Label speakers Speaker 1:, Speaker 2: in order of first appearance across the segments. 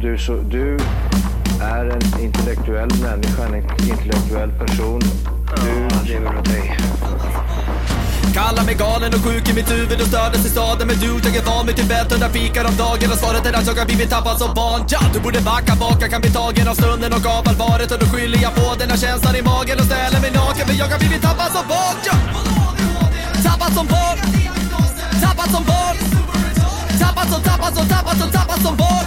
Speaker 1: du, så, du är en intellektuell människa, en intellektuell person. Du lever av dig.
Speaker 2: Kallar mig galen och sjuk i mitt huvud och stördes i staden Men du, jag är van vid Tibet och där fikar om dagen Och svaret är att jag har blivit tappad som barn ja, Du borde backa bak, jag kan bli tagen av stunden och av allvaret Och då skyller jag på den här känslan i magen och ställer mig naken För jag har blivit tappad som barn ja. Tappad som barn Tappad som barn Tappad som, tappad som, tappad som, tappad som barn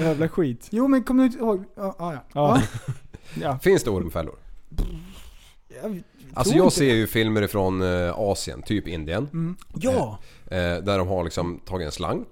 Speaker 3: Jävla skit.
Speaker 4: Jo men kommer du inte ihåg? Ja, ja. ja.
Speaker 3: Ja.
Speaker 5: Finns det ormfällor?
Speaker 4: Jag
Speaker 5: Alltså
Speaker 4: tror
Speaker 5: jag
Speaker 4: inte Mm.
Speaker 5: ser ju filmer ifrån eh, Asien, typ Indien.
Speaker 3: Ja.
Speaker 4: Mm.
Speaker 5: Eh, där de har liksom tagit en slang,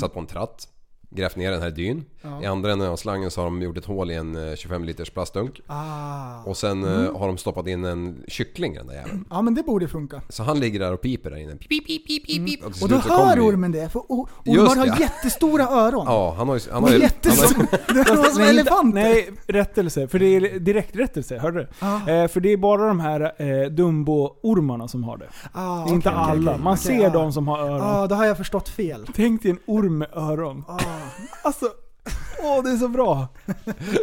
Speaker 5: satt på en tratt, grävt ner den här i dyn. I andra änden av slangen så har de gjort ett hål i en eh, 25 liters plastdunk.
Speaker 4: Ah.
Speaker 5: Och sen eh, har de stoppat in en kyckling i den där jäveln.
Speaker 4: Ja men det borde funka.
Speaker 5: Så han ligger där och piper där inne. Pip, pip, pip, pip, pip, pip. till
Speaker 4: Och då
Speaker 5: slut så kommer
Speaker 4: hör
Speaker 5: vi-
Speaker 4: ormen det, för o-
Speaker 5: Just
Speaker 4: ormar
Speaker 5: det, ja.
Speaker 4: har jättestora öron.
Speaker 5: Ja, han har ju... Han
Speaker 4: De
Speaker 5: har
Speaker 4: är
Speaker 5: ju
Speaker 4: jättestora. Det är som
Speaker 3: Nej, inte-
Speaker 4: elefanter.
Speaker 3: Nej, rättelse. För det är direkträttelse, hörde du?
Speaker 4: Ah.
Speaker 3: Eh, för det är bara de här eh, Dumbo-ormarna som har det.
Speaker 4: Ah,
Speaker 3: det är inte
Speaker 4: okej, okej,
Speaker 3: alla.
Speaker 4: okej,
Speaker 3: Man
Speaker 4: okej,
Speaker 3: ser
Speaker 4: ah.
Speaker 3: de som har öron.
Speaker 4: Ja, då har jag förstått fel.
Speaker 3: Tänk dig en orm med öron.
Speaker 4: Ah.
Speaker 3: Alltså, åh det är så bra.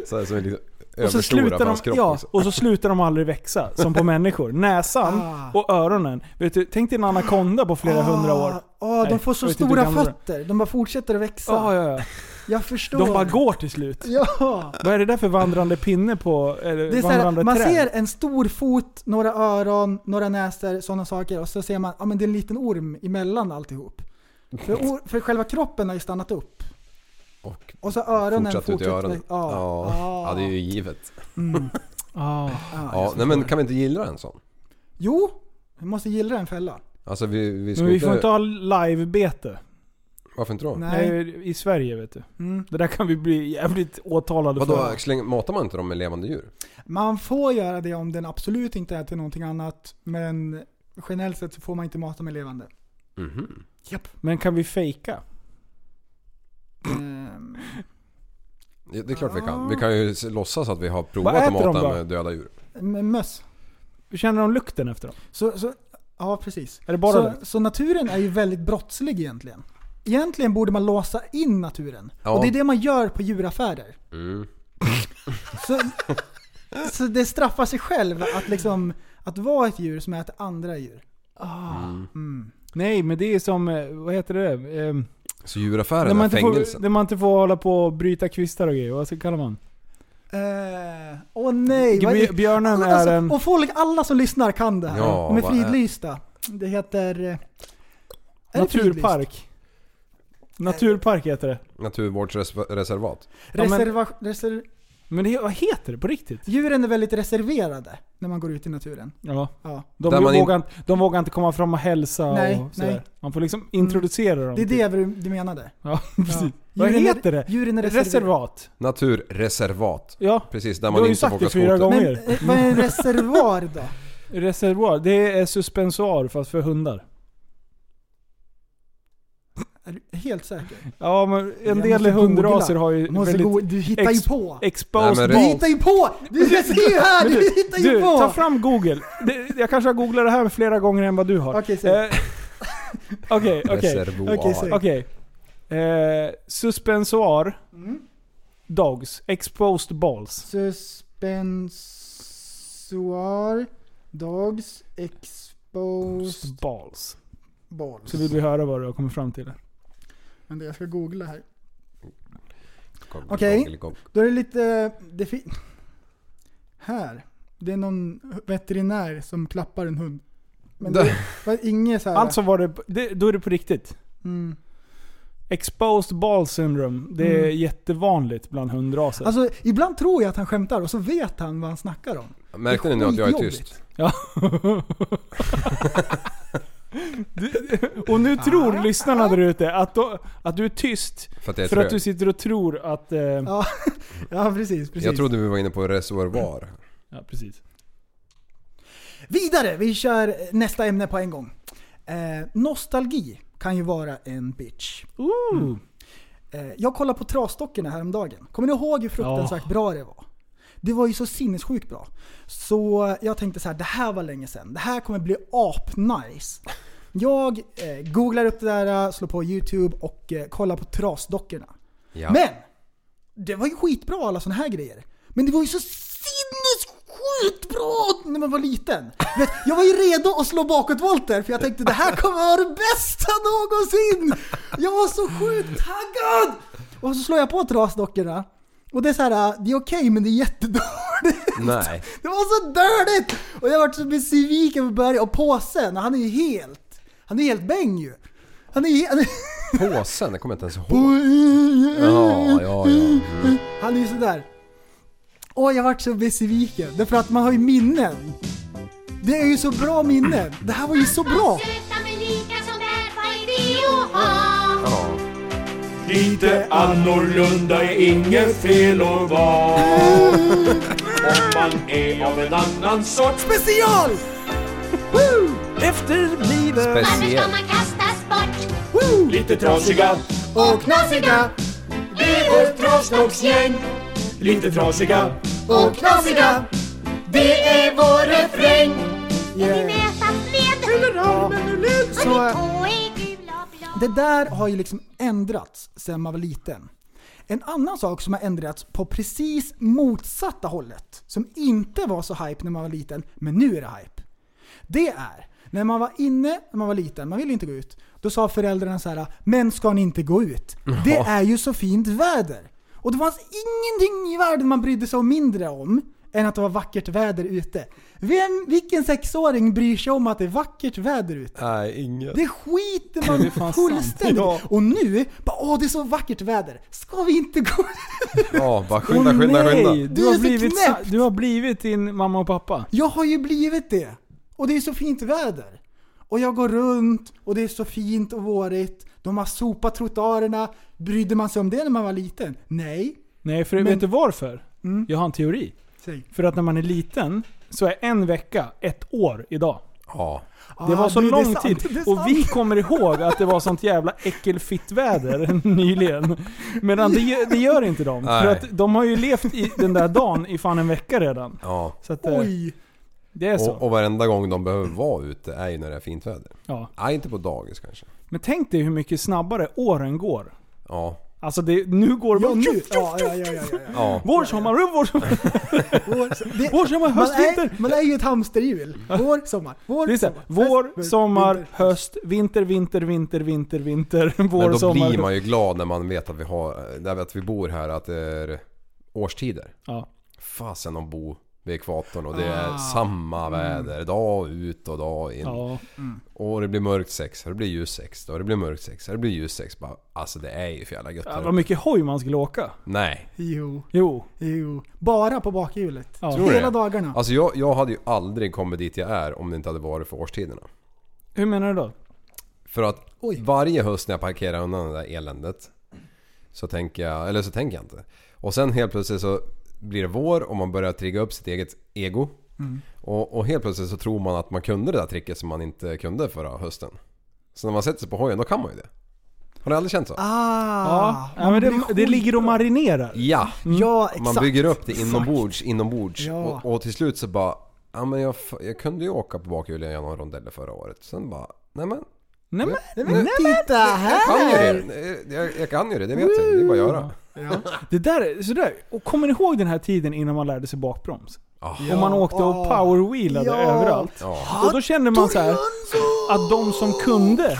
Speaker 5: Så här, som är liksom
Speaker 3: Och så,
Speaker 5: överstora på
Speaker 3: slutar de,
Speaker 5: hans kropp.
Speaker 3: ja,
Speaker 5: också.
Speaker 3: och så slutar de aldrig växa, som på människor. Näsan
Speaker 4: Ah.
Speaker 3: och öronen. Vet du, tänk dig en anakonda på flera hundra år.
Speaker 4: Ah,
Speaker 3: Nej,
Speaker 4: de får så
Speaker 3: jag vet inte hur
Speaker 4: stora
Speaker 3: gamla de är.
Speaker 4: fötter. De bara fortsätter att växa.
Speaker 3: Ah, Ja, ja, ja.
Speaker 4: Jag förstår.
Speaker 3: De bara går till slut.
Speaker 4: Ja.
Speaker 3: Vad är det där för vandrande pinne på... Eller
Speaker 4: Det är så här,
Speaker 3: vandrande
Speaker 4: man
Speaker 3: träd?
Speaker 4: ser en stor fot, några öron, några näsor, sådana saker. Och så ser man ja, men det är en liten orm emellan alltihop. För, or, för själva kroppen har ju stannat upp.
Speaker 5: Och
Speaker 4: Och så öronen Ah.
Speaker 5: fortsatt ut i öronen.
Speaker 4: Ja.
Speaker 5: Ja. ja, det är ju givet.
Speaker 4: Mm.
Speaker 3: Ah.
Speaker 5: Ja, nej men kan vi inte gilla en sån?
Speaker 4: Jo, vi måste gilla en fälla.
Speaker 5: Alltså vi, vi ska
Speaker 3: Men vi
Speaker 5: inte...
Speaker 3: får inte ha live-bete.
Speaker 5: Varför inte då?
Speaker 4: Nej.
Speaker 3: Nej. I Sverige vet du.
Speaker 4: Mm.
Speaker 3: Det där kan vi bli jävligt åtalade
Speaker 5: Vadå,
Speaker 3: för.
Speaker 5: släng, matar man inte dem med levande djur?
Speaker 4: Man får göra det om den absolut inte äter någonting annat. Men generellt sett så får man inte mata med levande.
Speaker 5: Mhm.
Speaker 4: Japp.
Speaker 3: Men kan vi fejka?
Speaker 4: Ehm,
Speaker 5: Ja, Det är klart vi kan. Vi kan ju s- låtsas att vi har provat
Speaker 3: Ah. Vad
Speaker 5: att
Speaker 3: äter de
Speaker 5: mata
Speaker 3: då?
Speaker 5: med döda djur.
Speaker 4: med möss.
Speaker 3: Känner de lukten efter dem?
Speaker 4: Så, så, ja, precis.
Speaker 3: Är det bara
Speaker 4: så,
Speaker 3: det?
Speaker 4: så naturen är ju väldigt brottslig egentligen. Egentligen borde man låsa in naturen.
Speaker 5: Ja.
Speaker 4: Och det är det man gör på djuraffärer.
Speaker 5: Mm.
Speaker 4: Så, så det straffar sig själv att, liksom, att vara ett djur som äter andra djur.
Speaker 3: Nej, men det är som, eh, vad heter det? Ehm,
Speaker 5: Så djuraffären
Speaker 3: När man,
Speaker 5: är
Speaker 3: inte får,
Speaker 5: fängelsen.
Speaker 3: när man inte får hålla på och bryta kvistar och grejer. Vad så kallar man?
Speaker 4: Eh, Åh nej! vad
Speaker 3: Bj-
Speaker 4: är-
Speaker 3: Björnen är
Speaker 4: Alltså,
Speaker 3: en...
Speaker 4: Och folk, alla som lyssnar kan det här.
Speaker 5: Ja,
Speaker 4: De är
Speaker 5: vad är-
Speaker 4: fridlysta. Det heter... eh, är det fridlyst?
Speaker 3: Naturpark. Naturpark heter det.
Speaker 5: Naturvårdsreservat.
Speaker 3: Ja, men-
Speaker 4: Reserva, reser,
Speaker 3: Men det, vad heter det på riktigt?
Speaker 4: djuren är väldigt reserverade när man går ut i naturen.
Speaker 3: Ja.
Speaker 4: Ja.
Speaker 3: De,
Speaker 5: Där man in-
Speaker 3: vågar, inte- de vågar inte komma fram och hälsa
Speaker 4: Nej,
Speaker 3: och sådär.
Speaker 4: nej. Mm.
Speaker 3: Man får liksom introducera dem.
Speaker 4: Det är
Speaker 3: typ.
Speaker 4: det du, du menade.
Speaker 3: Ja, precis. Vad
Speaker 4: Djuren är-
Speaker 3: heter det?
Speaker 4: Djuren är reserverade.
Speaker 3: Reservat.
Speaker 5: Naturreservat.
Speaker 3: Ja,
Speaker 5: Precis, där
Speaker 3: Du har
Speaker 5: man
Speaker 3: ju
Speaker 5: inte
Speaker 3: sagt
Speaker 5: får
Speaker 3: det
Speaker 5: åka
Speaker 3: fyra
Speaker 5: skoter.
Speaker 3: gånger.
Speaker 4: Men eh, vad är en reservoar då?
Speaker 3: reservoar. Det är suspensoar fast för hundar.
Speaker 4: Är du helt säker?
Speaker 3: Ja, men en
Speaker 4: Jag
Speaker 3: del
Speaker 4: måste
Speaker 3: hundraser
Speaker 4: googla.
Speaker 3: har ju
Speaker 4: Du, måste
Speaker 3: väldigt
Speaker 4: gå, du hittar ju
Speaker 3: ex-
Speaker 4: på!
Speaker 3: exposed
Speaker 5: Nej, men
Speaker 4: Du
Speaker 5: det-
Speaker 3: balls.
Speaker 4: hittar ju på! Du jag ser ju här!
Speaker 3: Men
Speaker 4: Du hittar ju
Speaker 3: du, ta
Speaker 4: på!
Speaker 3: fram google. Det, jag kanske har googlat det här flera gånger än vad du har.
Speaker 4: Okej, säg.
Speaker 3: Eh, Okej, okej.
Speaker 5: Reservoar.
Speaker 4: Okej, säg.
Speaker 3: Okej. Eh, Suspensoar.
Speaker 4: Mm.
Speaker 3: Dogs. Exposed balls.
Speaker 4: Suspensoar Dogs Exposed
Speaker 3: Balls.
Speaker 4: Balls.
Speaker 3: Så vill vi höra vad du har kommit fram till.
Speaker 4: Vänta, jag ska googla här.
Speaker 5: Kom,
Speaker 4: Okej.
Speaker 5: kom, kom.
Speaker 4: Då är det lite... Det fin- här. Det är någon veterinär som klappar en hund. Men det var inget så här.
Speaker 3: Alltså var det, det... Då är det på riktigt.
Speaker 4: Mm.
Speaker 3: Exposed ball syndrome. Det är
Speaker 4: Mm.
Speaker 3: jättevanligt bland hundraser.
Speaker 4: Alltså ibland tror jag att han skämtar och så vet han vad han snackar om.
Speaker 5: Märkte
Speaker 4: Det
Speaker 5: ni
Speaker 4: är
Speaker 5: nu att jag är
Speaker 4: skitjobbigt.
Speaker 5: tyst?
Speaker 3: Du- och nu tror lyssnarna där ute att, då- att du är tyst
Speaker 5: För att jag är
Speaker 3: för att du
Speaker 5: trög.
Speaker 3: sitter och tror att... Eh, ja.
Speaker 4: Ja, precis. precis.
Speaker 5: Jag trodde vi var inne på reservoar.
Speaker 3: precis.
Speaker 4: Vidare, vi kör nästa ämne på en gång. Eh, nostalgi kan ju vara en bitch.
Speaker 5: Mm.
Speaker 3: Ooh.
Speaker 4: Eh, jag kollade på Trasdockorna häromdagen. Kommer ni ihåg hur fruktansvärt bra det var? Det var ju så sinnessjukt bra. Så jag tänkte så här, det här var länge sedan. Det här kommer bli ap-nice. Jag eh, googlar upp det där, slår på YouTube och eh, kollar på Trasdockorna.
Speaker 5: Ja.
Speaker 4: Men! Det var ju skitbra alla såna här grejer. Men det var ju så sinnessjukt bra när man var liten. Du Vet, jag var ju redo att slå bakåtvolter för jag tänkte det här kommer vara det bästa någonsin! Jag var så sjukt taggad! Och så slår jag på trasdockorna. Och det är så här, det är okej men det är jättedåligt.
Speaker 5: Nej.
Speaker 4: Det var så dåligt! Och jag vart så besviken på Berg och påsen, han är ju helt... Han är helt bäng ju. Han är ju... Han är,
Speaker 5: Påsen, det kommer jag inte ens ihåg. Ja, ja, ja. Mm.
Speaker 4: Han är ju sådär. Åh, jag vart så besviken. Därför att man har ju minnen. Det är ju så bra minnen. Det här var ju så bra.
Speaker 6: Söta men lika som bär vad är det att ha?
Speaker 5: Ja.
Speaker 6: Lite annorlunda är inget fel att vara. Om man är av en annan sort.
Speaker 4: Special! Woo! Efterblivet
Speaker 5: Speciellt.
Speaker 4: Woo!
Speaker 6: Lite trasiga,
Speaker 4: och knasiga
Speaker 6: det är vårt trasdocksgäng. Lite trasiga,
Speaker 4: och knasiga.
Speaker 7: Det är vår refräng!
Speaker 4: Yeah. Så eh, det där har ju liksom ändrats sedan man var liten. En annan sak som har ändrats på precis motsatta hållet, som inte var så hype när man var liten, men nu är det hype. Det är, när man var inne när man var liten, man ville inte gå ut. Då sa föräldrarna så här: men ska ni inte gå ut? Det är ju så fint väder. Och det fanns ingenting i världen man brydde sig om mindre om än att det var vackert väder ute. Vem, vilken sexåring bryr sig om att det är vackert väder ute?
Speaker 5: Nej, inget.
Speaker 4: Det skiter man
Speaker 3: fan
Speaker 4: fullständigt i.
Speaker 3: sant.
Speaker 4: Och nu, bara åh det är så vackert väder. Ska vi inte gå
Speaker 5: Ja, bara skynda, skynda,
Speaker 3: Nej,
Speaker 5: skynda.
Speaker 3: du
Speaker 4: är
Speaker 3: har,
Speaker 4: så
Speaker 3: blivit, sa-
Speaker 4: knäppt.
Speaker 3: du har blivit din mamma och pappa.
Speaker 4: Jag har ju blivit det. Och det är så fint väder. Och jag går runt och det är så fint och vårigt. De har sopat trottoarerna. Brydde man sig om det när man var liten? Nej.
Speaker 3: Nej, för
Speaker 4: Men-
Speaker 3: vet du varför?
Speaker 4: Mm.
Speaker 3: Jag har en teori.
Speaker 4: Säg.
Speaker 3: För att när man är liten så är en vecka ett år idag.
Speaker 5: Ja.
Speaker 3: Det var
Speaker 4: Ah,
Speaker 3: så
Speaker 4: du, är
Speaker 3: lång
Speaker 4: sant, det
Speaker 3: tid.
Speaker 4: är
Speaker 3: Och
Speaker 4: sant.
Speaker 3: vi kommer ihåg att det var sånt jävla äckelfittväder nyligen. Medan det, gö- det gör inte de.
Speaker 5: Nej.
Speaker 3: För att de har ju levt i den där dagen i fan en vecka redan.
Speaker 5: ja.
Speaker 3: Så att eh,
Speaker 4: Oj!
Speaker 3: det är så.
Speaker 5: Och, och varenda gång de behöver vara ute är ju när det är fint väder.
Speaker 3: Ja.
Speaker 5: Nej, inte på dagis kanske.
Speaker 3: Men tänk dig hur mycket snabbare åren går.
Speaker 5: Ja.
Speaker 3: Alltså det, nu går det
Speaker 4: Ja,
Speaker 3: bara...
Speaker 4: nu. Ja, ja, ja, ja, ja.
Speaker 5: Ja.
Speaker 3: Vår, sommar, vår, sommar.
Speaker 4: Vår, det,
Speaker 3: Vår, sommar, höst,
Speaker 4: man,
Speaker 3: vinter.
Speaker 4: är, man är ju ett hamsterhjul. Vår, sommar, vår,
Speaker 3: Det är så här,
Speaker 4: sommar.
Speaker 3: vår,
Speaker 4: höst,
Speaker 3: sommar,
Speaker 4: vinter.
Speaker 3: höst, vinter, vinter, vinter, vinter, vinter,
Speaker 5: Men
Speaker 3: vår,
Speaker 5: då
Speaker 3: sommar.
Speaker 5: blir man ju glad när man vet att vi, har, där att vi bor här, att det är årstider.
Speaker 3: Ja.
Speaker 5: Fasen om bo vid ekvatorn och det är samma väder. Dag ut och dag in.
Speaker 3: Ah. Mm. Ja.
Speaker 5: Och det blir mörkt sex, och det blir ljus sex, och det blir mörkt sex, och det blir ljus sex. Bara, alltså det är ju för jävla gött
Speaker 3: Ja,
Speaker 5: här
Speaker 3: Vad
Speaker 5: uppe.
Speaker 3: mycket hoj man skulle åka.
Speaker 5: Nej.
Speaker 4: Jo,
Speaker 3: Jo.
Speaker 4: jo. Bara på bakhjulet.
Speaker 3: Ja.
Speaker 5: Tror du
Speaker 4: Hela
Speaker 5: det?
Speaker 4: dagarna.
Speaker 5: Alltså jag, jag hade ju aldrig kommit dit jag är om det inte hade varit för årstiderna.
Speaker 3: Hur menar du då?
Speaker 5: För att
Speaker 4: Oj.
Speaker 5: varje höst när jag parkerar undan det där eländet så tänker jag, eller så tänker jag inte. Och sen helt plötsligt så blir det vår och man börjar trigga upp sitt eget ego.
Speaker 4: Mm.
Speaker 5: Och, och helt plötsligt så tror man att man kunde det där tricket som man inte kunde förra hösten. Så när man sätter sig på hojen då kan man ju det. Har ni aldrig känt så?
Speaker 4: Ah!
Speaker 3: Ja, ja men det, det ligger och marinerar.
Speaker 5: Ja!
Speaker 3: Mm.
Speaker 4: Ja, exakt.
Speaker 5: Man bygger upp det inombords, inombords.
Speaker 4: Ja.
Speaker 5: Och, och till slut så bara... Ja men jag, f- jag kunde ju åka på bakhjulet i någon rondell förra året. Sen bara... Nej men,
Speaker 3: Nej, men,
Speaker 4: Men titta
Speaker 3: Äh!
Speaker 5: jag kan ju
Speaker 4: här!
Speaker 5: det. Eh, Jag, jag kan ju det, det vet jag. Det är bara att göra.
Speaker 3: det där är sådär. Och kommer ni ihåg den här tiden innan man lärde sig bakbroms?
Speaker 5: Ah.
Speaker 3: Och man åkte och
Speaker 4: Ja.
Speaker 3: powerwheelade
Speaker 4: Ja.
Speaker 3: överallt.
Speaker 5: Ja.
Speaker 3: Och då kände man så här att de som kunde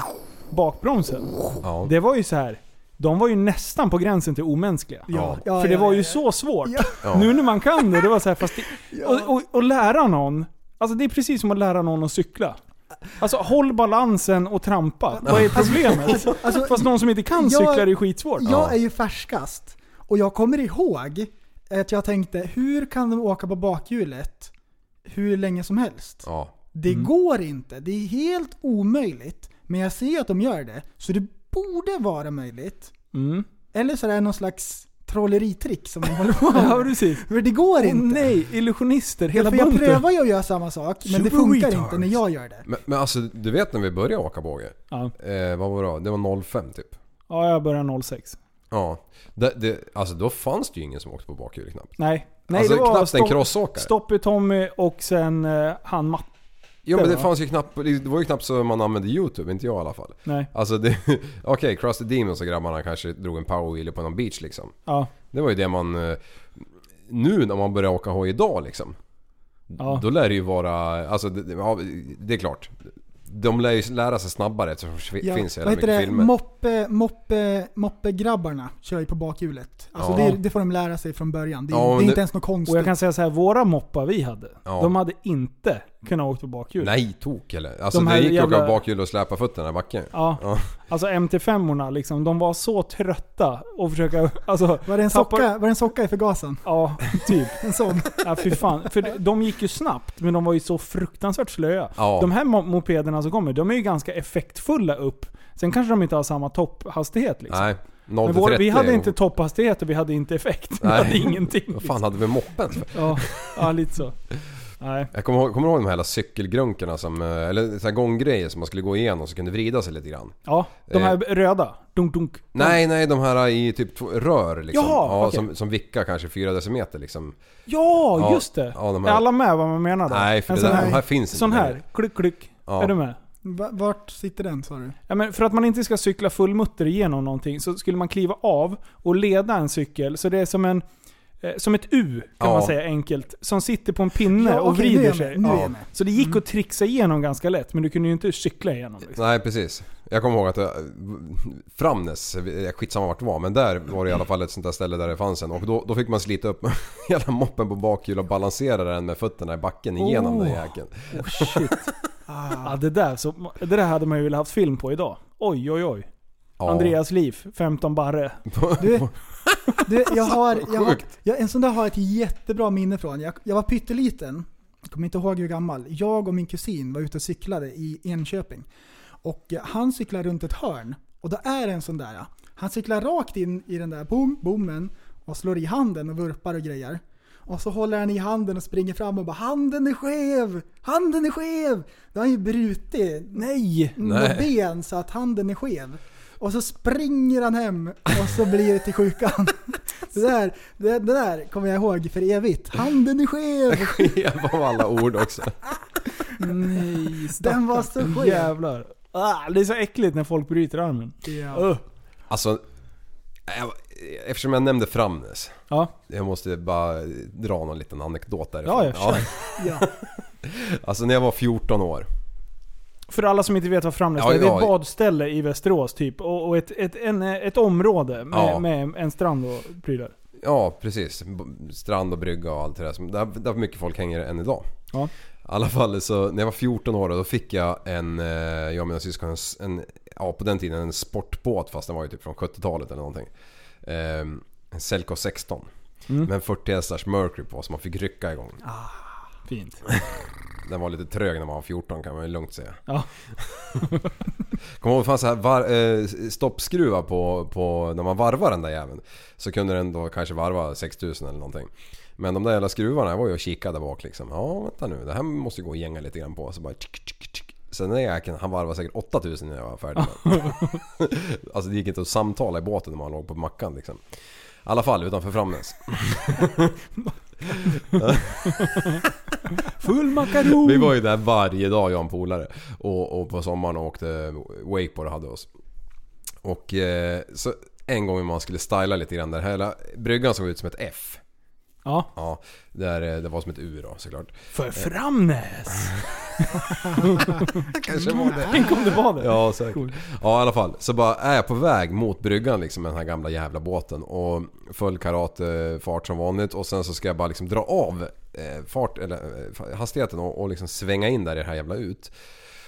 Speaker 3: bakbromsen,
Speaker 5: ja.
Speaker 3: det var ju så här. de var ju nästan på gränsen till omänskliga.
Speaker 5: Ja.
Speaker 4: Ja,
Speaker 3: För det
Speaker 4: ja,
Speaker 3: var ju
Speaker 4: ja, ja.
Speaker 3: så svårt.
Speaker 5: Ja.
Speaker 3: Nu när man kan det, det var så här, fast det, och, och, och lära någon. Alltså det är precis som att lära någon att cykla. Alltså håll balansen och trampa. Vad är problemet?
Speaker 4: alltså,
Speaker 3: Fast någon som inte kan
Speaker 4: jag-
Speaker 3: cykla det är skitsvårt.
Speaker 4: Jag är ju färskast. Och jag kommer ihåg att jag tänkte, hur kan de åka på bakhjulet hur länge som helst?
Speaker 5: ja.
Speaker 4: Det
Speaker 3: Mm.
Speaker 4: går inte. Det är helt omöjligt. Men jag ser att de gör det. Så det borde vara möjligt.
Speaker 3: Mm.
Speaker 4: Eller så är det någon slags trolleritrick som de håller på
Speaker 3: Ja
Speaker 4: med.
Speaker 3: precis.
Speaker 4: För det går
Speaker 3: Åh
Speaker 4: inte.
Speaker 3: nej, illusionister, hela
Speaker 4: För jag
Speaker 3: bunten.
Speaker 4: prövar ju att göra samma sak, men det
Speaker 3: Super
Speaker 4: funkar
Speaker 3: retards.
Speaker 4: inte när jag gör det.
Speaker 5: Men, men alltså du vet när vi började åka båge?
Speaker 3: Ja.
Speaker 5: Eh, vad var det? Det var 05 typ.
Speaker 3: ja, jag börjar 06.
Speaker 5: Ja. Det, det, alltså då fanns det ju ingen som åkte på bakhjulet knappt.
Speaker 3: Nej. nej
Speaker 5: alltså
Speaker 3: det var
Speaker 5: knappt en
Speaker 3: stopp-
Speaker 5: crossåkare.
Speaker 3: Stopp i Tommy och sen eh, han Matt.
Speaker 5: Jo men det
Speaker 3: va?
Speaker 5: fanns ju knappt, det var ju knappt så man använde YouTube, inte jag i alla fall.
Speaker 3: Nej.
Speaker 5: Alltså det, okej, Cross the Demons och grabbarna kanske drog en powerwheelie på någon beach liksom.
Speaker 3: Ja.
Speaker 5: Det var ju det man... eh, Nu när man börjar åka hoj idag liksom.
Speaker 3: Ja.
Speaker 5: Då lär det ju vara... Alltså det, det- ja, det är klart. De lär ju lära sig snabbare eftersom det
Speaker 4: Ja,
Speaker 5: finns så
Speaker 4: vad
Speaker 5: jävla
Speaker 4: heter
Speaker 5: mycket
Speaker 4: det?
Speaker 5: filmer.
Speaker 4: Moppe, moppe, moppegrabbarna kör ju på bakhjulet. Alltså
Speaker 5: Ja.
Speaker 4: det, det får de lära sig från början. Det, är-
Speaker 5: Ja, men
Speaker 4: det är inte
Speaker 5: det-
Speaker 4: ens något konstigt.
Speaker 3: Och jag kan säga så här, våra moppar vi hade,
Speaker 5: Ja.
Speaker 3: de hade inte kunnat åka på bakhjulet.
Speaker 5: Nej, tok eller? Alltså
Speaker 3: De här
Speaker 5: det gick ju att åka
Speaker 3: jävla-
Speaker 5: bakhjul och släpa fötterna i backen.
Speaker 3: Ja.
Speaker 5: Ja.
Speaker 3: Alltså MT5orna liksom, de var så trötta och försöka... Alltså,
Speaker 4: var, det en
Speaker 3: tappa-
Speaker 4: socka, var det en socka i förgasaren?
Speaker 3: Ja, typ.
Speaker 4: En sån?
Speaker 3: Ja, fy fan. För de gick ju snabbt, men de var ju så fruktansvärt slöa.
Speaker 5: Ja.
Speaker 3: De här mo- mopederna som kommer, de är ju ganska effektfulla upp. Sen kanske de inte har samma topphastighet liksom.
Speaker 5: Nej.
Speaker 3: Men
Speaker 5: 0
Speaker 3: vår,
Speaker 5: 30
Speaker 3: vi hade
Speaker 5: en
Speaker 3: inte
Speaker 5: gång.
Speaker 3: topphastighet och vi hade inte effekt. Vi
Speaker 5: Nej.
Speaker 3: hade ingenting.
Speaker 5: Vad fan hade vi moppen för?
Speaker 3: Ja, ja, lite så. Nej.
Speaker 5: Jag kommer, ihåg- kommer du ihåg de här jävla cykelgrunkorna som, eh, eller så här gånggrejer som man skulle gå igenom så kunde vrida sig lite grann.
Speaker 3: Ja, de här
Speaker 5: Eh.
Speaker 3: röda. Dunk, dunk.
Speaker 5: Nej, nej, de här i typ två- rör liksom.
Speaker 3: Jaha,
Speaker 5: ja,
Speaker 3: okej.
Speaker 5: som, som vickar kanske 4 decimeter liksom.
Speaker 3: Ja,
Speaker 5: Ja,
Speaker 3: just det.
Speaker 5: ja, de
Speaker 3: Är
Speaker 5: här-
Speaker 3: alla med vad man menar då?
Speaker 5: Nej, för
Speaker 3: En
Speaker 5: det
Speaker 3: sån
Speaker 5: där,
Speaker 3: här,
Speaker 5: de här finns
Speaker 3: Sån
Speaker 5: inte
Speaker 3: här.
Speaker 5: längre.
Speaker 3: Klick, klick.
Speaker 5: Ja.
Speaker 3: Är du med?
Speaker 4: Va- Vart sitter den sa du?
Speaker 3: Ja, men för att man inte ska cykla fullmutter igenom någonting så skulle man kliva av och leda en cykel så det är som en eh, som ett U kan
Speaker 5: Ja.
Speaker 3: man säga enkelt. Som sitter på en pinne och
Speaker 4: okej, nu är
Speaker 3: vrider
Speaker 4: jag
Speaker 3: sig.
Speaker 4: med. Nu är
Speaker 5: Ja.
Speaker 4: jag med. Mm.
Speaker 3: Så det gick att trixa igenom ganska lätt men du kunde ju inte cykla igenom. Liksom.
Speaker 5: Nej precis. Jag kommer ihåg att jag, Framnäs, eh, skitsamma vart det var, men där var det i alla fall ett sånt där ställe där det fanns en. Och då, då fick man slita upp hela moppen på bakhjul och balansera den med fötterna i backen igenom den jäkeln.
Speaker 3: Oh, shit.
Speaker 4: Ah.
Speaker 3: ja, det, där, så, det där hade man ju velat haft film på idag. Oj oj oj.
Speaker 5: Ja.
Speaker 3: Andreas liv, 15 barre.
Speaker 4: Du, du, jag har, jag har, jag, en sån där har jag ett jättebra minne från. Jag, jag var pytteliten, jag kommer inte ihåg hur gammal. Jag och min kusin var ute och cyklade i Enköping. Och eh, han cyklar runt ett hörn. Och då är det en sån där. Han cyklar rakt in i den där bom, bommen och slår i handen och vurpar och grejer. Och så håller han i handen och springer fram och bara “Handen är skev! Handen är skev!” Då har han ju brutit
Speaker 3: Nej!
Speaker 4: något ben så att handen är skev. Och så springer han hem och så blir det till sjukan. Det där, det, det där kommer jag ihåg för evigt. Handen är skev!
Speaker 5: Jävlar av alla ord också.
Speaker 3: Nej,
Speaker 4: Den var så skev.
Speaker 3: Jävlar. Ah, det är så äckligt när folk bryter armen.
Speaker 4: Ja.
Speaker 3: Ugh.
Speaker 5: Alltså, jag- eftersom jag nämnde Framnäs.
Speaker 3: Ja.
Speaker 5: Jag måste bara dra någon liten anekdot
Speaker 3: Ja,
Speaker 5: därifrån.
Speaker 3: ja, kör.
Speaker 4: Ja.
Speaker 5: Alltså när jag var 14 år.
Speaker 3: För alla som inte vet vad Framnäs
Speaker 5: Ja,
Speaker 3: är, det är
Speaker 5: ja.
Speaker 3: ett badställe i Västerås typ. Och, och ett, ett, en, ett område med,
Speaker 5: Ja.
Speaker 3: med en strand och prylar.
Speaker 5: Ja, precis. B- Strand och brygga och allt det där. som- Där, där mycket folk hänger än idag.
Speaker 3: Ja.
Speaker 5: I alla fall så, när jag var 14 år då fick jag en, eh, jag och mina syskon, en, s- en, ja på den tiden en sportbåt fast den var ju typ från 70-talet eller någonting. Ehm, en Selco 16.
Speaker 3: Mm.
Speaker 5: Med en 40 hästars Mercury på som man fick rycka igång.
Speaker 3: Fint.
Speaker 5: Den var lite trög när man var 14 kan man ju lugnt säga.
Speaker 3: Ja.
Speaker 5: Kommer ihåg, det fanns så här var, eh, stoppskruva på, på, när man varvar den där jäveln. Så kunde den då kanske varva 6000 eller någonting. Men de där jävla skruvarna, jag var ju och kikade där bak liksom. Ja, vänta nu, det här måste ju gå att gänga lite grann på. Så bara tsk, tsk, tsk. Sen den där jäkeln, han varvade säkert 8000 när jag var färdig med Alltså det gick inte att samtala i båten när man låg på mackan liksom. I alla fall utanför Framnäs.
Speaker 3: Full makaron!
Speaker 5: Vi var ju där varje dag jag och en polare. Och, och på sommaren och åkte wakeboard och hade oss. Och eh, så en gång när man skulle styla lite grann där hela bryggan såg ut som ett F.
Speaker 3: Ja.
Speaker 5: Ja, där eh, det var som ett U då såklart.
Speaker 3: För Framnäs!
Speaker 5: Kanske var det.
Speaker 3: Tänk om det var det.
Speaker 5: Ja, säkert.
Speaker 3: Coolt.
Speaker 5: Ja, i alla fall. Så bara är jag på väg mot bryggan liksom med den här gamla jävla båten och full karatefart som vanligt och sen så ska jag bara liksom dra av eh, fart, eller, eh, hastigheten och, och liksom svänga in där i det här jävla ut.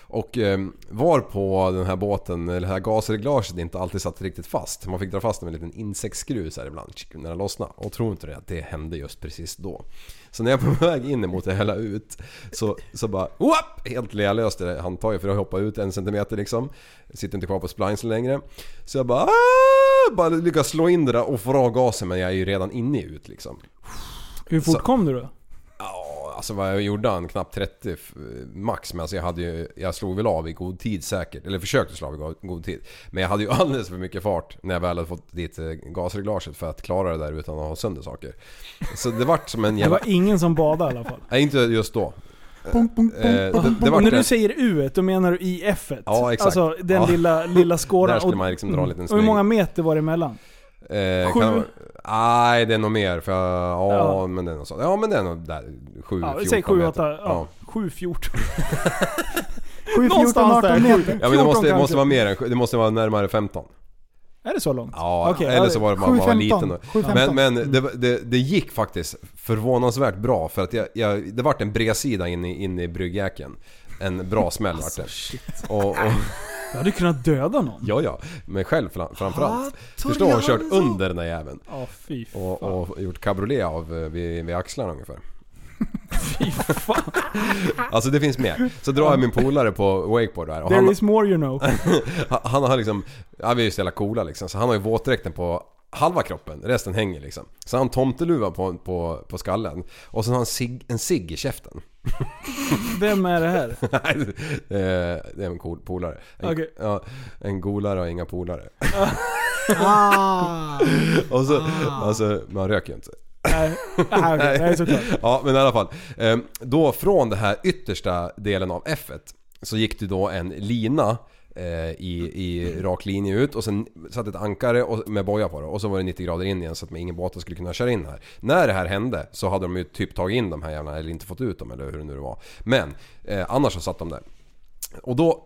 Speaker 5: Och eh, var på den här båten, eller det här gasreglaget inte alltid satt riktigt fast. Man fick dra fast den med en liten insektsskruv så här ibland tsk, när den lossnade. Och tror inte det att det hände just precis då. Så när jag är på väg in emot det hela ut så, så bara whoop, helt lealöst i det handtaget för jag hoppade ut en centimeter liksom. Sitter inte kvar på splinesen längre. Så jag bara "Ah!" bara lyckas slå in det där och får av gasen men jag är ju redan inne i ut liksom.
Speaker 3: Hur fort
Speaker 5: Så-
Speaker 3: kom du då?
Speaker 5: Ja, alltså vad jag gjorde han? Knappt 30 f- max. Men alltså jag, hade ju, jag slog väl av i god tid säkert. Eller försökte slå av i go- god tid. Men jag hade ju alldeles för mycket fart när jag väl hade fått dit eh, gasreglaget för att klara det där utan att ha sönder saker. Så det vart som en
Speaker 3: Det
Speaker 5: jävla...
Speaker 3: var ingen som badade i alla fall.
Speaker 5: Nej, inte just då.
Speaker 4: Pum, pum,
Speaker 5: Eh,
Speaker 4: pum.
Speaker 5: det, det
Speaker 3: Och
Speaker 5: vart
Speaker 3: när du
Speaker 5: en...
Speaker 3: säger U, då menar du i F. -et.
Speaker 5: Ja, exakt.
Speaker 3: Alltså den
Speaker 5: Ja.
Speaker 3: lilla, lilla skåran.
Speaker 5: Där skulle
Speaker 3: Och-
Speaker 5: man liksom dra en liten
Speaker 3: Och hur
Speaker 5: smyg.
Speaker 3: många meter var det emellan?
Speaker 5: Eh,
Speaker 3: Sju?
Speaker 5: kan det vara- Nej, det är nog mer. För jag, ja,
Speaker 3: Ja.
Speaker 5: men det är nog så. Ja, men det är nog där 7,
Speaker 3: Ja,
Speaker 5: 14
Speaker 3: säg 7,
Speaker 5: meter.
Speaker 3: 8,
Speaker 5: Ja.
Speaker 3: ja. 7, 14.
Speaker 4: 7, 14,
Speaker 3: Någonstans
Speaker 4: 18
Speaker 3: där.
Speaker 4: meter.
Speaker 5: Ja men det
Speaker 3: 14
Speaker 5: måste, det måste
Speaker 3: kanske.
Speaker 5: vara mer än sju- det måste vara närmare 15.
Speaker 3: Är det så långt?
Speaker 5: Ja,
Speaker 3: Okej,
Speaker 5: eller
Speaker 3: ja,
Speaker 5: så var det bara man var
Speaker 4: 7.15.
Speaker 5: liten då.
Speaker 4: 7.15.
Speaker 5: Men, men det, det, det gick faktiskt förvånansvärt bra för att jag, jag, det vart en bredsida in i, in i bryggjäkeln. En bra smäll vart
Speaker 3: Alltså,
Speaker 5: det. Och, och,
Speaker 3: Jag hade kunnat döda någon.
Speaker 5: ja, ja. Mig själv fram- framförallt.
Speaker 4: Tor
Speaker 5: Förstå, jag har kört
Speaker 4: Johansson.
Speaker 5: under den där jäveln.
Speaker 3: Ja, fy fan.
Speaker 5: Och, och gjort cabriolet av eh, vid, vid axlarna ungefär. Alltså det finns mer. Så drar jag min polare på wakeboard där och
Speaker 3: There
Speaker 5: han,
Speaker 3: is more you know.
Speaker 5: han har liksom, ja vi är ju så jävla coola liksom, så han har ju våtdräkten på halva kroppen, resten hänger liksom. Så han har tomteluva på, på, på skallen och så har han cig, en cigg i käften.
Speaker 3: Vem är det här?
Speaker 5: Nej, det är det är en cool polare. En,
Speaker 3: Okej.
Speaker 5: ja, en golare och inga polare.
Speaker 4: Ah.
Speaker 5: Och så, alltså man röker ju inte.
Speaker 3: Nej, ah, okay. Nej såklart.
Speaker 5: Ja, men i alla fall. Eh, Då från den här yttersta delen av f så gick det då en lina eh, i, i rak linje ut och sen satt ett ankare och, med boja på det och så var det 90 grader in igen så att med ingen båt skulle kunna köra in här. När det här hände så hade de ju typ tagit in de här jävlarna eller inte fått ut dem eller hur det nu var. Men eh, annars så satt de där. Och då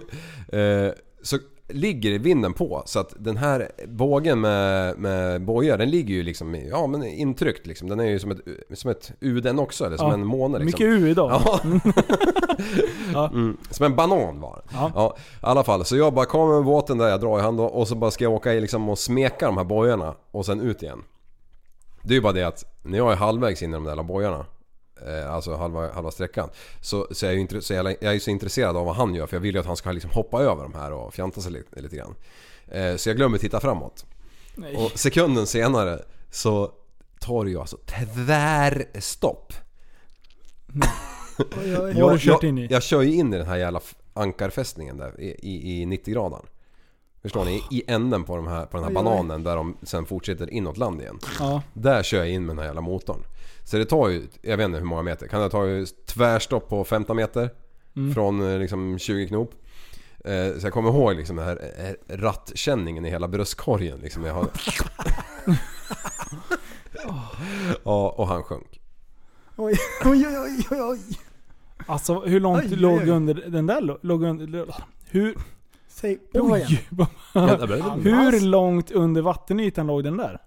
Speaker 5: eh, så ligger vinden på så att den här bågen med, med bojar den ligger ju liksom i- ja, men intryckt liksom. Den är ju som ett, som ett U den också eller som
Speaker 3: Ja,
Speaker 5: en måne liksom.
Speaker 3: Mycket U idag.
Speaker 5: Ja. mm. Som en banan var den.
Speaker 3: Ja.
Speaker 5: ja, I alla fall, så jag bara kommer med båten där jag drar i hand då, och så bara ska jag åka i liksom och smeka de här bojarna och sen ut igen. Det är ju bara det att när jag är halvvägs in i de där jävla bojarna eh, Alltså halva, halva sträckan. Så, så, jag är ju intre, så jag, jag är ju så intresserad av vad han gör för jag vill ju att han ska liksom hoppa över de här och fjanta sig lite, lite grann. Eh, Så jag glömmer titta framåt. Och sekunden senare så tar det ju alltså tvärstopp.
Speaker 3: Vad har du kört in i?
Speaker 5: Jag, jag kör ju in i den här jävla f- ankarfästningen där i, i, i 90 graden. Förstår ni? I änden på, de här, på den här bananen där de sen fortsätter inåt land igen.
Speaker 3: Ja.
Speaker 5: Där kör jag in med den här jävla motorn. Så det tar ju, jag vet inte hur många meter. Kan det ta ju tvärstopp på 15 meter? Från eh, liksom 20 knop. Eh, Så jag kommer ihåg liksom den här eh, rattkänningen i hela bröstkorgen liksom. Jag har... ja, och han sjönk.
Speaker 4: Oj, oj, oj, oj, oj.
Speaker 3: Alltså hur långt
Speaker 4: Aj, aj,
Speaker 3: låg
Speaker 4: aj.
Speaker 3: under den där? lo- Låg under, hur...
Speaker 4: Säg på igen.
Speaker 3: Oj! vad-
Speaker 5: Eh,
Speaker 4: Annars-
Speaker 3: Hur långt under vattenytan låg den där?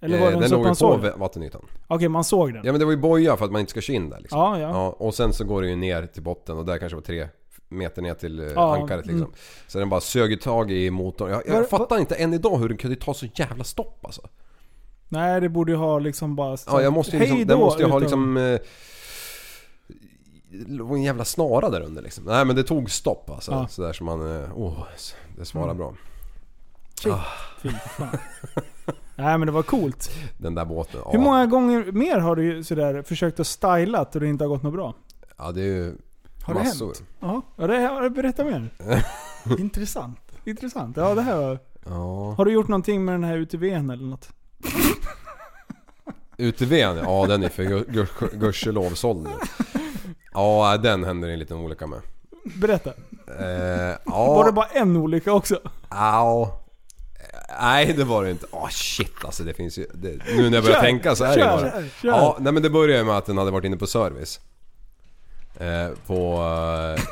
Speaker 3: Eller var
Speaker 5: Eh,
Speaker 3: den,
Speaker 5: den
Speaker 3: så att
Speaker 5: låg ju
Speaker 3: man
Speaker 5: på
Speaker 3: såg?
Speaker 5: v- vattenytan.
Speaker 3: Okej, man såg den.
Speaker 5: Ja men det var ju boja för att man inte ska köra in där liksom.
Speaker 3: Ja, ja.
Speaker 5: och sen så går det ju ner till botten och där kanske var tre meter ner till eh,
Speaker 3: Ja, Mm.
Speaker 5: ankaret liksom. Så den bara sög ju tag i motorn. Jag, jag
Speaker 4: Var-
Speaker 5: fattar inte än idag hur den kunde ta så jävla stopp alltså.
Speaker 3: Nej, det borde ju ha liksom bara...
Speaker 5: Ja, jag måste ju liksom,
Speaker 3: Hej
Speaker 5: den
Speaker 3: då,
Speaker 5: måste ju ha
Speaker 3: utan-
Speaker 5: liksom... Eh, det låg en jävla snara där under liksom. Nej men det tog stopp alltså.
Speaker 3: Ja. Mm.
Speaker 5: Sådär som man... eh, Åh, det svarar bra.
Speaker 3: Fy fan. Nej men det var coolt.
Speaker 5: Den där båten.
Speaker 3: Hur
Speaker 5: ja.
Speaker 3: många gånger mer har du ju sådär försökt att styla och det inte har gått något bra?
Speaker 5: Ja det är ju...
Speaker 4: Har det
Speaker 5: massor.
Speaker 4: hänt? Ja,
Speaker 3: Ja, det här, berätta mer.
Speaker 4: intressant.
Speaker 3: Intressant. Ja, det här var...
Speaker 5: Ja.
Speaker 3: Har du gjort någonting med den här UTVn eller något?
Speaker 5: UTVn, ja den är för gu- gu- gudskelov såld nu. Ja den händer en liten olycka med.
Speaker 3: Berätta.
Speaker 5: Eh,
Speaker 3: Var det
Speaker 5: ja,
Speaker 3: bara en olycka också?
Speaker 5: au. Nej det var det inte. Åh shit alltså det finns ju... Det, nu när jag börjar
Speaker 3: Kör,
Speaker 5: tänka så är det ju
Speaker 3: kör,
Speaker 5: bara.
Speaker 3: kör.
Speaker 5: Ja, nej men det började med att den hade varit inne på service. Eh, på... Eh,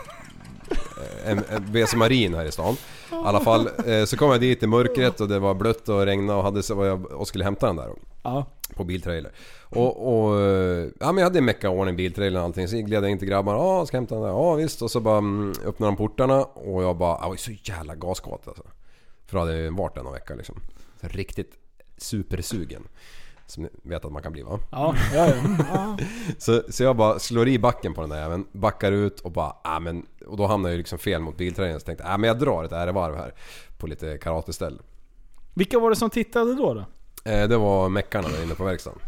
Speaker 5: en, en WC Marin här i stan. I alla fall, eh, så kom jag dit i mörkret och det var blött och regnade och, hade, så var jag, och skulle hämta den där.
Speaker 3: Ja.
Speaker 5: På biltrailer. Och, och eh, ja, men jag hade meckat ordning biltrailern och allting. Så gled jag in till grabbarna. Ja, ska jag hämta den där? Ja, visst. Och så bara mm, öppnade de portarna och jag bara... Jag var ju så jävla gaskåt alltså. För då hade jag ju varit där någon vecka liksom. Så riktigt supersugen. Som ni vet att man kan bli va?
Speaker 3: Ja, ja, ja.
Speaker 5: Så, så jag bara slår i backen på den där även Backar ut och bara... Ah, men, och då hamnar jag ju liksom fel mot biltrailern. Så tänkte jag ah, men jag drar ett ärevarv här. På lite karateställ.
Speaker 3: Vilka var det som tittade då då?
Speaker 5: Eh, det var meckarna där inne på verkstaden.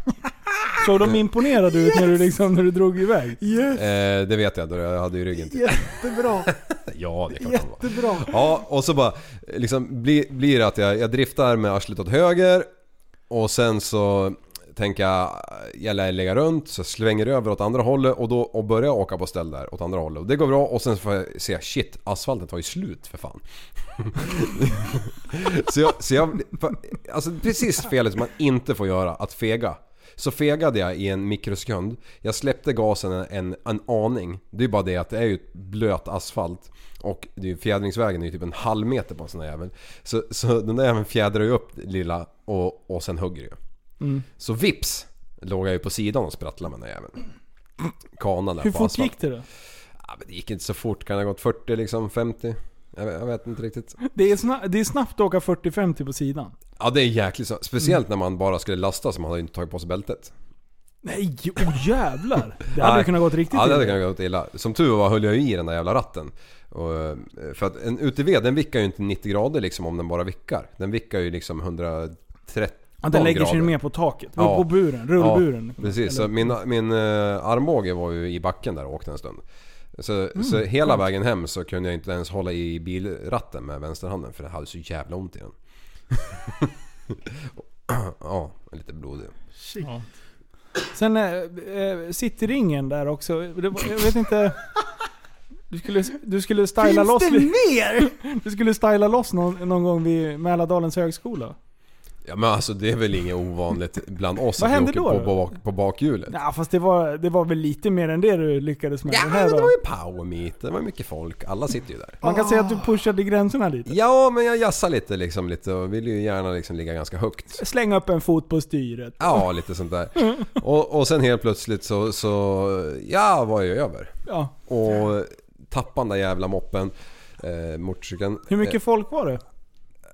Speaker 3: Såg de imponerade ut när du liksom, när du drog iväg?
Speaker 4: Yes,
Speaker 5: Eh, det vet jag, då jag hade ju ryggen till.
Speaker 4: jättebra.
Speaker 5: Ja, det är klart han var.
Speaker 4: Jättebra.
Speaker 5: Ja, och så bara liksom blir, blir det att jag, jag driftar med arslet åt höger och sen så tänker jag, jag lär lägga runt så jag svänger över åt andra hållet och då och börjar jag åka på ställ där åt andra hållet och det går bra och sen så får jag se shit asfalten tar ju slut för fan. så jag, så jag för, alltså precis felet som man inte får göra, att fega. Så fegade jag i en mikrosekund. Jag släppte gasen en, en, en aning. Det är bara det att det är ju blöt asfalt. Och det är ju, fjädringsvägen är ju typ en halv meter på en sån där jävel. Så, så den där jäveln fjädrar ju upp lilla och, och sen hugger det ju.
Speaker 3: Mm.
Speaker 5: Så vips låg jag ju på sidan och sprattlade med den där jäveln. Kanan där
Speaker 3: Hur
Speaker 5: på
Speaker 3: fort
Speaker 5: asfalt.
Speaker 3: gick det då?
Speaker 5: Ja, men det gick inte så fort. Kan det ha gått 40 liksom? 50? Jag vet, jag vet inte riktigt.
Speaker 3: Det är, sna- det är snabbt att åka 40-50 på sidan. Mm.
Speaker 5: Ja det är jäkligt så. Speciellt när man bara skulle lasta så man hade inte tagit på sig bältet.
Speaker 3: Nej, oh jävlar. Det hade
Speaker 5: Nej.
Speaker 3: kunnat gått riktigt
Speaker 5: Ja det hade
Speaker 3: illa.
Speaker 5: kunnat gått illa. Som tur var höll jag ju i den där jävla ratten. Och, eh, för att en UTV den vickar ju inte 90 grader liksom om den bara vickar. Den vickar ju liksom 113
Speaker 3: Att den lägger
Speaker 5: grader.
Speaker 3: sig mer på taket.
Speaker 5: Ja.
Speaker 3: På buren, rullburen.
Speaker 5: Ja, precis, så
Speaker 3: Eller-
Speaker 5: min, min eh, armbåge var ju i backen där och åkte en stund. Så,
Speaker 3: Mm,
Speaker 5: så hela vägen hem så kunde jag inte ens hålla i bilratten med vänsterhanden för det hade så jävla ont i den. ja, lite blodig.
Speaker 3: Sen eh, eh, cityringen där också. Det var, jag vet inte... Du skulle, du skulle styla
Speaker 4: Finns
Speaker 3: loss...
Speaker 4: det
Speaker 3: vid-
Speaker 4: mer?
Speaker 3: Du skulle styla loss någon, någon gång vid Mälardalens högskola.
Speaker 5: Ja men alltså det är väl inget ovanligt bland oss att
Speaker 3: Vad
Speaker 5: vi
Speaker 3: hände
Speaker 5: åker
Speaker 3: då
Speaker 5: på,
Speaker 3: då?
Speaker 5: på, bak, på bakhjulet.
Speaker 3: Ja, fast det var, det var väl lite mer än det du lyckades med
Speaker 5: Ja,
Speaker 3: den
Speaker 5: men
Speaker 3: här
Speaker 5: det var
Speaker 3: dagen.
Speaker 5: ju power meet, det var mycket folk, alla sitter ju där.
Speaker 3: Man kan säga att
Speaker 4: Ah.
Speaker 3: du pushade gränserna lite.
Speaker 5: Ja, men jag jassar lite liksom lite och vill ju gärna liksom ligga ganska högt.
Speaker 3: Slänga upp en fot på styret.
Speaker 5: Ja, lite sånt där. Och, och sen helt plötsligt så, så ja, var jag över.
Speaker 3: Ja.
Speaker 5: Och tappade den där jävla moppen, eh, motorcykeln.
Speaker 3: Hur mycket
Speaker 5: Eh,
Speaker 3: folk var det?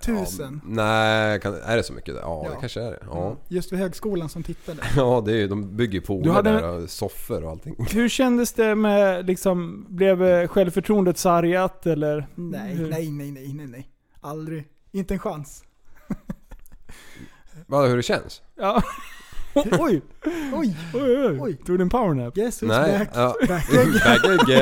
Speaker 4: Tusen.
Speaker 5: nej, kan, är det så mycket? där? Ja, ja,
Speaker 4: Ja.
Speaker 5: det kanske är det. Ja,
Speaker 4: Just vid högskolan som tittade.
Speaker 5: ja det är ju, de bygger ju pooler
Speaker 3: Mm. Du hade-
Speaker 5: där och soffor och allting.
Speaker 3: Hur kändes det med liksom, blev eh, självförtroendet sargat eller?
Speaker 4: Nej,
Speaker 3: Hur-
Speaker 4: nej, nej, nej, nej, nej. Aldrig. Inte en chans.
Speaker 5: Vad, hur det känns?
Speaker 3: Ja. Oj,
Speaker 4: Oj!
Speaker 3: oj, oj.
Speaker 4: Oj.
Speaker 3: Tog du en powernap?
Speaker 4: Yes, it's
Speaker 5: Nej,
Speaker 4: back.
Speaker 5: ja.
Speaker 4: Back
Speaker 5: Backgig.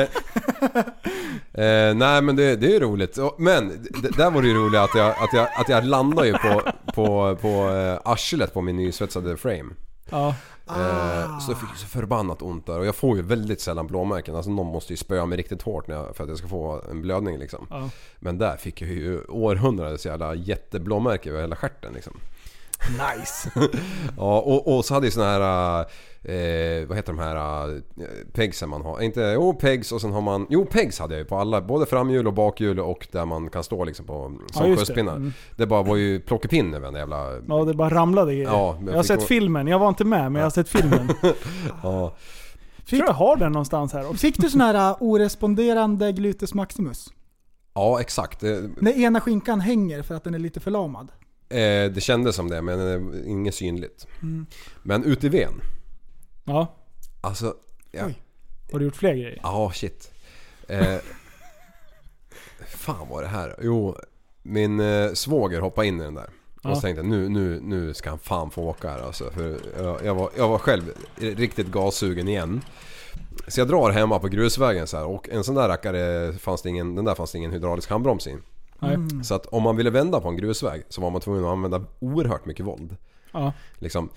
Speaker 5: Eh, nej men det, det är ju roligt. Och- Men d- där var det ju roligt att jag, att jag, att jag landade ju på, på, på eh, arslet på min nysvetsade frame.
Speaker 3: Ja.
Speaker 5: Eh, så jag fick ju så förbannat ont där och jag får ju väldigt sällan blåmärken. Alltså någon måste ju spöa mig riktigt hårt när jag, för att jag ska få en blödning liksom.
Speaker 3: Ja.
Speaker 5: Men där fick jag ju århundradets jävla jätteblåmärke över hela stjärten liksom.
Speaker 3: Nice.
Speaker 5: Ja, och, och så hade jag såna här... Eh, vad heter de här eh, pegsen man har? Inte, jo pegs och sen har man... Jo pegs hade jag ju på alla. Både framhjul och bakhjul och där man kan stå liksom på, som
Speaker 3: just det.
Speaker 5: sjöspinnar. Det.
Speaker 3: Mm.
Speaker 5: bara var ju plockepinne med den jävla... Ja.
Speaker 3: Ja, det bara ramlade grejer.
Speaker 5: Ja, men
Speaker 3: jag
Speaker 5: jag
Speaker 3: har
Speaker 5: fick
Speaker 3: sett
Speaker 5: gå-
Speaker 3: filmen, jag var inte med men jag har sett filmen. Tror jag har den någonstans här också.
Speaker 4: Fick du sån här äh, oresponderande gluteus maximus?
Speaker 5: ja exakt. Det,
Speaker 4: När ena skinkan hänger för att den är lite förlamad.
Speaker 5: eh, det kändes som det men eh, inget synligt.
Speaker 3: Mm.
Speaker 5: Men ute i ven.
Speaker 3: Ja.
Speaker 5: Alltså... Ja,
Speaker 3: Har du gjort fler grejer?
Speaker 5: ja shit. Eh, fan var det här? Jo, min eh, svåger hoppade in i den där.
Speaker 3: Ja.
Speaker 5: Och så tänkte jag nu, nu, nu ska han fan få åka här alltså. För jag, jag, var, jag var själv riktigt gassugen igen. Så jag drar hemma på grusvägen så här och en sån där rackare fanns det ingen, den där fanns det ingen hydraulisk handbroms i.
Speaker 3: Nej.
Speaker 5: Så att om man ville vända på en grusväg så var man tvungen att använda oerhört mycket våld.
Speaker 3: Ja.
Speaker 5: Liksom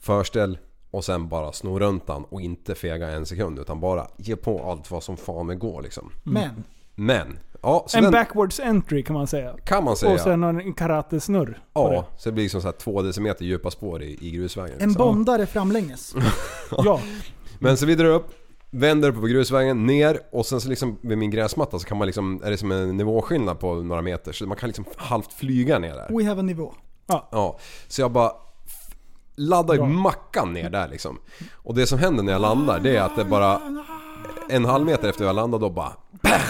Speaker 5: förställ och sen bara sno runt den och inte fega en sekund utan bara ge på allt vad som fan det går liksom.
Speaker 4: Men,
Speaker 5: Men, ja så
Speaker 3: En
Speaker 5: den
Speaker 3: backwards entry kan man säga.
Speaker 5: kan man säga.
Speaker 3: Och sen har den en karatesnurr. på
Speaker 5: Ja,
Speaker 3: det.
Speaker 5: så det blir liksom så här två decimeter djupa spår i, i grusvägen.
Speaker 4: en
Speaker 5: liksom.
Speaker 4: bondare framlänges.
Speaker 3: Ja.
Speaker 5: Men så vi drar upp, vänder upp på grusvägen, ner och sen så liksom vid min gräsmatta så kan man liksom, är det som en nivåskillnad på några meter så man kan liksom halvt flyga ner där.
Speaker 4: We have a nivå.
Speaker 5: Ja, så jag bara f- laddar ju
Speaker 3: Bra.
Speaker 5: mackan ner där liksom. Och det som händer när jag landar det är att det bara en halv meter efter jag landar då bara "Pah!"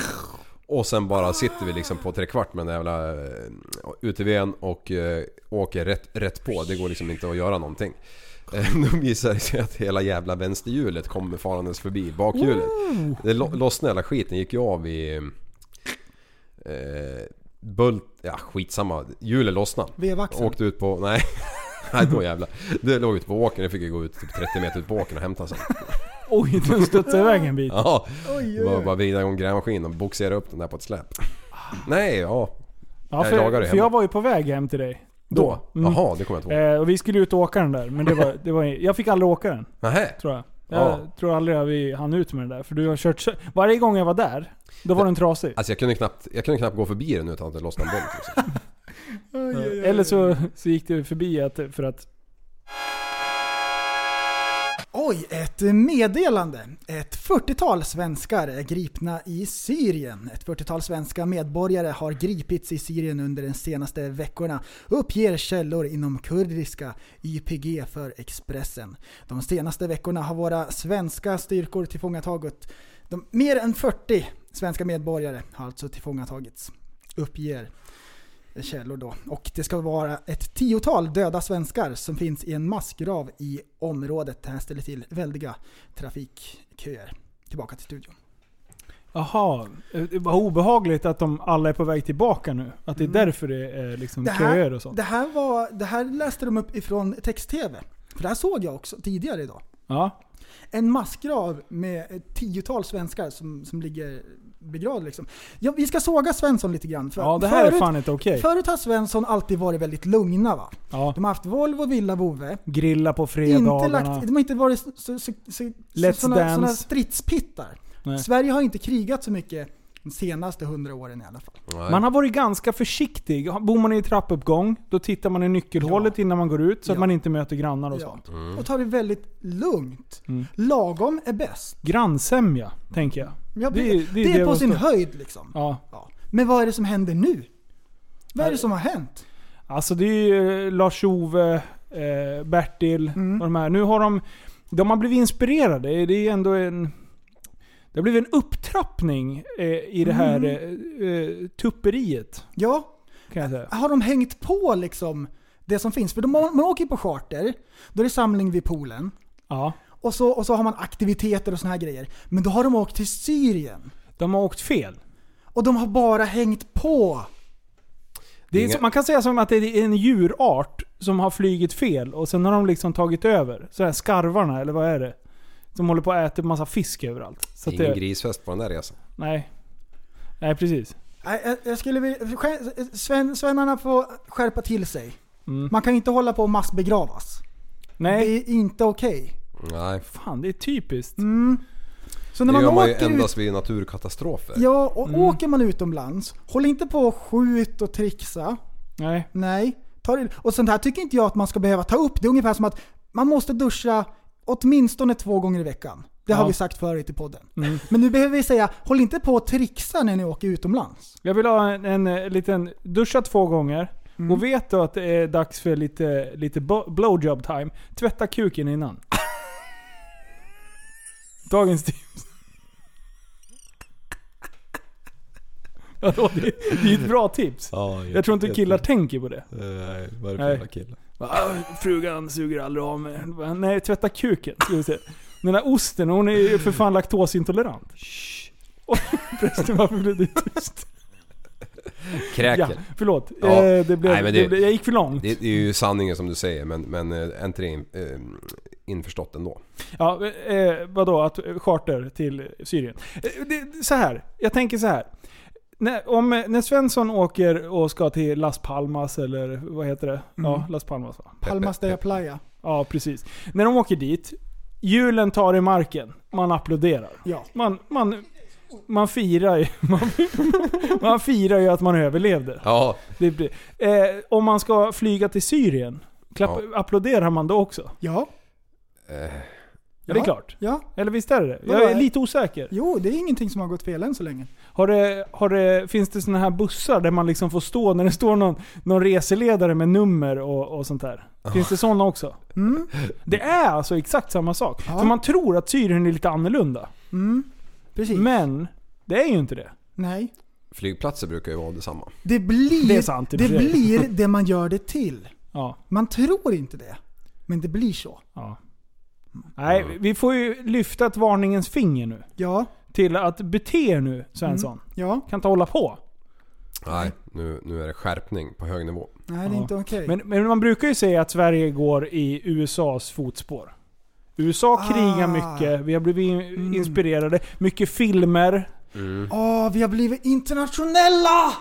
Speaker 5: och sen bara sitter vi liksom på trekvart med den där jävla eh, UTVn och eh, åker rätt, rätt på. Det går liksom inte att göra någonting. Eh, Nu visar det sig att hela jävla vänsterhjulet kommer farandes förbi bakhjulet. Det lo- lossnade hela skiten, gick ju av i... Eh, bult... Ja skitsamma, hjulet lossnade.
Speaker 4: Vevaxeln.
Speaker 5: Åkte ut på... Nej. Nej då jävlar. Det låg ute på åkern, det fick ju gå ut typ 30 meter ut på åkern och hämta sen.
Speaker 3: Oj, den studsade iväg en bit.
Speaker 5: Ja. Bara, bara vrida igång grävmaskinen och boxera upp den där på ett släp. Nej, ja.
Speaker 3: Ja,
Speaker 5: jag lagar
Speaker 3: för,
Speaker 5: det
Speaker 3: för jag
Speaker 5: hemma.
Speaker 3: var ju på väg hem till dig.
Speaker 5: Då?
Speaker 3: Mm.
Speaker 5: Jaha, det kommer jag inte ihåg.
Speaker 3: Eh, och vi skulle ut och åka den där, men det var, det var, jag fick aldrig åka den.
Speaker 5: Nähä?
Speaker 3: Tror jag. Jag
Speaker 5: Ja.
Speaker 3: tror aldrig att vi hann ut med den där. För du har kört sö- Varje gång jag var där, då var den trasig.
Speaker 5: Alltså jag kunde knappt, jag kunde knappt gå förbi den utan att det lossnade en boll. Liksom.
Speaker 3: Eller så, så gick du förbi att, för att...
Speaker 4: Oj, ett meddelande. Ett 40-tal svenskar är gripna i Syrien. Ett 40-tal svenska medborgare har gripits i Syrien under de senaste veckorna, uppger källor inom kurdiska YPG för Expressen. De senaste veckorna har våra svenska styrkor tillfångatagit de, mer än 40 svenska medborgare har alltså tillfångatagits, uppger källor då. Och det ska vara ett tiotal döda svenskar som finns i en massgrav i området. Det här ställer till väldiga trafikköer. Tillbaka till studion.
Speaker 3: Jaha, eh, vad obehagligt att de alla är på väg tillbaka nu. Att det är därför det är liksom
Speaker 4: Mm. Det här-
Speaker 3: köer och sånt.
Speaker 4: Det här, var, det här läste de upp ifrån text-tv. För det här såg jag också tidigare idag.
Speaker 3: Ja.
Speaker 4: En massgrav med ett tiotal svenskar som, som ligger begravda liksom. Ja, vi ska såga Svensson lite grann. För
Speaker 3: ja, det här är
Speaker 4: förut,
Speaker 3: fan inte okej.
Speaker 4: Förut har Svensson alltid varit väldigt lugna va.
Speaker 3: Ja.
Speaker 4: De har haft Volvo, villa, vovve.
Speaker 3: Grilla på
Speaker 4: Inte
Speaker 3: fredagarna.
Speaker 4: lagt, de har inte varit så, så, så, så, såna,
Speaker 3: Let's
Speaker 4: såna
Speaker 3: Dance.
Speaker 4: stridspittar.
Speaker 3: Nej.
Speaker 4: Sverige har inte krigat så mycket de senaste hundra åren i alla fall.
Speaker 5: liksom. Nej.
Speaker 3: Man har varit ganska försiktig. Bor man i ett trappuppgång, då tittar man i nyckelhålet innan man går ut så att
Speaker 4: Ja.
Speaker 3: man inte möter grannar
Speaker 4: Ja.
Speaker 3: och sånt.
Speaker 4: Och tar det väldigt lugnt.
Speaker 3: Mm.
Speaker 4: Lagom är bäst.
Speaker 3: Grannsämja, tänker jag.
Speaker 4: Ja,
Speaker 3: Det
Speaker 4: det,
Speaker 3: är-
Speaker 4: det,
Speaker 3: det är det
Speaker 4: är på
Speaker 3: vad
Speaker 4: sin
Speaker 3: står-
Speaker 4: höjd liksom.
Speaker 3: Ja.
Speaker 4: Ja. Men vad är det som händer nu? Vad är det som har hänt?
Speaker 3: Alltså det är ju Lars-Ove, eh, Bertil och de här. Nu har de... De har blivit inspirerade. Det är ändå en... Det har blivit en upptrappning eh, i det här eh, eh, tupperiet.
Speaker 4: Ja,
Speaker 3: Kan jag säga.
Speaker 4: har de hängt på liksom det som finns? För de, man åker ju på charter, då är det samling vid poolen.
Speaker 3: Ja.
Speaker 4: Och så, och så har man aktiviteter och såna här grejer. Men då har de åkt till Syrien.
Speaker 3: De har åkt fel.
Speaker 4: Och de har bara hängt på.
Speaker 3: Det är
Speaker 5: Inga-
Speaker 3: så, man kan säga som att det är en djurart som har flugit fel och sen har de liksom tagit över. Så här skarvarna, eller vad är det? Som håller på att äta massa fisk överallt. Så att
Speaker 5: Ingen
Speaker 3: det,
Speaker 5: grisfest på den där resan.
Speaker 3: nej. Nej, precis.
Speaker 4: Nej, Jag, jag skulle vilja... Sven, svennarna får skärpa till sig.
Speaker 3: Mm.
Speaker 4: Man kan ju inte hålla på och massbegravas. Det
Speaker 3: Nej,
Speaker 4: är inte okej.
Speaker 5: Nej.
Speaker 3: fan det är typiskt.
Speaker 4: Så
Speaker 5: Det
Speaker 4: när man
Speaker 5: gör man ju
Speaker 4: åker ut
Speaker 5: endast vid naturkatastrofer.
Speaker 4: Ja, och
Speaker 3: Mm.
Speaker 4: åker man utomlands, håll inte på och skjut och trixa.
Speaker 3: Nej.
Speaker 4: Nej. Ta det. Och sånt här tycker inte jag att man ska behöva ta upp. Det är ungefär som att man måste duscha åtminstone två gånger i veckan. Det har
Speaker 3: Ja. Mm.
Speaker 4: vi sagt förut i podden. Men nu behöver vi säga, håll inte på och trixa när ni åker utomlands.
Speaker 3: Jag vill ha en, en, eh, liten... Duscha två gånger. Och vet du att det är dags för lite, lite bo- blowjob time, tvätta kuken innan. Dagens tips. Ja, då, det, det är ett bra tips. Jag tror inte killar tänker på det.
Speaker 5: Nej, vad är
Speaker 3: för Nej. jävla
Speaker 5: killar?
Speaker 3: Ah, Frugan suger aldrig av mig. Bara, Nej, tvätta kuken. Ska vi se. Den där osten, hon är ju för fan laktosintolerant. Oj, Förresten, varför blev det tyst? Ja,
Speaker 5: Kräken.
Speaker 3: förlåt.
Speaker 5: Ja.
Speaker 3: Eh, det blev,
Speaker 5: Nej, men
Speaker 3: det,
Speaker 5: det-
Speaker 3: blev, jag gick för långt.
Speaker 5: Det, det är ju sanningen som du säger men, men eh, inte det in, eh, införstått ändå.
Speaker 3: Ja, eh, vadå? Att eh, charter till Syrien. Eh, det, så här, jag tänker så här. När, om, eh, när Svensson åker och ska till Las Palmas eller vad heter det?
Speaker 5: Mm.
Speaker 3: Ja, Las Palmas va?
Speaker 4: Palmas de Playa.
Speaker 3: Ja, precis. När de åker dit, hjulen tar i marken. Man applåderar.
Speaker 4: Ja.
Speaker 3: Man, man, man firar ju... Man, man firar ju att man överlevde.
Speaker 5: Ja,
Speaker 3: Det, blir- eh, om man ska flyga till Syrien, klapp, applåderar man då också? Ja,
Speaker 4: Ja.
Speaker 3: det är klart.
Speaker 4: Ja.
Speaker 3: Eller visst är det det?
Speaker 4: Vadå?
Speaker 3: Jag är lite osäker.
Speaker 4: Jo, det är ingenting som har gått fel än så länge.
Speaker 3: Har det, har det, finns det såna här bussar där man liksom får stå när det står någon, någon reseledare med nummer och, och sånt där? Finns det såna också? Det är alltså exakt samma sak.
Speaker 4: Mm. Ja.
Speaker 3: För man tror att Syrien är lite annorlunda.
Speaker 4: Precis.
Speaker 3: Men det är ju inte det.
Speaker 4: Nej.
Speaker 5: flygplatser brukar ju vara detsamma.
Speaker 4: Det blir
Speaker 3: Det är sant i och
Speaker 4: det,
Speaker 3: för sig.
Speaker 4: blir det man gör det till.
Speaker 3: Ja.
Speaker 4: Man tror inte det, men det blir så.
Speaker 3: ja. Nej, vi får ju lyfta ett varningens finger nu.
Speaker 4: Ja,
Speaker 3: Till att bete er nu Svensson.
Speaker 4: ja.
Speaker 3: Kan inte hålla på. Mm.
Speaker 5: Nej, nu, nu är det skärpning på hög nivå.
Speaker 4: Nej, det är
Speaker 3: Ja.
Speaker 4: inte okej.
Speaker 3: Men, men man brukar ju säga att Sverige går i USAs fotspår. USA krigar
Speaker 4: Ah.
Speaker 3: mycket, vi har blivit in- inspirerade. Mycket filmer.
Speaker 4: Åh, vi har blivit internationella!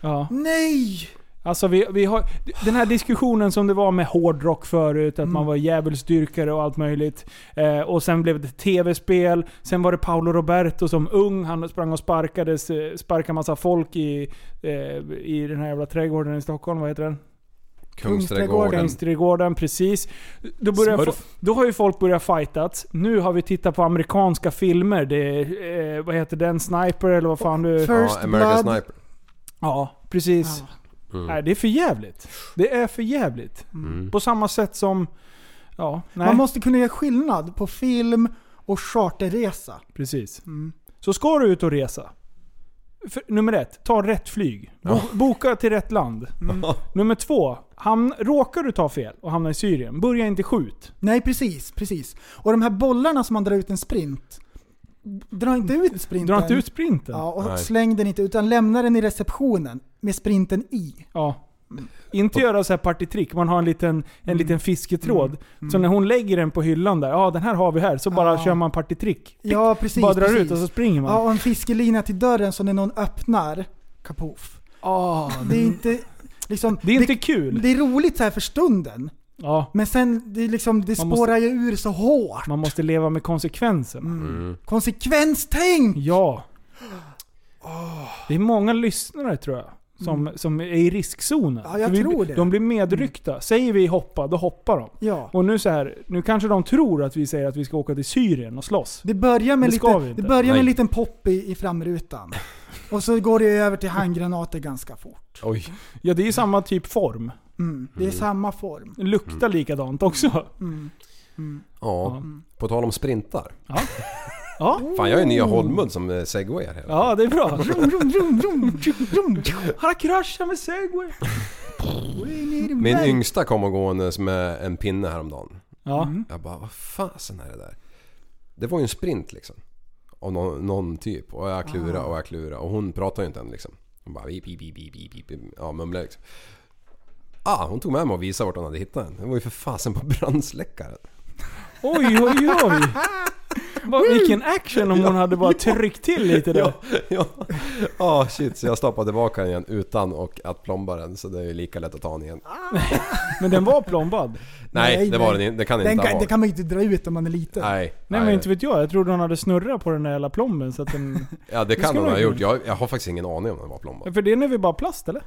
Speaker 3: Ja.
Speaker 4: Nej!
Speaker 3: Alltså vi, vi har, den här diskussionen som det var med hårdrock förut, att man var djävulsdyrkare och allt möjligt. Eh, och sen blev det tv-spel, sen var det Paolo Roberto som ung, han sprang och sparkades, eh, sparkade massa folk i, eh, i den här jävla trädgården i Stockholm, vad heter den?
Speaker 5: Kungsträdgården.
Speaker 3: Kungsträdgården, precis. Då, börjar
Speaker 5: Smurf.
Speaker 3: fo- då har ju folk börjat fightats. Nu har vi tittat på amerikanska filmer. Det är, eh, vad heter den? Sniper eller vad fan du...
Speaker 5: Ja,
Speaker 4: First
Speaker 5: American
Speaker 4: Blood.
Speaker 5: Sniper.
Speaker 3: Ja, precis. Nej,
Speaker 5: Mm.
Speaker 3: det är för jävligt. Det är för jävligt.
Speaker 5: Mm.
Speaker 3: På samma sätt som... Ja, nej.
Speaker 4: Man måste kunna göra skillnad på film och charterresa.
Speaker 3: Precis. Så ska du ut och resa. för, nummer ett, ta rätt flyg. Bo, Boka till rätt land. Nummer två, hamn, råkar du ta fel och hamna i Syrien, börja inte skjut.
Speaker 4: Nej, precis, precis. Och de här bollarna som man drar ut en sprint. Dra inte ut sprinten.
Speaker 3: Dra inte ut sprinten.
Speaker 4: Ja,
Speaker 3: Ja.
Speaker 4: och
Speaker 5: Nej.
Speaker 4: släng den inte utan lämna den i receptionen med sprinten i.
Speaker 3: Inte göra så här partitrick, man har en liten,
Speaker 4: Mm.
Speaker 3: en liten fisketråd. Så när hon lägger den på hyllan där, ja den här har vi här, så bara
Speaker 4: Ja.
Speaker 3: kör man partitrick.
Speaker 4: Ja, precis.
Speaker 3: bara drar
Speaker 4: precis.
Speaker 3: ut och så springer man.
Speaker 4: Ja, och en fiskelina till dörren så när någon öppnar, kapoff. Det är inte... Liksom,
Speaker 3: Ah, det är inte kul.
Speaker 4: Det är roligt så här för stunden,
Speaker 3: ja,
Speaker 4: men sen det, är liksom, det
Speaker 3: Man måste-
Speaker 4: spårar ju ur så hårt.
Speaker 3: man måste leva med konsekvenserna.
Speaker 4: Mm.
Speaker 5: Mm.
Speaker 4: Konsekvenstänk!
Speaker 3: Ja. Det är många lyssnare tror jag. Som, som är i riskzonen.
Speaker 4: Mm. Ja, jag
Speaker 3: För vi,
Speaker 4: tror det. Mm.
Speaker 3: De blir medryckta. Säger vi hoppa, då hoppar de.
Speaker 4: Ja.
Speaker 3: Och nu så här, nu kanske de tror att vi säger att vi ska åka till Syrien och slåss.
Speaker 4: Det börjar med,
Speaker 3: Det ska vi
Speaker 4: lite,
Speaker 3: inte.
Speaker 4: det börjar med
Speaker 5: Nej.
Speaker 4: en liten pop i, i framrutan. Och så går det över till handgranater ganska fort.
Speaker 5: Oj.
Speaker 3: Ja, det är ju samma typ form.
Speaker 4: Mm. Det är samma form.
Speaker 3: Luktar
Speaker 5: Mm.
Speaker 3: likadant också.
Speaker 5: Ja. På tal om sprintar.
Speaker 3: Ja,
Speaker 5: Fan jag är ju nya Holmud som eh, segwayar hela
Speaker 3: ja det är bra. Han kraschar med segway.
Speaker 5: Min yngsta kom och gåendes med en pinne häromdagen.
Speaker 3: Ja.
Speaker 5: Jag bara, vad fasen är det där? Det var ju en sprint liksom. Av någon, någon typ. Och jag klura och jag klura Och hon pratar ju inte än liksom. Hon bara bip, bip, bip, bip, bip, bip, bip. Ja, mumlar liksom. Ah, hon tog med mig och visade vart hon hade hittat den. Det var ju för fasen på brandsläckaren.
Speaker 3: Oj, oj, oj. Vad, vilken action om hon hade bara tryckt till lite där.
Speaker 5: Ja, ja. Ah shit, så jag stoppade tillbaka den igen utan och att plomba den. Så det är ju lika lätt att ta den igen.
Speaker 3: Men den var plombad.
Speaker 5: Ah. Nej,
Speaker 4: Nej,
Speaker 5: det var
Speaker 4: nej.
Speaker 5: den inte. Det kan den
Speaker 4: Den
Speaker 5: inte
Speaker 4: kan, det
Speaker 5: ha varit.
Speaker 4: kan man ju inte dra ut om man är liten.
Speaker 5: Nej,
Speaker 3: Nej men inte vet jag, jag trodde hon hade snurrat på den där jävla plomben så att den...
Speaker 5: Ja det kan
Speaker 3: skulle
Speaker 5: hon ha
Speaker 3: man
Speaker 5: gjort.
Speaker 3: kunna.
Speaker 5: Jag, jag har faktiskt ingen aning om den var plombad.
Speaker 3: För det är när vi bara plast eller?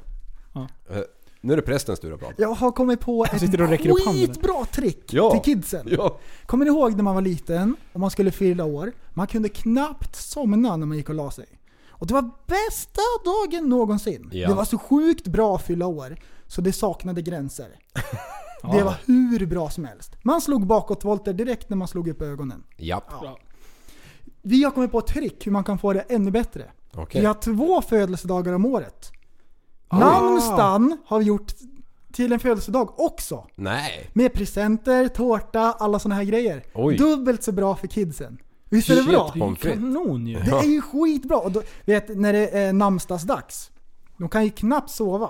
Speaker 5: Eh, Nu är det prästens tur att prata.
Speaker 4: Jag har kommit på ett
Speaker 3: sitter och räcker upp handen.
Speaker 4: skitbra trick
Speaker 5: Ja.
Speaker 4: till kidsen.
Speaker 5: Ja.
Speaker 4: Kommer ni ihåg när man var liten och man skulle fylla år? Man kunde knappt somna när man gick och la sig. Och det var bästa dagen någonsin.
Speaker 5: Ja.
Speaker 4: Det var så sjukt bra att fylla år, så det saknade gränser. Det var hur bra som helst. Man slog bakåtvolter direkt när man slog upp ögonen.
Speaker 5: Japp.
Speaker 4: Vi har kommit på ett trick hur man kan få det ännu bättre.
Speaker 5: Okej. Ah.
Speaker 4: Vi har två födelsedagar om året. Namnsdagen har vi gjort till en födelsedag också.
Speaker 5: Nej.
Speaker 4: Med presenter, tårta, alla såna här grejer.
Speaker 5: Oj.
Speaker 4: Dubbelt så bra för kidsen. Visst är det
Speaker 5: Shit,
Speaker 4: bra?
Speaker 3: Det är ju
Speaker 5: Pommes frites.
Speaker 3: kanon ju.
Speaker 4: Det är ju skitbra. Och då, vet, när det är namnsdagsdags, de kan ju knappt sova.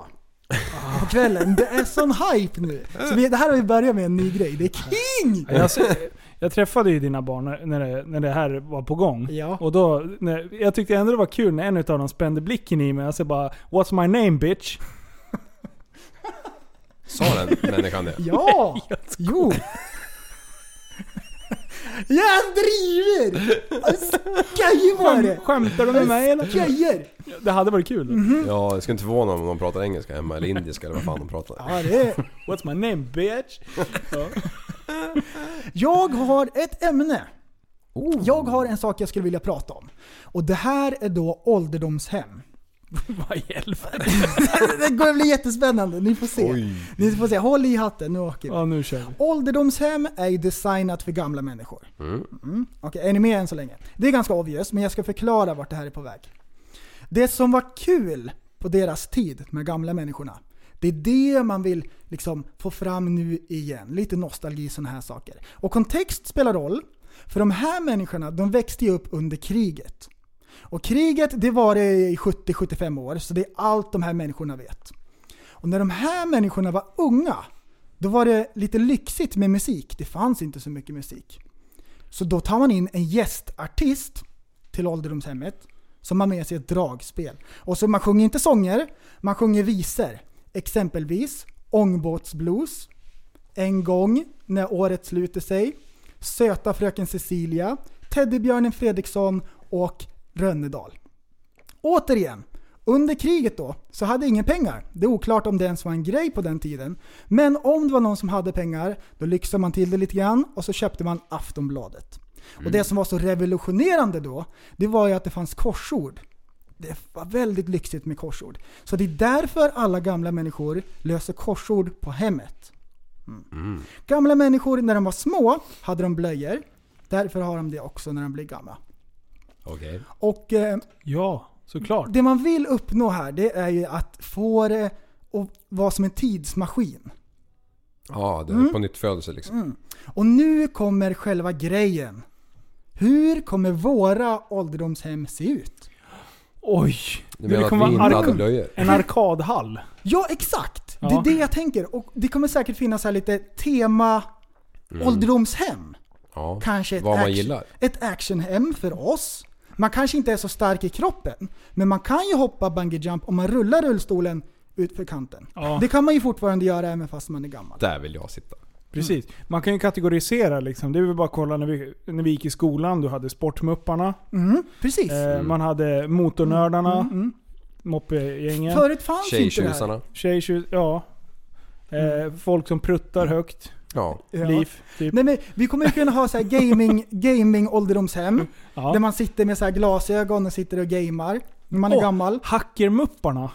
Speaker 5: Ah.
Speaker 4: På kvällen. Det är sån hype nu. Så vi, det här har vi börjat med en ny grej. Det är king!
Speaker 3: Jag, jag träffade ju dina barn när- när det, när det här var på gång.
Speaker 4: Ja.
Speaker 3: Och då, när, jag tyckte ändå det var kul när en av dem spände blicken i mig och så bara “What's my name bitch?”
Speaker 5: Sa den människan det?
Speaker 4: Ja! Jo! Jag driver! Jag skojar
Speaker 3: Skäm,
Speaker 4: det!
Speaker 3: Skämtar du med mig eller?
Speaker 4: Skojar!
Speaker 3: Det hade varit kul.
Speaker 5: Ja, jag skulle inte förvåna om de pratar engelska hemma eller indiska eller vad fan de pratar.
Speaker 4: Ja, det är.
Speaker 3: “What's my name bitch?”
Speaker 4: Jag har ett ämne. Jag har en sak jag skulle vilja prata om. Och det här är då ålderdomshem.
Speaker 3: Vad i helvete?
Speaker 4: Det kommer bli jättespännande, ni får se. Ni får se, håll i hatten, nu åker vi.
Speaker 3: Ja nu kör vi.
Speaker 4: Ålderdomshem är ju designat för gamla människor. Mm. Okej, är ni med än så länge? Det är ganska obvious, men jag ska förklara vart det här är på väg. Det som var kul på deras tid med gamla människorna, det är det man vill liksom få fram nu igen. Lite nostalgi, sådana här saker. Och kontext spelar roll, för de här människorna, de växte ju upp under kriget. Och kriget, det var det i 70-75 år, så det är allt de här människorna vet. Och när de här människorna var unga, då var det lite lyxigt med musik. Det fanns inte så mycket musik. Så då tar man in en gästartist till ålderdomshemmet som har med sig ett dragspel. Och så man sjunger inte sånger, man sjunger visor. Exempelvis Ångbåtsblues, En gång när året sluter sig, Söta fröken Cecilia, Teddybjörnen Fredriksson och Rönnedal. Återigen, under kriget då så hade ingen pengar. Det är oklart om det ens var en grej på den tiden. Men om det var någon som hade pengar, då lyxade man till det lite grann och så köpte man Aftonbladet. Och det som var så revolutionerande då, det var ju att det fanns korsord. Det var väldigt lyxigt med korsord. Så det är därför alla gamla människor löser korsord på hemmet. Gamla människor när de var små hade de blöjor. Därför har de det också när de blir gamla.
Speaker 5: Okej.
Speaker 4: Och eh,
Speaker 3: Ja. Såklart.
Speaker 4: Det man vill uppnå här, det är ju att få det att vara som en tidsmaskin.
Speaker 5: Ja, det är på nytt födelse liksom.
Speaker 4: Och nu kommer själva grejen. Hur kommer våra ålderdomshem se ut?
Speaker 3: Oj.
Speaker 5: Du
Speaker 3: Det
Speaker 5: menar
Speaker 3: kommer
Speaker 5: att vi inte
Speaker 3: vara
Speaker 5: hade
Speaker 3: arg.
Speaker 5: blöjor?
Speaker 3: En arkadhall.
Speaker 4: Ja, exakt! Det
Speaker 3: Ja.
Speaker 4: är det jag tänker. Och det kommer säkert finnas här lite tema ålderdomshem.
Speaker 5: Ja.
Speaker 4: Kanske ett,
Speaker 5: Mm. Vad man
Speaker 4: action-
Speaker 5: gillar.
Speaker 4: ett actionhem för oss. Man kanske inte är så stark i kroppen, men man kan ju hoppa bungee jump om man rullar rullstolen ut för kanten.
Speaker 3: Ja.
Speaker 4: Det kan man ju fortfarande göra även fast man är gammal.
Speaker 5: Där vill jag sitta.
Speaker 3: Precis. Man kan ju kategorisera liksom. Det är väl bara att kolla när vi, när vi gick i skolan. Du hade sportmupparna.
Speaker 4: Mm, precis.
Speaker 3: Eh, man hade motornördarna. Moppegängen.
Speaker 4: Mm, Förut fanns inte det här.
Speaker 5: Tjejtjusarna.
Speaker 3: Tjejtjur, ja. Eh, folk som pruttar högt.
Speaker 5: Ja.
Speaker 4: Mm. Ja.
Speaker 3: Liv, typ.
Speaker 4: Nej, men vi kommer ju kunna ha så här gaming, gaming ålderdomshem.
Speaker 3: Ja.
Speaker 4: Där man sitter med så här glasögon och sitter och gamar. När man är
Speaker 3: Åh,
Speaker 4: gammal.
Speaker 3: Hackermupparna.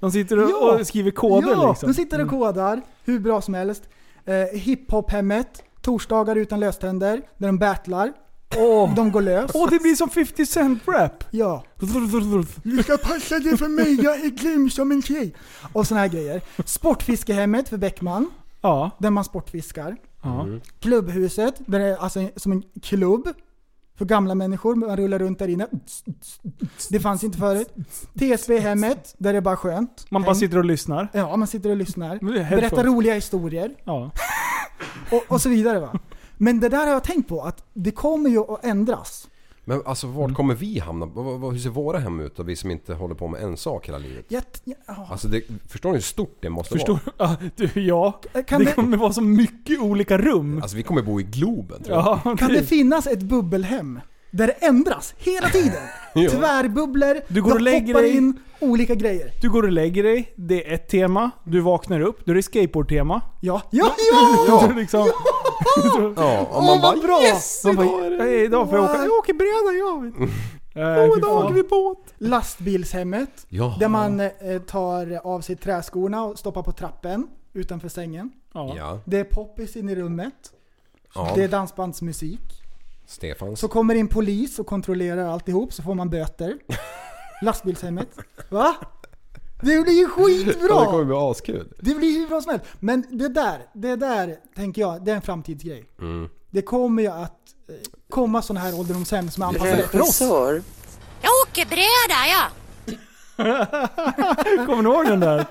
Speaker 3: De sitter och,
Speaker 4: Ja.
Speaker 3: och skriver koder
Speaker 4: ja,
Speaker 3: liksom.
Speaker 4: de sitter och kodar hur bra som helst. Eh, Hiphop-hemmet, torsdagar utan löständer, där de battlar. De går lös.
Speaker 3: Åh, det blir som 50 Cent Rap!
Speaker 4: Ja. Du ska passa dig för mig, jag är grym som en tjej. Och såna här grejer. Sportfiskehemmet för Bäckman,
Speaker 3: Ja.
Speaker 4: där man sportfiskar.
Speaker 3: ja.
Speaker 4: Klubbhuset, där det är alltså en- som en klubb. För gamla människor, man rullar runt där inne. Det fanns inte förut. TSB-hemmet, där det är bara skönt.
Speaker 3: Man bara
Speaker 4: Häng.
Speaker 3: sitter och lyssnar.
Speaker 4: Ja, man sitter och lyssnar.
Speaker 3: Men det är headphones.
Speaker 4: Berättar roliga historier.
Speaker 3: Ja.
Speaker 4: och, och så vidare. Va? Men det där har jag tänkt på, att det kommer ju att ändras.
Speaker 5: Men alltså vart kommer vi hamna? Vad- vad- vad- Hur ser våra hem ut då? Vi som inte håller på med en sak hela livet.
Speaker 4: Jag, t- jag, ja.
Speaker 5: Alltså det, förstår ni hur stort det måste
Speaker 3: Förstår
Speaker 5: vara?
Speaker 3: ja, du? Ja.
Speaker 4: kan,
Speaker 3: det
Speaker 4: det,
Speaker 3: kommer vara så mycket olika rum.
Speaker 5: Alltså vi kommer bo i Globen tror jag.
Speaker 3: Ja,
Speaker 4: kan det
Speaker 3: precis.
Speaker 4: finnas ett bubbelhem där det ändras hela tiden? Tvärbubblor,
Speaker 3: Du går
Speaker 4: de
Speaker 3: och lägger
Speaker 4: hoppar
Speaker 3: dig.
Speaker 4: in olika grejer.
Speaker 3: du går och lägger dig, det är ett tema. Du vaknar upp, då är det skateboardtema.
Speaker 4: Ja, ja, ja!
Speaker 3: Du liksom,
Speaker 5: Ja, och
Speaker 4: Åh,
Speaker 5: man bara
Speaker 4: vad bra!
Speaker 3: man bara, "Hej, idag får jag åka. Jag åker bräda jag. Äh, oh,
Speaker 4: idag åker vi Lastbilshemmet,
Speaker 5: Ja.
Speaker 4: där man eh, tar av sig träskorna och stoppar på trappen utanför sängen.
Speaker 3: Ja.
Speaker 5: Ja,
Speaker 4: Det är poppis in i rummet.
Speaker 5: ja.
Speaker 4: Det är dansbandsmusik.
Speaker 5: Stefans.
Speaker 4: Så kommer in polis och kontrollerar alltihop så får man böter. Lastbilshemmet. Va? Det blir ju
Speaker 5: Ja, det kommer
Speaker 4: skitbra!
Speaker 5: bli askul.
Speaker 4: Det blir hur bra som helst. Men det där, det där tänker jag, det är en framtidsgrej.
Speaker 5: Mm.
Speaker 4: Det kommer ju att eh, komma sådana här ålderdomshem som är anpassade för oss.
Speaker 8: Jag åker bräda ja!
Speaker 3: Kommer ni ihåg den där?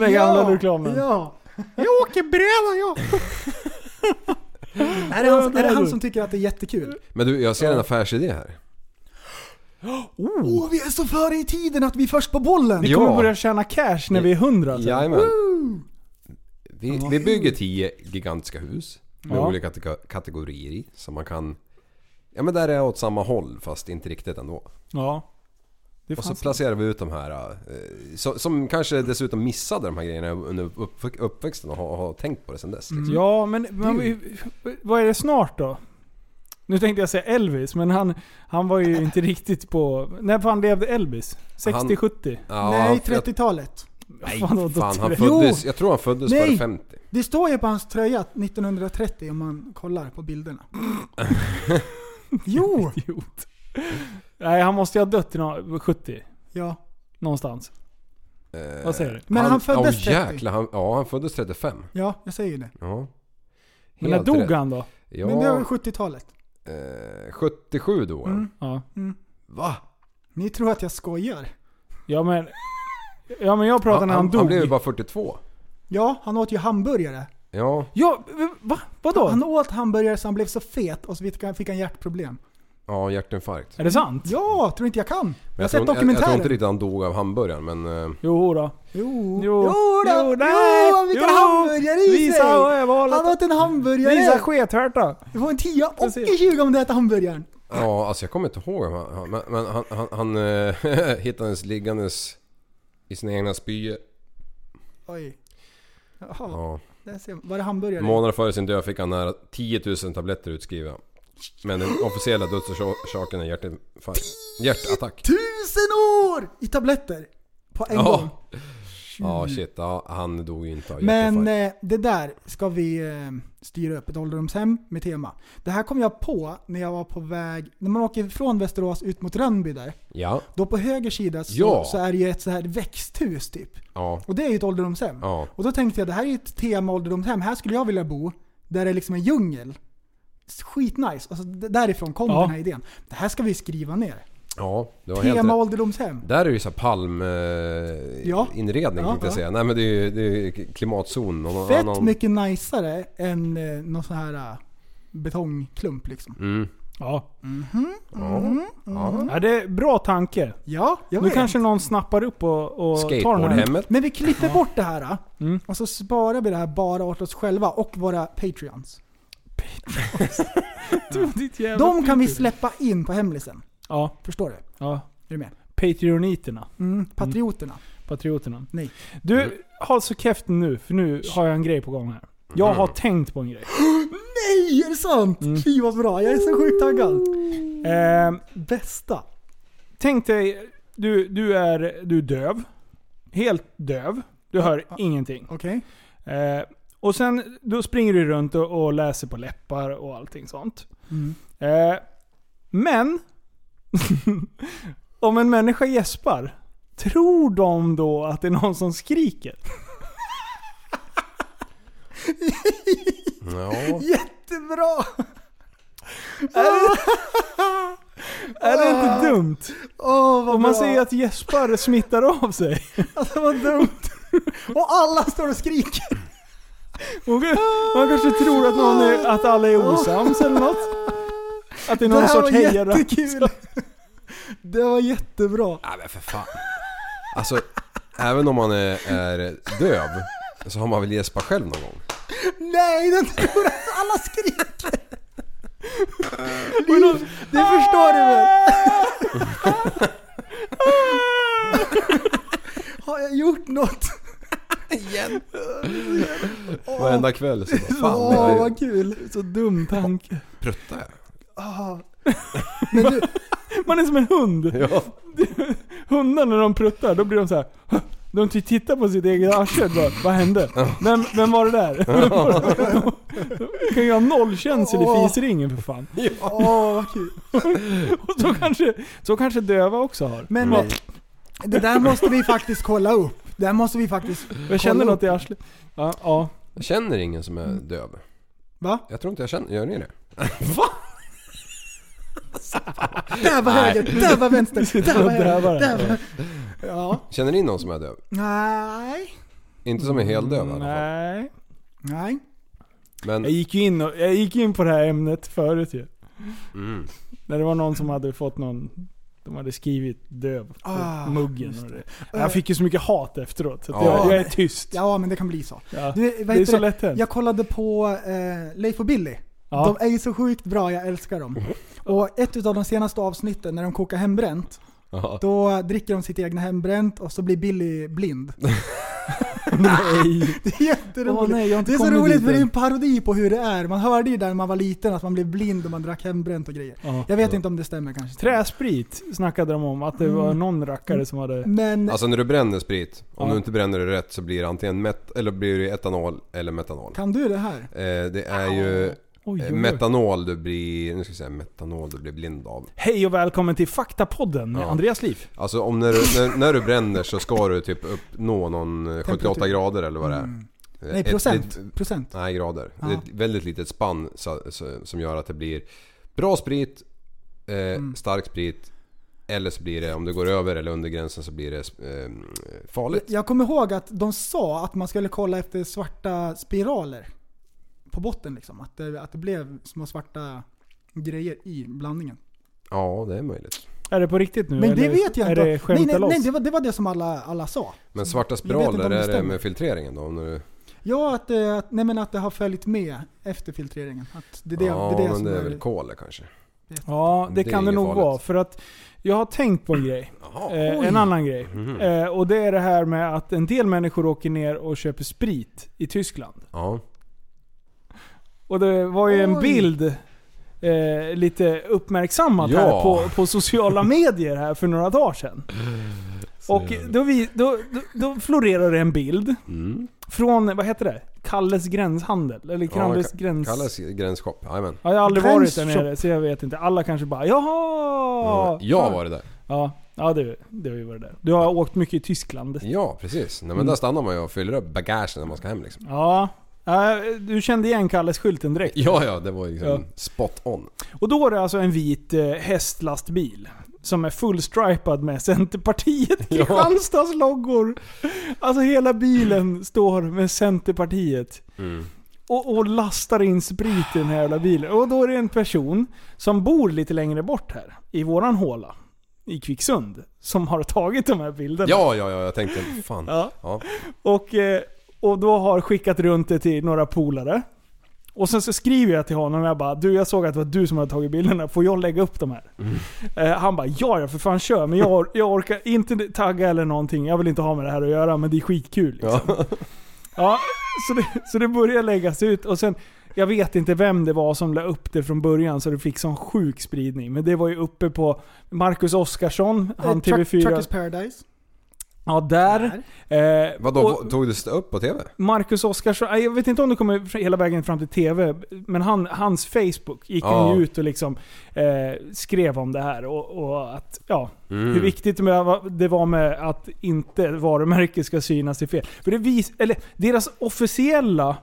Speaker 3: där gamla reklamen.
Speaker 4: Ja.
Speaker 3: Jag åker bräda jag.
Speaker 4: Är det, han, är det han
Speaker 3: du.
Speaker 4: som tycker att det är jättekul?
Speaker 5: Men du, jag ser en affärsidé här.
Speaker 4: Åh, vi är så före i tiden att vi är först på bollen!
Speaker 3: Vi
Speaker 5: Ja.
Speaker 3: kommer börja tjäna cash när vi är hundra. alltså. sen.
Speaker 5: Jajamän. Vi, vi bygger tio gigantiska hus med
Speaker 3: Ja.
Speaker 5: olika kate- kategorier i. Så man kan... Ja men där är jag åt samma håll fast inte riktigt ändå.
Speaker 3: Ja. Det
Speaker 5: Och så
Speaker 3: fanns.
Speaker 5: placerar vi ut de här eh, så, som kanske dessutom missade de här grejerna under uppf- uppväxten och har, har tänkt på det sedan dess. Liksom.
Speaker 3: Ja, men men vad är det snart då? Nu tänkte jag säga Elvis, men han, han var ju inte riktigt på... När fan levde Elvis? 60-70?
Speaker 5: Ja,
Speaker 4: Nej,
Speaker 5: han-
Speaker 4: 30-talet.
Speaker 3: Nej, fan, vad
Speaker 5: Fan, han
Speaker 3: dåligt.
Speaker 5: föddes, jag tror han föddes
Speaker 4: Nej.
Speaker 5: före 50.
Speaker 4: Det står ju på hans tröja att 1930 om man kollar på bilderna. jo!
Speaker 3: Idiot. Nej, han måste ju ha dött i nå- 70.
Speaker 4: Ja.
Speaker 3: Någonstans.
Speaker 5: Eh,
Speaker 3: Vad säger du?
Speaker 4: Men han föddes
Speaker 5: oh,
Speaker 4: 30.
Speaker 5: jäklar, han, ja, han föddes 35.
Speaker 4: Ja, jag säger ju det.
Speaker 5: Ja.
Speaker 3: Men när
Speaker 5: Helt
Speaker 3: dog
Speaker 5: rätt.
Speaker 3: han då?
Speaker 5: Ja,
Speaker 4: Men det var ju 70-talet.
Speaker 5: eh, 77 då. Mm.
Speaker 3: Ja.
Speaker 5: Va?
Speaker 4: Ni tror att jag skojar?
Speaker 3: ja, men... Ja, men jag pratar när han, dog.
Speaker 5: han blev ju bara 42.
Speaker 4: Ja, han åt ju hamburgare.
Speaker 5: Ja,
Speaker 3: Ja, va? Vadå?
Speaker 4: Han åt hamburgare så han blev så fet och så fick han- fick han hjärtproblem.
Speaker 5: ja hjärtinfarkt.
Speaker 3: Är det sant?
Speaker 4: Ja, tror inte jag kan? Jag har
Speaker 5: tror,
Speaker 4: sett
Speaker 5: inte- jag, jag tror
Speaker 4: dokumentären.
Speaker 5: inte riktigt han dog av hamburgaren men... eh,
Speaker 3: Jo då.
Speaker 4: Jo,
Speaker 3: Jo.
Speaker 4: jo, då.
Speaker 3: Jo,
Speaker 4: jo,
Speaker 3: nej.
Speaker 4: han fick en
Speaker 3: Jo.
Speaker 4: hamburgare i
Speaker 3: Visa
Speaker 4: sig!
Speaker 3: vad jag var.
Speaker 4: Han åt en hamburgare!
Speaker 3: Visa skethärta.
Speaker 4: Du får en 10 och en
Speaker 3: Precis.
Speaker 4: 20 om du äter hamburgaren.
Speaker 5: Ja, alltså jag kommer inte ihåg. om han- han- Men, men han, han, han eh, hittades liggandes i sina egna spyor.
Speaker 4: Oj. Jaha,
Speaker 5: Ja.
Speaker 4: där ser man. Var det hamburgare?
Speaker 5: Månader före sin död fick han nära 10 000 tabletter utskrivna. Men den officiella dödsorsaken är hjärtinfarkt. Hjärtattack.
Speaker 4: Tusen år! I tabletter! På en gång.
Speaker 5: Ja. Ja shit, ja, han dog ju inte av
Speaker 4: Men
Speaker 5: hjärtinfarkt.
Speaker 4: eh, det där ska vi eh, styra upp ett ålderdomshem med tema. Det här kom jag på när jag var på väg, när man åker från Västerås ut mot Rönnby där.
Speaker 5: Ja,
Speaker 4: Då på höger sida så,
Speaker 5: Ja.
Speaker 4: så är det ju ett så här växthus typ.
Speaker 5: ja,
Speaker 4: Och det är ju ett ålderdomshem.
Speaker 5: ja.
Speaker 4: Och då tänkte jag det här är ju ett tema ålderdomshem. Här skulle jag vilja bo. Där det är liksom en djungel. Skitnice. Alltså, d- därifrån kom
Speaker 3: Ja.
Speaker 4: den här idén. Det här ska vi skriva ner.
Speaker 5: Ja, det var helt
Speaker 4: Tema
Speaker 5: rätt.
Speaker 4: ålderdomshem.
Speaker 5: Där är ju så här palm... Eh,
Speaker 4: Ja.
Speaker 5: Inredning
Speaker 4: Ja,
Speaker 5: tänkte jag
Speaker 4: ja.
Speaker 5: säga. Nej men det är ju, det är ju klimatzon. Någon,
Speaker 4: Fett
Speaker 5: annan-
Speaker 4: mycket najsare än eh, någon sån här eh, betongklump liksom.
Speaker 5: Mm.
Speaker 3: Ja.
Speaker 4: Mhm,
Speaker 5: Ja. ja.
Speaker 3: ja, det är bra tanke.
Speaker 4: Ja, mhm. jag
Speaker 3: Nu
Speaker 4: vet.
Speaker 3: kanske någon snappar upp och, och tar den här.
Speaker 5: Skateboardhemmet.
Speaker 4: Men vi klipper bort det här eh,
Speaker 3: Mm.
Speaker 4: och så sparar vi det här bara åt oss själva och våra patreons.
Speaker 3: Ditt jävla
Speaker 4: De kan vi
Speaker 3: Patreon.
Speaker 4: släppa in på hemlisen.
Speaker 3: Ja,
Speaker 4: Förstår du?
Speaker 3: ja.
Speaker 4: Är du med?
Speaker 3: Patreoniterna.
Speaker 4: Mm, patrioterna.
Speaker 3: Patrioterna.
Speaker 4: Nej.
Speaker 5: Mm.
Speaker 3: Du, håll så käften nu för nu har jag en grej på gång här.
Speaker 5: Mm.
Speaker 3: Jag har tänkt på en grej.
Speaker 4: Nej, är det sant?
Speaker 3: Mm.
Speaker 4: Fy vad bra, jag är så sjukt taggad.
Speaker 3: Ehm,
Speaker 4: Bästa.
Speaker 3: Tänk dig, du, du, är, du är döv. Helt döv. Du hör
Speaker 4: ja.
Speaker 3: ingenting.
Speaker 4: Okej.
Speaker 3: Eh, och sen då springer du runt och, och läser på läppar och allting sånt.
Speaker 4: Mm.
Speaker 3: Eh, men, om en människa gäspar, tror de då att det är någon som skriker?
Speaker 5: Ja.
Speaker 4: Jättebra!
Speaker 3: Är det
Speaker 4: Ah.
Speaker 3: inte dumt?
Speaker 4: Åh vad
Speaker 3: Om man
Speaker 4: bra.
Speaker 3: säger att gäspar smittar av sig.
Speaker 4: Alltså vad dumt. Och alla står och skriker.
Speaker 3: Och Man kanske tror att, någon är, att alla är osams eller något. Att det
Speaker 4: Det
Speaker 3: är någon
Speaker 4: här var
Speaker 3: sorts hejarrörelse.
Speaker 4: jättekul. Det var jättebra.
Speaker 5: Nej men för fan. Alltså, även om man är, är döv så har man väl gäspat själv någon gång?
Speaker 4: Nej, den tror att alla skriker. Liv, det förstår du väl? Har jag gjort något?
Speaker 5: Varenda kväll så bara, fan
Speaker 4: Åh,
Speaker 5: det är ju
Speaker 4: vad kul. Så
Speaker 3: Dum tanke.
Speaker 5: prutta jag.
Speaker 4: Ah. Men du,
Speaker 3: Man är som en hund.
Speaker 5: Ja.
Speaker 3: Hundar när de pruttar, då blir de så här. De ty- tittar på sitt eget arsle och bara, vad hände? Vem, vem var det där? Vem var det där?" De kan ju ha noll känsel i fisringen för fan.
Speaker 4: åh vad kul.
Speaker 3: Och så kanske, så kanske döva också har.
Speaker 4: Men
Speaker 3: Bara,
Speaker 4: eh, det där måste vi faktiskt kolla upp. Det där måste vi faktiskt...
Speaker 3: jag känner
Speaker 4: kolla
Speaker 3: något i arslet. Ja, ja.
Speaker 5: Jag känner ingen som är döv.
Speaker 4: Va?
Speaker 5: Jag tror inte jag känner, gör ni det?
Speaker 4: Där var höger, där var vänster, där var
Speaker 3: där var
Speaker 4: höger,
Speaker 3: det.
Speaker 4: där var... Ja.
Speaker 5: Känner ni någon som är döv?
Speaker 4: Nej.
Speaker 5: Inte som är heldöv i alla fall.
Speaker 3: Nej.
Speaker 4: Nej.
Speaker 5: Men,
Speaker 3: Jag gick ju in, och, jag gick in på det här ämnet förut ju.
Speaker 5: mm.
Speaker 3: När det var någon som hade fått någon... De hade skrivit döv på
Speaker 4: Ah,
Speaker 3: muggen.
Speaker 4: just
Speaker 3: Och det. Jag fick ju så mycket hat efteråt, så att
Speaker 5: Ja.
Speaker 3: jag, jag är tyst.
Speaker 4: Ja men det kan bli så.
Speaker 3: Ja.
Speaker 4: Du, vad
Speaker 3: det är
Speaker 4: heter
Speaker 3: så lätt hänt.
Speaker 4: Jag kollade på eh, Leif och Billy.
Speaker 3: Ja.
Speaker 4: De är ju så sjukt bra, jag älskar dem. Och ett utav de senaste avsnitten när de kokar hembränt,
Speaker 5: Ja.
Speaker 4: då dricker de sitt egna hembränt och så blir Billy blind.
Speaker 3: Nej.
Speaker 4: Det är jätteroligt.
Speaker 3: Åh, nej, jag har inte
Speaker 4: det är så
Speaker 3: kommit
Speaker 4: roligt
Speaker 3: dit
Speaker 4: för det är
Speaker 3: än.
Speaker 4: en parodi på hur det är. Man hörde ju där när man var liten att man blev blind och man drack hembränt och grejer.
Speaker 3: Ja.
Speaker 4: Jag vet inte om det stämmer kanske.
Speaker 3: Träsprit snackade de om, att det
Speaker 4: Mm.
Speaker 3: var någon rackare som hade...
Speaker 4: Men
Speaker 5: Alltså när du bränner sprit, om
Speaker 3: Ja.
Speaker 5: du inte bränner det rätt så blir det antingen met- eller blir det etanol eller metanol.
Speaker 4: kan du det här?
Speaker 5: Eh, det är ju
Speaker 3: Oj,
Speaker 5: eh,
Speaker 3: oj, oj.
Speaker 5: metanol du blir, nu ska jag säga metanol du blir blind av.
Speaker 3: Hej och välkommen till Faktapodden med
Speaker 5: Ja.
Speaker 3: Andreas Liv.
Speaker 5: Alltså om när du, när, när du bränner så ska du typ uppnå någon 78 grader eller vad det är. Eh,
Speaker 4: Mm. Nej,
Speaker 5: ett-
Speaker 4: procent.
Speaker 5: ett-
Speaker 4: procent.
Speaker 5: nej, grader.
Speaker 4: Ja.
Speaker 5: Det är ett väldigt litet spann så, så, som gör att det blir bra sprit, eh, stark sprit. Eller så blir det, om du går över eller under gränsen så blir det eh, farligt.
Speaker 4: Jag kommer ihåg att de sa att man skulle kolla efter svarta spiraler på botten liksom. Att det, att det blev små svarta grejer i blandningen.
Speaker 5: Ja, det är möjligt.
Speaker 3: Är det på riktigt nu?
Speaker 4: Men det
Speaker 3: eller
Speaker 4: vet jag
Speaker 3: är
Speaker 4: inte.
Speaker 3: Är det
Speaker 4: nej,
Speaker 3: skämta
Speaker 4: nej,
Speaker 3: loss?
Speaker 4: nej det, var, det var det som alla, alla sa.
Speaker 5: Men
Speaker 4: inte
Speaker 5: svarta
Speaker 4: om
Speaker 5: spiraler,
Speaker 4: det
Speaker 5: är det
Speaker 4: stämmer.
Speaker 5: med filtreringen då? Om du,
Speaker 4: Ja, att, eh, att, nej, men att det har följt med efter filtreringen. Att det, är det,
Speaker 5: ja,
Speaker 4: det, är det,
Speaker 5: men
Speaker 4: som
Speaker 5: det är
Speaker 4: är-
Speaker 5: väl kol kanske?
Speaker 3: Ja, det,
Speaker 5: Det är
Speaker 3: kan det
Speaker 5: inget
Speaker 3: nog
Speaker 5: farligt.
Speaker 3: vara. För att jag har tänkt på en grej. Eh, en annan grej.
Speaker 5: Mhm.
Speaker 3: Eh, och det är det här med att en del människor åker ner och köper sprit i Tyskland.
Speaker 5: Ja.
Speaker 3: Och det var ju en
Speaker 4: Oj.
Speaker 3: bild eh, lite uppmärksammat
Speaker 5: Ja.
Speaker 3: här på, på sociala medier här för några dagar sedan. Och då, vi, då, då, då florerar det en bild
Speaker 5: Mm.
Speaker 3: från, vad heter det? Kalles gränshandel? Eller Kalles
Speaker 5: Ka-
Speaker 3: gräns...
Speaker 5: Kalles gränsshop, jajamän.
Speaker 3: Ja, jag har aldrig varit där
Speaker 4: Gränsshop.
Speaker 3: nere så jag vet inte. Alla kanske bara jaha!
Speaker 5: Jag var det där.
Speaker 3: Ja, ja du, du har ju varit där. Du har åkt mycket i Tyskland.
Speaker 5: Ja, precis. Nej, men
Speaker 3: Mm.
Speaker 5: där stannar man ju och fyller upp bagagen när man ska hem liksom.
Speaker 3: Ja. Äh, Du kände igen Kalles skylten direkt.
Speaker 5: Ja, ja, det var ju liksom
Speaker 3: Ja.
Speaker 5: spot on.
Speaker 3: Och då är det alltså en vit eh, hästlastbil. Som är fullstripad med Centerpartiet
Speaker 5: Ja.
Speaker 3: Kristianstads loggor. Alltså hela bilen står med Centerpartiet.
Speaker 5: Mm.
Speaker 3: Och, och lastar in sprit i den här jävla bilen. Och då är det en person som bor lite längre bort här. I våran håla. I Kvicksund. Som har tagit de här bilderna.
Speaker 5: Ja, ja, ja, jag tänkte fan.
Speaker 3: Ja.
Speaker 5: Ja.
Speaker 3: Och, eh, och då har skickat runt det till några polare. Och sen så skriver jag till honom och jag bara du jag såg att det var du som hade tagit bilderna, får jag lägga upp de här? Eh, han bara ja ja för fan kör, men jag, or- jag orkar inte tagga eller någonting, jag vill inte ha med det här att göra men det är skitkul. Liksom. Ja. så, det, så det börjar läggas ut och sen jag vet inte vem det var som la upp det från början så det fick sån sjuk spridning. Men det var ju uppe på Marcus Oskarsson, han
Speaker 4: Eh, Truck-
Speaker 3: TV4.
Speaker 4: Truckers Paradise.
Speaker 3: ja, där.
Speaker 4: Där.
Speaker 3: Eh,
Speaker 5: Vadå,
Speaker 3: och-
Speaker 5: tog du upp på TV?
Speaker 3: Marcus Oskarsson, nej, jag vet inte om det kommer hela vägen fram till TV, men han, hans Facebook gick
Speaker 5: Ja.
Speaker 3: ju ut och liksom, eh, skrev om det här. Och, och att, ja,
Speaker 5: Mm.
Speaker 3: hur viktigt det var- det var med att inte varumärke ska synas i fel. För det vis, eller, deras officiella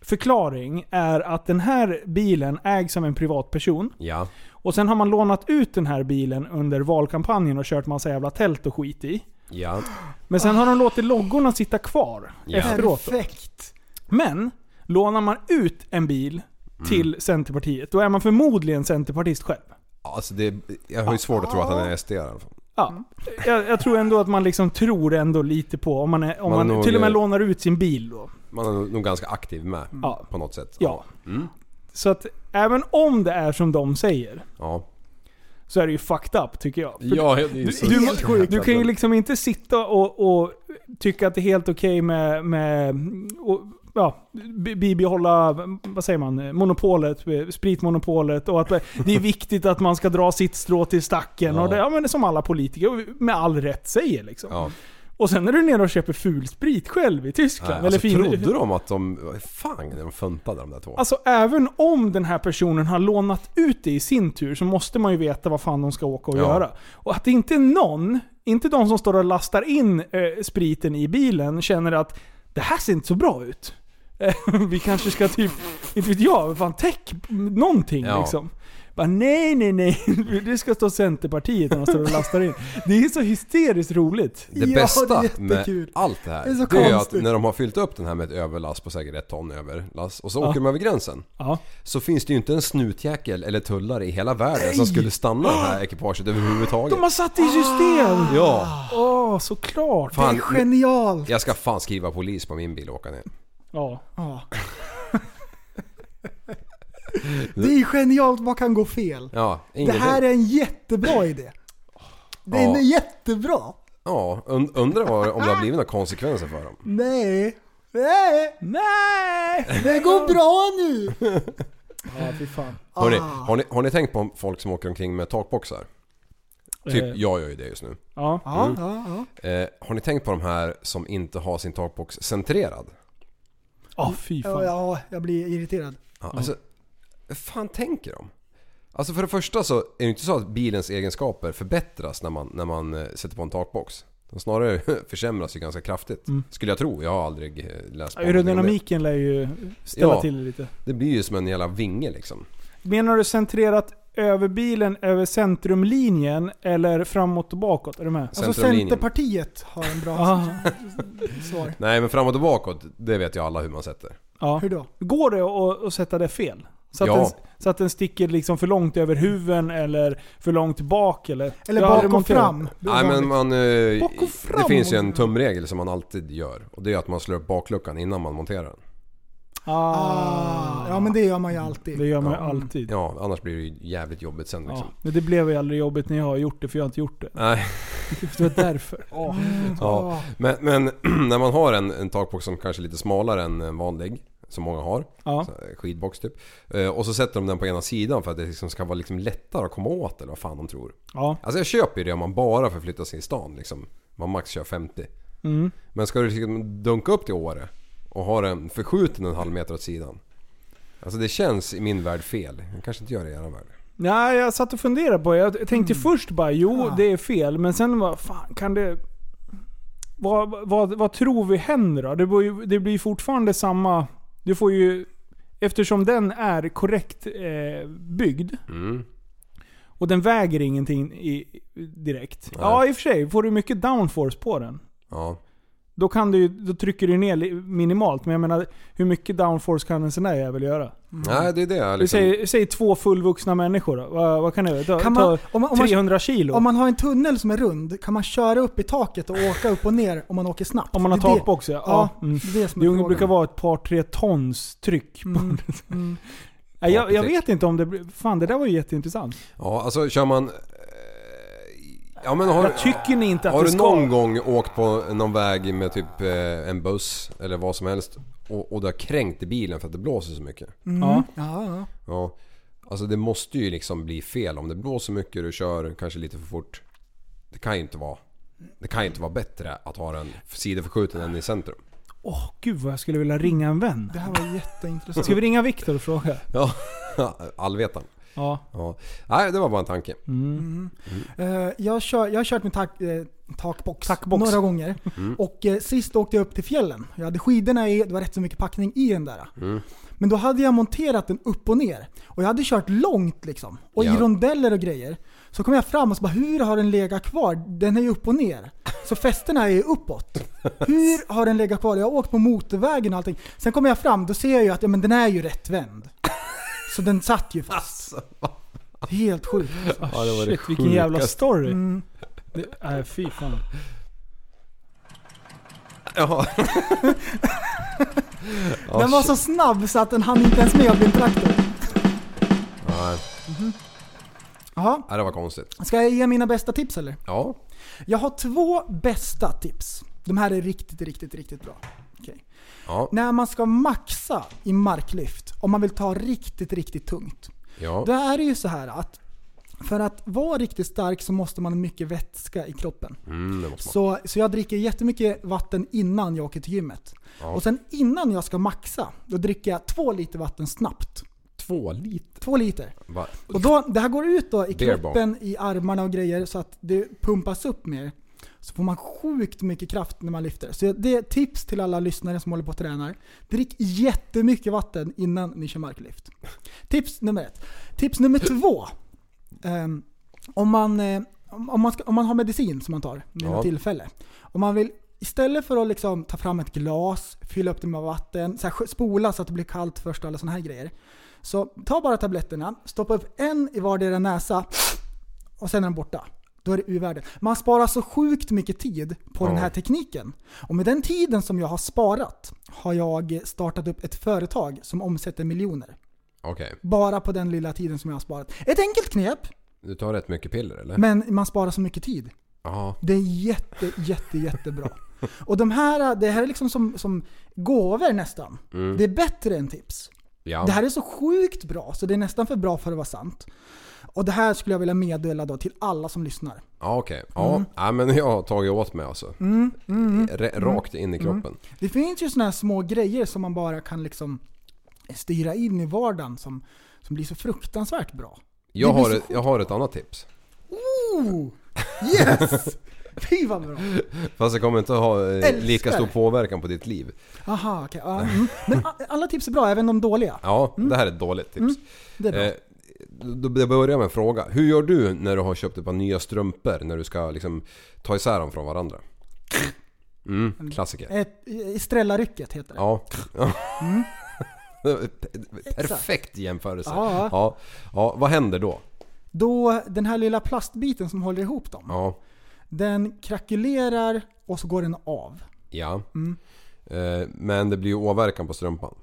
Speaker 3: förklaring är att den här bilen ägs av en privatperson.
Speaker 5: Ja.
Speaker 3: Och sen har man lånat ut den här bilen under valkampanjen och kört massa jävla tält och skit i.
Speaker 5: Ja.
Speaker 3: Men sen har de låtit loggorna sitta kvar
Speaker 5: Ja.
Speaker 3: efteråt. då.
Speaker 4: Perfekt.
Speaker 3: Men lånar man ut en bil
Speaker 5: Mm.
Speaker 3: till Centerpartiet, då är man förmodligen Centerpartist själv.
Speaker 5: Alltså det, jag har ju svårt att tro att han är SD i alla fall.
Speaker 3: Ja. Jag, jag tror ändå att man liksom tror ändå lite på, om man, är, om
Speaker 5: Man
Speaker 3: man,
Speaker 5: nog-
Speaker 3: till och med lånar ut sin bil då.
Speaker 5: Man är nog ganska aktiv med
Speaker 3: Ja.
Speaker 5: på något sätt.
Speaker 3: ja.
Speaker 5: Mm.
Speaker 3: Så att även om det är som de säger,
Speaker 5: Ja.
Speaker 3: så är det ju fucked up tycker jag. För
Speaker 5: Ja, det är ju så
Speaker 3: du,
Speaker 5: jävla
Speaker 3: du, du kan ju
Speaker 5: jävla-
Speaker 3: liksom inte sitta och, och tycka att det är helt okej med, med och, ja, bi- bibehålla, vad säger man, monopolet, eh, spritmonopolet och att det- det är viktigt att man ska dra sitt strå till stacken. Och det, ja, men det är som alla politiker och med all rätt säger liksom.
Speaker 5: Ja.
Speaker 3: Och sen är du nere och köper ful sprit själv i Tyskland.
Speaker 5: Nej,
Speaker 3: eller
Speaker 5: alltså,
Speaker 3: fin-
Speaker 5: trodde de att de... Fan, de funtade de där två.
Speaker 3: Alltså även om den här personen har lånat ut det i sin tur så måste man ju veta vad fan de ska åka och
Speaker 5: Ja.
Speaker 3: göra. Och att det inte är någon, inte de som står och lastar in eh, spriten i bilen, känner att det här ser inte så bra ut. Eh, Vi kanske ska typ, inte vet jag, vad fan täck någonting
Speaker 5: Ja.
Speaker 3: liksom. Bara, nej, nej, nej. Det ska stå Centerpartiet när de står och lastar in. Det är så hysteriskt roligt.
Speaker 5: Det
Speaker 4: Ja,
Speaker 5: bästa
Speaker 4: det är
Speaker 5: med
Speaker 4: jättekul.
Speaker 5: allt det här,
Speaker 4: Det är så
Speaker 5: det är ju att
Speaker 4: konstigt.
Speaker 5: när de har fyllt upp den här med ett överlast på säkert ett ton överlast och så
Speaker 3: Ja.
Speaker 5: åker de över gränsen.
Speaker 3: Ja.
Speaker 5: Så finns det ju inte en snutjäkel eller tullare i hela världen som skulle stanna det
Speaker 4: Ah!
Speaker 5: här ekipaget överhuvudtaget.
Speaker 3: De har satt det i system!
Speaker 5: Ja!
Speaker 3: Åh, såklart.
Speaker 5: Ah. Fan,
Speaker 4: Genialt.
Speaker 5: jag ska fan skriva polis på min bil och åka ner.
Speaker 3: Ja.
Speaker 4: Ja. Det är genialt, vad kan gå fel?
Speaker 5: Ja,
Speaker 4: Det
Speaker 5: ingenting.
Speaker 4: här är en jättebra idé. Det är
Speaker 5: Ja.
Speaker 4: en jättebra.
Speaker 5: Ja, und- undrar vad- om det har blivit några konsekvenser för dem.
Speaker 4: Nej. Nej.
Speaker 3: Nej!
Speaker 4: Det går bra nu.
Speaker 3: Ja, fy fan.
Speaker 4: Ah.
Speaker 5: Hörrni, har, ni, har ni tänkt på folk som åker omkring med takboxar? Typ,
Speaker 3: Eh.
Speaker 5: jag gör ju det just nu.
Speaker 3: Ja.
Speaker 4: Ja, ja, ja.
Speaker 5: Eh, har ni tänkt på de här som inte har sin takbox centrerad?
Speaker 3: Ja, fy fan.
Speaker 4: Ja, ja, jag blir irriterad.
Speaker 5: Ja, alltså, hur fan tänker de? Alltså för det första så är det inte så att bilens egenskaper förbättras när man, när man eh, sätter på en takbox. De snarare försämras ju ganska kraftigt.
Speaker 4: Mm.
Speaker 5: Skulle jag tro. Jag har aldrig eh, läst på. någonting om
Speaker 3: Aerodynamiken lär ju ställa
Speaker 5: Ja.
Speaker 3: till det lite.
Speaker 5: Det. det blir ju som en jävla vinge liksom.
Speaker 4: Alltså,
Speaker 3: Menar du centrerat över bilen, över centrumlinjen eller framåt och bakåt? Är du med?
Speaker 4: Alltså
Speaker 5: Centrumlinjen.
Speaker 4: Centerpartiet har en bra
Speaker 3: Ja.
Speaker 4: svar.
Speaker 5: Nej men framåt och bakåt, det vet ju alla hur man sätter.
Speaker 3: ja.
Speaker 4: Hur då?
Speaker 3: Går det att, att sätta det fel? Så att,
Speaker 5: Ja.
Speaker 3: den, så att den sticker liksom för långt över huven eller för långt bak eller...
Speaker 4: Eller
Speaker 3: Jag har aldrig
Speaker 4: bak och
Speaker 3: monterat.
Speaker 4: fram. Det är
Speaker 5: Nej men
Speaker 4: vanligt.
Speaker 5: man... eh,
Speaker 4: Bak och fram.
Speaker 5: Det finns ju en tumregel som man alltid gör. Och det är att man slår upp bakluckan innan man monterar den.
Speaker 3: Ah.
Speaker 4: Ah, ja men det gör man ju
Speaker 3: Det
Speaker 4: alltid.
Speaker 3: gör man ju
Speaker 5: Ja.
Speaker 3: alltid. Ja.
Speaker 5: Ja, annars blir det ju jävligt jobbigt sen liksom.
Speaker 3: Men det blev ju aldrig jobbigt när jag har gjort det, för jag har inte gjort det.
Speaker 5: Nej.
Speaker 3: Det var därför.
Speaker 4: Ah.
Speaker 3: Ja.
Speaker 5: Ja. Men, men när man har en, en takbox som kanske är lite smalare än en vanlig Som många har.
Speaker 3: Ja.
Speaker 5: Så här, Skidbox typ. Eh, Och så sätter de den på ena sidan för att det liksom ska vara liksom lättare att komma åt eller vad fan de tror.
Speaker 3: Ja.
Speaker 5: Alltså jag köper ju det om man bara förflyttar sig i stan liksom. Man max kör 50.
Speaker 3: Mm.
Speaker 5: Men ska du liksom dunka upp till Åre och ha den förskjuten en halv meter åt sidan. Alltså det känns i min värld fel. Jag kanske inte gör det i er värld.
Speaker 3: Nej, jag satt och funderade på det. Jag tänkte
Speaker 4: Mm.
Speaker 3: först bara jo,
Speaker 4: Ah.
Speaker 3: det är fel. Men sen vad fan kan det... Vad, vad, vad tror vi händer då? Det blir, ju, det blir fortfarande samma... Du får ju... Eftersom den är korrekt eh, byggd
Speaker 5: Mm.
Speaker 3: och den väger ingenting i, direkt.
Speaker 5: Nej.
Speaker 3: Ja, i och för sig. Får du mycket downforce på den,
Speaker 5: Ja.
Speaker 3: då, kan du, ju- då trycker du ner li- minimalt. Men jag menar, hur mycket downforce kan en sån där jävel göra?
Speaker 5: Nej det är det jag
Speaker 3: Vi
Speaker 5: liksom...
Speaker 3: Mm. säger, säg två fullvuxna människor då. Vad, vad kan det vara? Ta,
Speaker 4: Kan
Speaker 3: ta
Speaker 4: man, om, man, om, man,
Speaker 3: 300 kilo?
Speaker 4: om man har en tunnel som är rund, kan man köra upp i taket och åka upp och ner om man åker snabbt?
Speaker 3: Om man har
Speaker 4: Det är det-
Speaker 3: takbox ja.
Speaker 4: Ja,
Speaker 3: ja. Mm.
Speaker 4: det är det som är
Speaker 3: Det
Speaker 4: frågan.
Speaker 3: brukar vara ett par tre tons tryck. på-
Speaker 4: Mm, mm.
Speaker 3: Nej, jag, jag
Speaker 5: precis.
Speaker 3: vet inte om det... blir- Fan det där var ju jätteintressant.
Speaker 5: Ja alltså kör man... eh, Ja men har,
Speaker 3: Jag tycker ni inte att
Speaker 5: har
Speaker 3: det
Speaker 5: du
Speaker 3: ska...
Speaker 5: någon gång åkt på någon väg med typ eh, en buss eller vad som helst och, och du har kränkt i bilen för att det blåser så mycket?
Speaker 3: Mm. Ja.
Speaker 4: Ja, ja.
Speaker 5: Ja. Alltså det måste ju liksom bli fel om det blåser mycket och du kör kanske lite för fort. Det kan ju inte vara... Det kan ju inte vara bättre att ha den sidoförskjuten än i centrum.
Speaker 3: Åh gud vad jag skulle vilja ringa en vän.
Speaker 4: Det här var jätteintressant.
Speaker 3: Ska vi ringa Viktor och fråga?
Speaker 5: Ja, allvetaren.
Speaker 3: Ja.
Speaker 5: Ja. Nej, det var bara en tanke.
Speaker 4: Eh, jag, kör, jag har kört min tak, eh, takbox,
Speaker 3: Takbox.
Speaker 4: några gånger. Och eh, sist åkte jag upp till fjällen. Jag hade skidorna i, det var rätt så mycket packning i den där. Men då hade jag monterat den upp och ner. Och jag hade kört långt liksom. Och i
Speaker 5: Ja.
Speaker 4: rondeller och grejer. Så kom jag fram och så bara, hur har den legat kvar? Den är ju upp och ner. Så fästena är ju uppåt. Hur har den legat kvar? Jag har åkt på motorvägen och allting. Sen kommer jag fram, då ser jag ju att ja, men den är ju rättvänd. Så den satt ju fast. Helt sjukt.
Speaker 3: Ah,
Speaker 5: det var det
Speaker 3: shit vilken jävla
Speaker 5: sjukaste.
Speaker 3: story.
Speaker 4: Mm.
Speaker 3: Det, nej fy fan.
Speaker 5: Ja. Ja,
Speaker 4: Den var
Speaker 5: shit.
Speaker 4: så snabb så att den hann inte ens med att bli en traktor. Mhm.
Speaker 5: Nej,
Speaker 4: Jaha,
Speaker 5: nej, det var konstigt.
Speaker 4: ska jag ge mina bästa tips eller?
Speaker 5: Ja.
Speaker 4: Jag har två bästa tips. De här är riktigt, riktigt, riktigt bra. Okej.
Speaker 5: Ja.
Speaker 4: När man ska maxa i marklyft, om man vill ta riktigt, riktigt tungt.
Speaker 5: Ja.
Speaker 4: Då är det ju så här att för att vara riktigt stark så måste man ha mycket vätska i kroppen.
Speaker 5: Mm, det måste man.
Speaker 4: Så, så jag dricker jättemycket vatten innan jag åker till gymmet. Och sen innan jag ska maxa, då dricker jag två liter vatten snabbt.
Speaker 5: Två liter.
Speaker 4: Två liter.
Speaker 5: Va?
Speaker 4: Och då, det här går ut då i
Speaker 5: Beer
Speaker 4: kroppen, i armarna och grejer så att det pumpas upp mer. Så får man sjukt mycket kraft när man lyfter. Så det är ett tips till alla lyssnare som håller på och tränar. Drick jättemycket vatten innan ni kör marklyft. Tips nummer ett. Tips nummer två. Ehm, om, man, eh, om, om man ska, om man har medicin som man tar vid
Speaker 5: Ja.
Speaker 4: något tillfälle. Om man vill Istället för att liksom ta fram ett glas, fylla upp det med vatten, så här, spola så att det blir kallt först och alla sådana här grejer. Så ta bara tabletterna, stoppa upp en i vardera näsa och sen är den borta. Då är det ur-världen. Man sparar så sjukt mycket tid på den här tekniken. Och med den tiden som jag har sparat har jag startat upp ett företag som omsätter miljoner.
Speaker 5: Okej.
Speaker 4: Bara på den lilla tiden som jag har sparat. Ett enkelt knep,
Speaker 5: Du tar rätt mycket piller eller?
Speaker 4: men man sparar så mycket tid.
Speaker 5: Ja.
Speaker 4: Det är jätte, jätte, jättebra. Och de här, det här är liksom som, som gåvor nästan. Det är bättre än tips.
Speaker 5: Ja.
Speaker 4: Det här är så sjukt bra så det är nästan för bra för att vara sant. Och det här skulle jag vilja meddela då till alla som lyssnar.
Speaker 5: Ja okej. Ja.
Speaker 4: Mm.
Speaker 5: ja men jag har tagit åt mig alltså. Ra- Rakt in i kroppen.
Speaker 4: Mm. Det finns ju såna här små grejer som man bara kan liksom styra in i vardagen som, som blir så fruktansvärt bra.
Speaker 5: Jag,
Speaker 4: Det blir
Speaker 5: har
Speaker 4: så
Speaker 5: ett, jag har ett annat tips.
Speaker 4: Oh! Yes! Fy vad bra!
Speaker 5: Fast det kommer inte ha eh,
Speaker 4: Älskar.
Speaker 5: lika stor påverkan på ditt liv.
Speaker 4: Aha, okej. ja, mm. Men a- alla tips är bra, även de dåliga.
Speaker 5: Ja, det här är ett dåligt tips.
Speaker 4: Mm. Det är bra.
Speaker 5: Eh, då då börjar jag med en fråga. Hur gör du när du har köpt ett par nya strumpor när du ska liksom ta isär dem från varandra? Mm, klassiker.
Speaker 4: Ett- Estrella-rycket heter det. Mm.
Speaker 5: Ja. Perfekt jämförelse.
Speaker 4: Ja.
Speaker 5: Ja. ja. Vad händer då?
Speaker 4: Då den här lilla plastbiten som håller ihop dem,
Speaker 5: Ja.
Speaker 4: den krackelerar och så går den av.
Speaker 5: Ja.
Speaker 4: Mm.
Speaker 5: Eh, Men det blir ju åverkan på strumpan.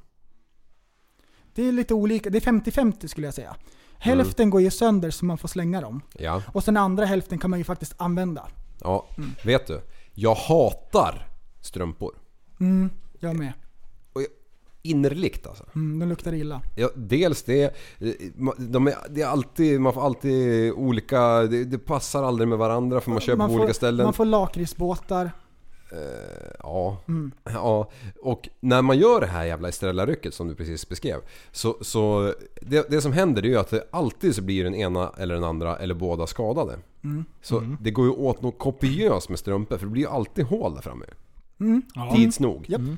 Speaker 4: Det är lite olika, det är 50-50 skulle jag säga.
Speaker 5: Mm.
Speaker 4: Hälften går ju sönder så man får slänga dem.
Speaker 5: Ja.
Speaker 4: Och Mm. sen andra hälften kan man ju faktiskt använda.
Speaker 5: ja. Vet
Speaker 4: Mm,
Speaker 5: du? Jag hatar strumpor.
Speaker 4: Jag med.
Speaker 5: innerligt alltså.
Speaker 4: Mm, de luktar illa.
Speaker 5: Ja, dels det. eh, ma- De är, det är alltid, man får alltid olika... Det, det passar aldrig med varandra för man köper på
Speaker 4: får,
Speaker 5: olika ställen.
Speaker 4: Man får lakritsbåtar.
Speaker 5: Ja.
Speaker 4: Mm.
Speaker 5: ja. Och när man gör det här jävla Estrella-rycket som du precis beskrev. Så, så det, det som händer det är ju att det alltid så blir den ena eller den andra eller båda skadade.
Speaker 4: Mm.
Speaker 5: Så det går ju åt något kopiöst med strumpor för det blir ju alltid hål där framme. Tids nog.
Speaker 4: Mm. Japp.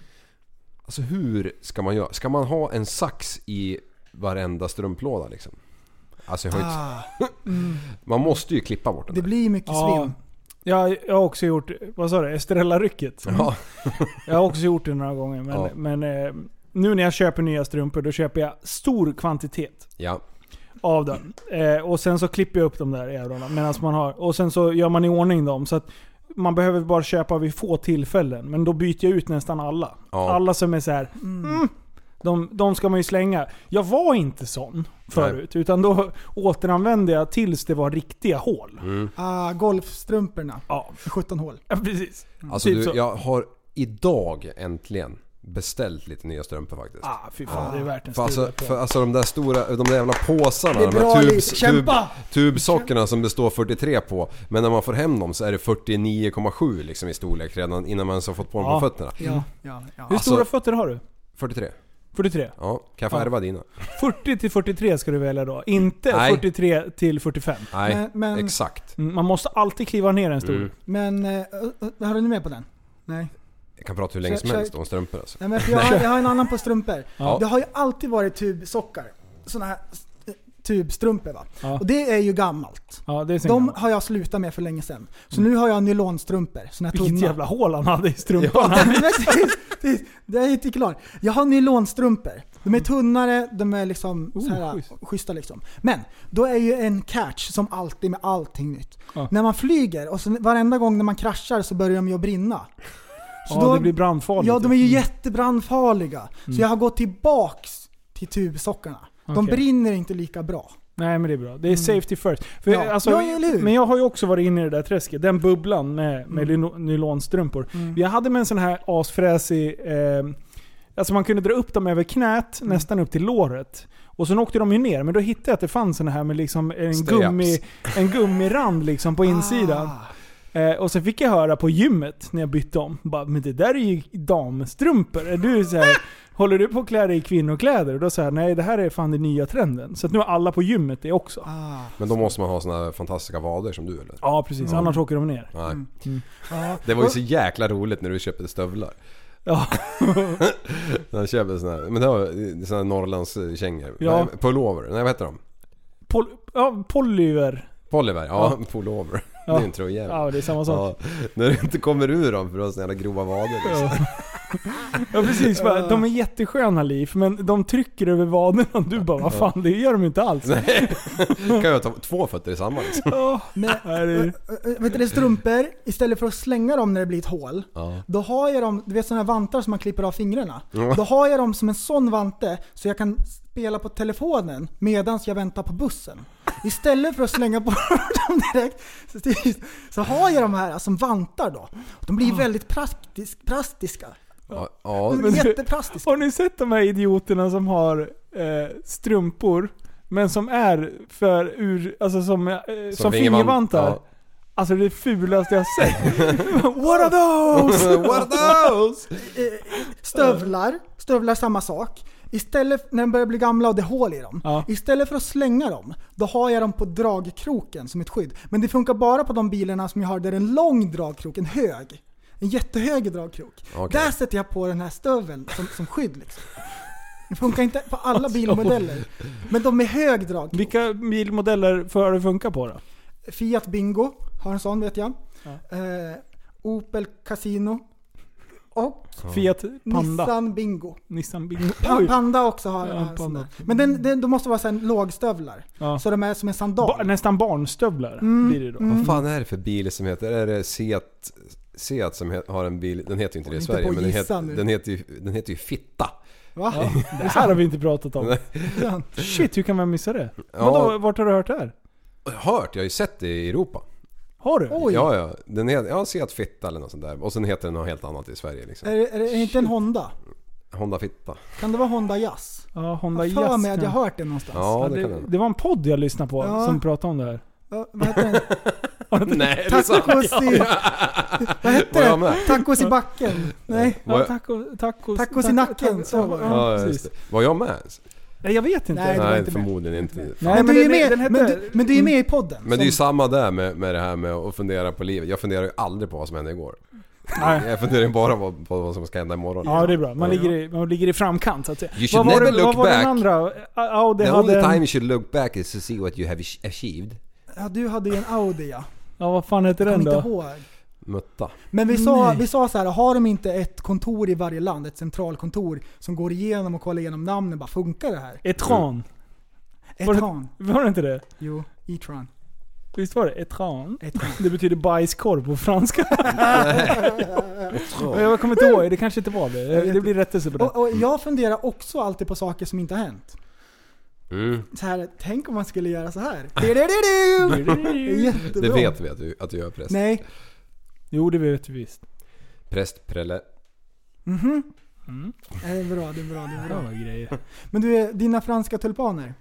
Speaker 5: Alltså hur ska man göra? Ska man ha en sax i varenda strumplåda liksom? Alltså jag har ju inte-
Speaker 4: Ah,
Speaker 5: Man måste ju klippa bort den
Speaker 4: det
Speaker 5: där.
Speaker 4: blir mycket
Speaker 3: Ja,
Speaker 4: svinn.
Speaker 3: jag, jag har också gjort, vad sa du, Estrella-rycket?
Speaker 5: Ja.
Speaker 3: Jag har också gjort det några gånger. Men,
Speaker 5: Ja.
Speaker 3: men eh, nu när jag köper nya strumpor, då köper jag stor kvantitet
Speaker 5: ja.
Speaker 3: av dem. Eh, och sen så klipper jag upp de där jävlarna medan man har. Och sen så gör man i ordning dem. Så att man behöver bara köpa vid få tillfällen. Men då byter jag ut nästan alla.
Speaker 5: Ja.
Speaker 3: Alla som är så här. Mm, de, de ska man ju slänga. Jag var inte sån förut. Utan då återanvände jag tills det var riktiga hål.
Speaker 5: Mm.
Speaker 4: Ah, golfstrumporna.
Speaker 3: Ja,
Speaker 4: 17 hål.
Speaker 3: ja, precis.
Speaker 5: Alltså
Speaker 3: Typ
Speaker 5: du,
Speaker 3: så.
Speaker 5: jag har idag äntligen beställt lite nya strumpor faktiskt.
Speaker 3: Ah, fy fan, det är värt en
Speaker 5: För alltså,
Speaker 3: studie.
Speaker 5: för alltså de där stora, de där jävla påsarna,
Speaker 4: Det är
Speaker 5: de där
Speaker 4: bra liv.
Speaker 5: tubs, tub,
Speaker 4: Kämpa!
Speaker 5: tubsockorna som det står 43 på. Men när man får hem dem så är det 49,7 liksom i storlek redan innan man ens har fått på dem
Speaker 3: Ja.
Speaker 5: på fötterna.
Speaker 4: Ja, ja, ja.
Speaker 3: Hur
Speaker 5: Alltså-
Speaker 3: stora fötter har du?
Speaker 5: 43.
Speaker 3: 43?
Speaker 5: Ja, kan jag få
Speaker 3: Ja.
Speaker 5: ärva dina?
Speaker 3: 40 till 43 ska du välja då. Inte
Speaker 5: Nej.
Speaker 3: 43 till 45.
Speaker 5: Nej,
Speaker 4: Men- men-
Speaker 5: exakt.
Speaker 3: Mm, Man måste alltid kliva ner en stor.
Speaker 5: Mm.
Speaker 4: Men, eh, har du nu med på den? Nej.
Speaker 5: Jag kan prata hur länge
Speaker 4: Kör-
Speaker 5: som helst
Speaker 4: kör-
Speaker 5: om strumpor alltså.
Speaker 4: Nej men för jag, har, jag har en annan på strumpor.
Speaker 3: Ja.
Speaker 4: Det har ju alltid varit tubsockar. Såna här eh, tubstrumpor va.
Speaker 3: Ja.
Speaker 4: Och det är ju gammalt.
Speaker 3: Ja, det är
Speaker 4: De
Speaker 3: De,
Speaker 4: har jag slutat med för länge sedan. Så nu har jag nylonstrumpor. Såna här
Speaker 3: vilket
Speaker 4: tunna.
Speaker 3: jävla hål han hade i strumpan.
Speaker 4: Precis, precis. det är inte klart. Jag har nylonstrumpor. De är tunnare, de är liksom
Speaker 3: Mm. Oh,
Speaker 4: så här,
Speaker 3: schysst.
Speaker 4: schyssta liksom. Men, då är ju en catch som alltid med allting nytt.
Speaker 3: Ja.
Speaker 4: När man flyger, och så varenda gång när man kraschar så börjar de ju att brinna. Så
Speaker 3: Ja, det blir brandfarligt. Mm.
Speaker 4: Ja, de är ju jättebrandfarliga. Så jag har gått tillbaks till tubsockarna. De
Speaker 3: Okej.
Speaker 4: brinner inte lika bra.
Speaker 3: Nej men det är bra. Det är safety first. För,
Speaker 4: Mm. Ja.
Speaker 3: alltså,
Speaker 4: Ja, eller hur? Mm.
Speaker 3: men jag har ju också varit inne i det där träsket. Den bubblan med, med lyno- nylonstrumpor. Jag hade med en sån här asfräsig... Eh, alltså man kunde dra upp dem över knät,
Speaker 4: Mm.
Speaker 3: nästan upp till låret. Och sen åkte de ju ner, men då hittade jag att det fanns såna här med liksom en,
Speaker 5: Straps.
Speaker 3: gummi, en gummirand liksom på
Speaker 4: Ah.
Speaker 3: insidan. Eh, och sen fick jag höra på gymmet när jag bytte om. Bara, men det där är ju damstrumpor. Är du så här, håller du på att klä dig i kvinnokläder? Och då sa jag, nej det här är fan den nya trenden. Så att nu har alla på gymmet det också.
Speaker 4: Ah,
Speaker 5: Men då måste man ha såna här fantastiska vader som du eller?
Speaker 3: Ja precis, annars åker de ner.
Speaker 5: Nej.
Speaker 4: Mm. ja.
Speaker 5: Det var ju så jäkla roligt när du köpte stövlar.
Speaker 3: Ja.
Speaker 5: Han köpte såna här, men det var såna här Norrlandskängor.
Speaker 3: Ja.
Speaker 5: Nej, Pullover, nej vad heter de?
Speaker 3: Pol ja Polyver.
Speaker 5: Pollyver, ja, pullover.
Speaker 3: Ja.
Speaker 5: Det är en tröja.
Speaker 3: Ja det är samma sak.
Speaker 5: Ja, när du inte kommer ur dem för du har såna jävla grova vader liksom.
Speaker 3: Ja. Ja precis, bara, de är jättesköna Liv, men de trycker över vaderna. Du bara vad fan, det gör de inte alls.
Speaker 5: Nej. kan jag ta två fötter i samma liksom.
Speaker 3: Ja.
Speaker 4: Men-
Speaker 3: Nej, det är-
Speaker 4: Ö, ö, Eh, Vet du, det, strumpor, istället för att slänga dem när det blir ett hål,
Speaker 5: Ja.
Speaker 4: då har jag dem, du vet sådana här vantar som man klipper av fingrarna.
Speaker 5: Ja.
Speaker 4: Då har jag dem som en sån vante så jag kan spela på telefonen medan jag väntar på bussen. Istället för att slänga bort dem direkt så, så har jag de här som vantar då. De blir väldigt praktisk, plastiska.
Speaker 5: Ja, ja.
Speaker 4: De blir
Speaker 3: Ah. Men-
Speaker 4: jätteplastiska.
Speaker 3: Har ni sett de här idioterna som har eh, strumpor, men som är för ur, alltså som, eh,
Speaker 5: fingervan-
Speaker 3: som, fingervantar?
Speaker 5: ja.
Speaker 3: Alltså det fulaste jag sett. What are those?
Speaker 5: What are those?
Speaker 4: Stövlar, stövlar samma sak. Istället, när de börjar bli gamla och det är hål i dem.
Speaker 3: Ja.
Speaker 4: Istället för att slänga dem, då har jag dem på dragkroken som ett skydd. Men det funkar bara på de bilarna som jag har där det är en lång dragkrok, en hög. En jättehög dragkrok.
Speaker 5: Okej.
Speaker 4: Där sätter jag på den här stöveln som, som skydd. Liksom. Det funkar inte på alla bilmodeller. Men de med hög dragkrok.
Speaker 3: Vilka bilmodeller får det funka på då?
Speaker 4: Fiat Bingo har en sån vet jag.
Speaker 3: Ja.
Speaker 4: Eh, Opel Casino. Och
Speaker 3: Fiat Panda? Nissan,
Speaker 4: Nissan Bingo.
Speaker 3: Bingo?
Speaker 4: Pa-
Speaker 3: Oj.
Speaker 4: Panda också har
Speaker 3: Ja,
Speaker 4: har en sån
Speaker 3: panda.
Speaker 4: där. Men den, den, de måste vara sen lågstövlar.
Speaker 3: Ja.
Speaker 4: Så de är som en sandal.
Speaker 3: Ba nästan barnstövlar
Speaker 4: Mm,
Speaker 3: blir det då.
Speaker 5: Vad fan är det för bil som heter, är det Seat? Seat som he- har en bil, den heter ju inte det i
Speaker 4: Inte
Speaker 5: Sverige
Speaker 4: på
Speaker 5: men den
Speaker 4: gissa
Speaker 5: heter,
Speaker 4: nu.
Speaker 5: den, heter ju, den heter ju Fitta.
Speaker 4: Va?
Speaker 3: Ja, det här har vi inte pratat om.
Speaker 5: Nej.
Speaker 3: Shit, hur kan man missa det?
Speaker 5: Ja.
Speaker 3: Vadå, vart har du hört det här?
Speaker 5: Jag har Hört, jag har ju sett det i Europa.
Speaker 3: Har du?
Speaker 4: Oj.
Speaker 5: Ja, ja. Den heter, ja, Seat Fitta eller något sånt där. Och sen heter den något helt annat i Sverige liksom.
Speaker 4: Är, det- är, det- är det inte en Honda?
Speaker 5: Honda Fitta.
Speaker 4: Kan det vara Honda Jazz?
Speaker 3: Ja, Honda
Speaker 4: Jag
Speaker 3: Jazz.
Speaker 4: för mig att jag
Speaker 3: kanske.
Speaker 4: hört det någonstans.
Speaker 5: Ja, det kan
Speaker 3: det,
Speaker 5: den.
Speaker 3: det var en podd jag lyssnade på
Speaker 4: Ja.
Speaker 3: som pratade om det här.
Speaker 4: Ja, vad heter den?
Speaker 5: Nej, det är sant.
Speaker 4: Tacos i... Vad hette
Speaker 5: Var jag
Speaker 4: det?
Speaker 5: med?
Speaker 4: Tacos i backen? Nej.
Speaker 5: Var
Speaker 3: Ja,
Speaker 5: jag-
Speaker 3: taco, tacos,
Speaker 4: Tacos i nacken, så var det.
Speaker 3: ja,
Speaker 5: Ja, just
Speaker 3: precis.
Speaker 5: det. Var jag med ens?
Speaker 3: Nej, jag vet inte.
Speaker 4: Nej, det var
Speaker 5: Nej,
Speaker 4: inte med.
Speaker 5: förmodligen inte.
Speaker 3: Nej,
Speaker 4: men, du är
Speaker 3: den-
Speaker 4: med,
Speaker 3: den hette-
Speaker 4: men, du, men du är med i podden.
Speaker 5: Men det är ju samma där med, med det här med att fundera på livet. Jag funderar ju aldrig på vad som hände igår.
Speaker 3: Nej.
Speaker 5: Jag funderar ju bara på, på vad som ska hända imorgon.
Speaker 3: Ja, det är bra. Man, ligger, i, man ligger i framkant så att säga.
Speaker 5: You should
Speaker 3: var,
Speaker 5: never
Speaker 3: det, vad
Speaker 5: look
Speaker 3: var den
Speaker 5: back.
Speaker 3: andra? Audi
Speaker 5: The
Speaker 3: hade
Speaker 5: only time
Speaker 3: en,
Speaker 5: you should look back is to see what you have achieved.
Speaker 4: Ja, du hade ju en Audi ja.
Speaker 3: Ja, vad fan heter
Speaker 4: Jag
Speaker 3: den
Speaker 4: kommer inte
Speaker 3: då?
Speaker 4: ihåg.
Speaker 5: Mutta.
Speaker 4: Men vi sa,
Speaker 3: Nej.
Speaker 4: vi sa så här, har de inte ett kontor i varje land, ett centralkontor som går igenom och kollar igenom namnen bara funkar det här?
Speaker 3: Etran. Var det-
Speaker 4: Etran.
Speaker 3: Var det inte det?
Speaker 4: Jo, Etran.
Speaker 3: Visst var det? Etran?
Speaker 4: Etran.
Speaker 3: Det betyder bajskorv på franska. jag kommer inte ihåg, det kanske inte var det. Det blir rättelse på det.
Speaker 4: Och, och jag funderar också alltid på saker som inte har hänt.
Speaker 5: Mm.
Speaker 4: Så här, tänk om man skulle göra så här. Du-du-du-du! Det är Jättebra.
Speaker 5: Det vet vi att du, att du gör präst.
Speaker 4: Nej,
Speaker 3: Jo, det vet vi visst.
Speaker 5: Präst, prälle.
Speaker 4: det är Eh, bra, det är bra, det är
Speaker 3: Ja,
Speaker 4: bra.
Speaker 3: vad grejer.
Speaker 4: Men du, dina franska tulpaner.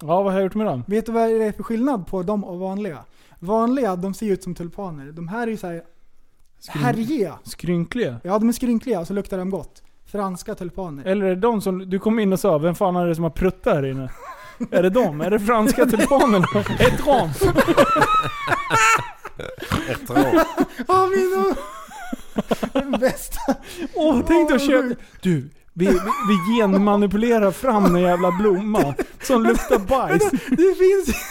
Speaker 3: Ja, vad har jag gjort med dem?
Speaker 4: Vet du vad det är för skillnad på dem och vanliga? Vanliga, de ser ut som tulpaner. De här är ju såhär härjiga.
Speaker 3: Skrynkliga?
Speaker 4: Ja, de är skrynkliga och så luktar de gott. Franska tulpaner.
Speaker 3: Eller är det de som... Du kom in och sa vem fan är det som har pruttat här inne? är det de? Är det franska tulpanerna? Ett ram?
Speaker 4: Ja, Ah, mina... Den bästa.
Speaker 3: Åh, tänk dig att
Speaker 4: Åh,
Speaker 3: köpa... Du, vi, vi, vi genmanipulerar fram en jävla blomma som luktar bajs.
Speaker 4: Det finns...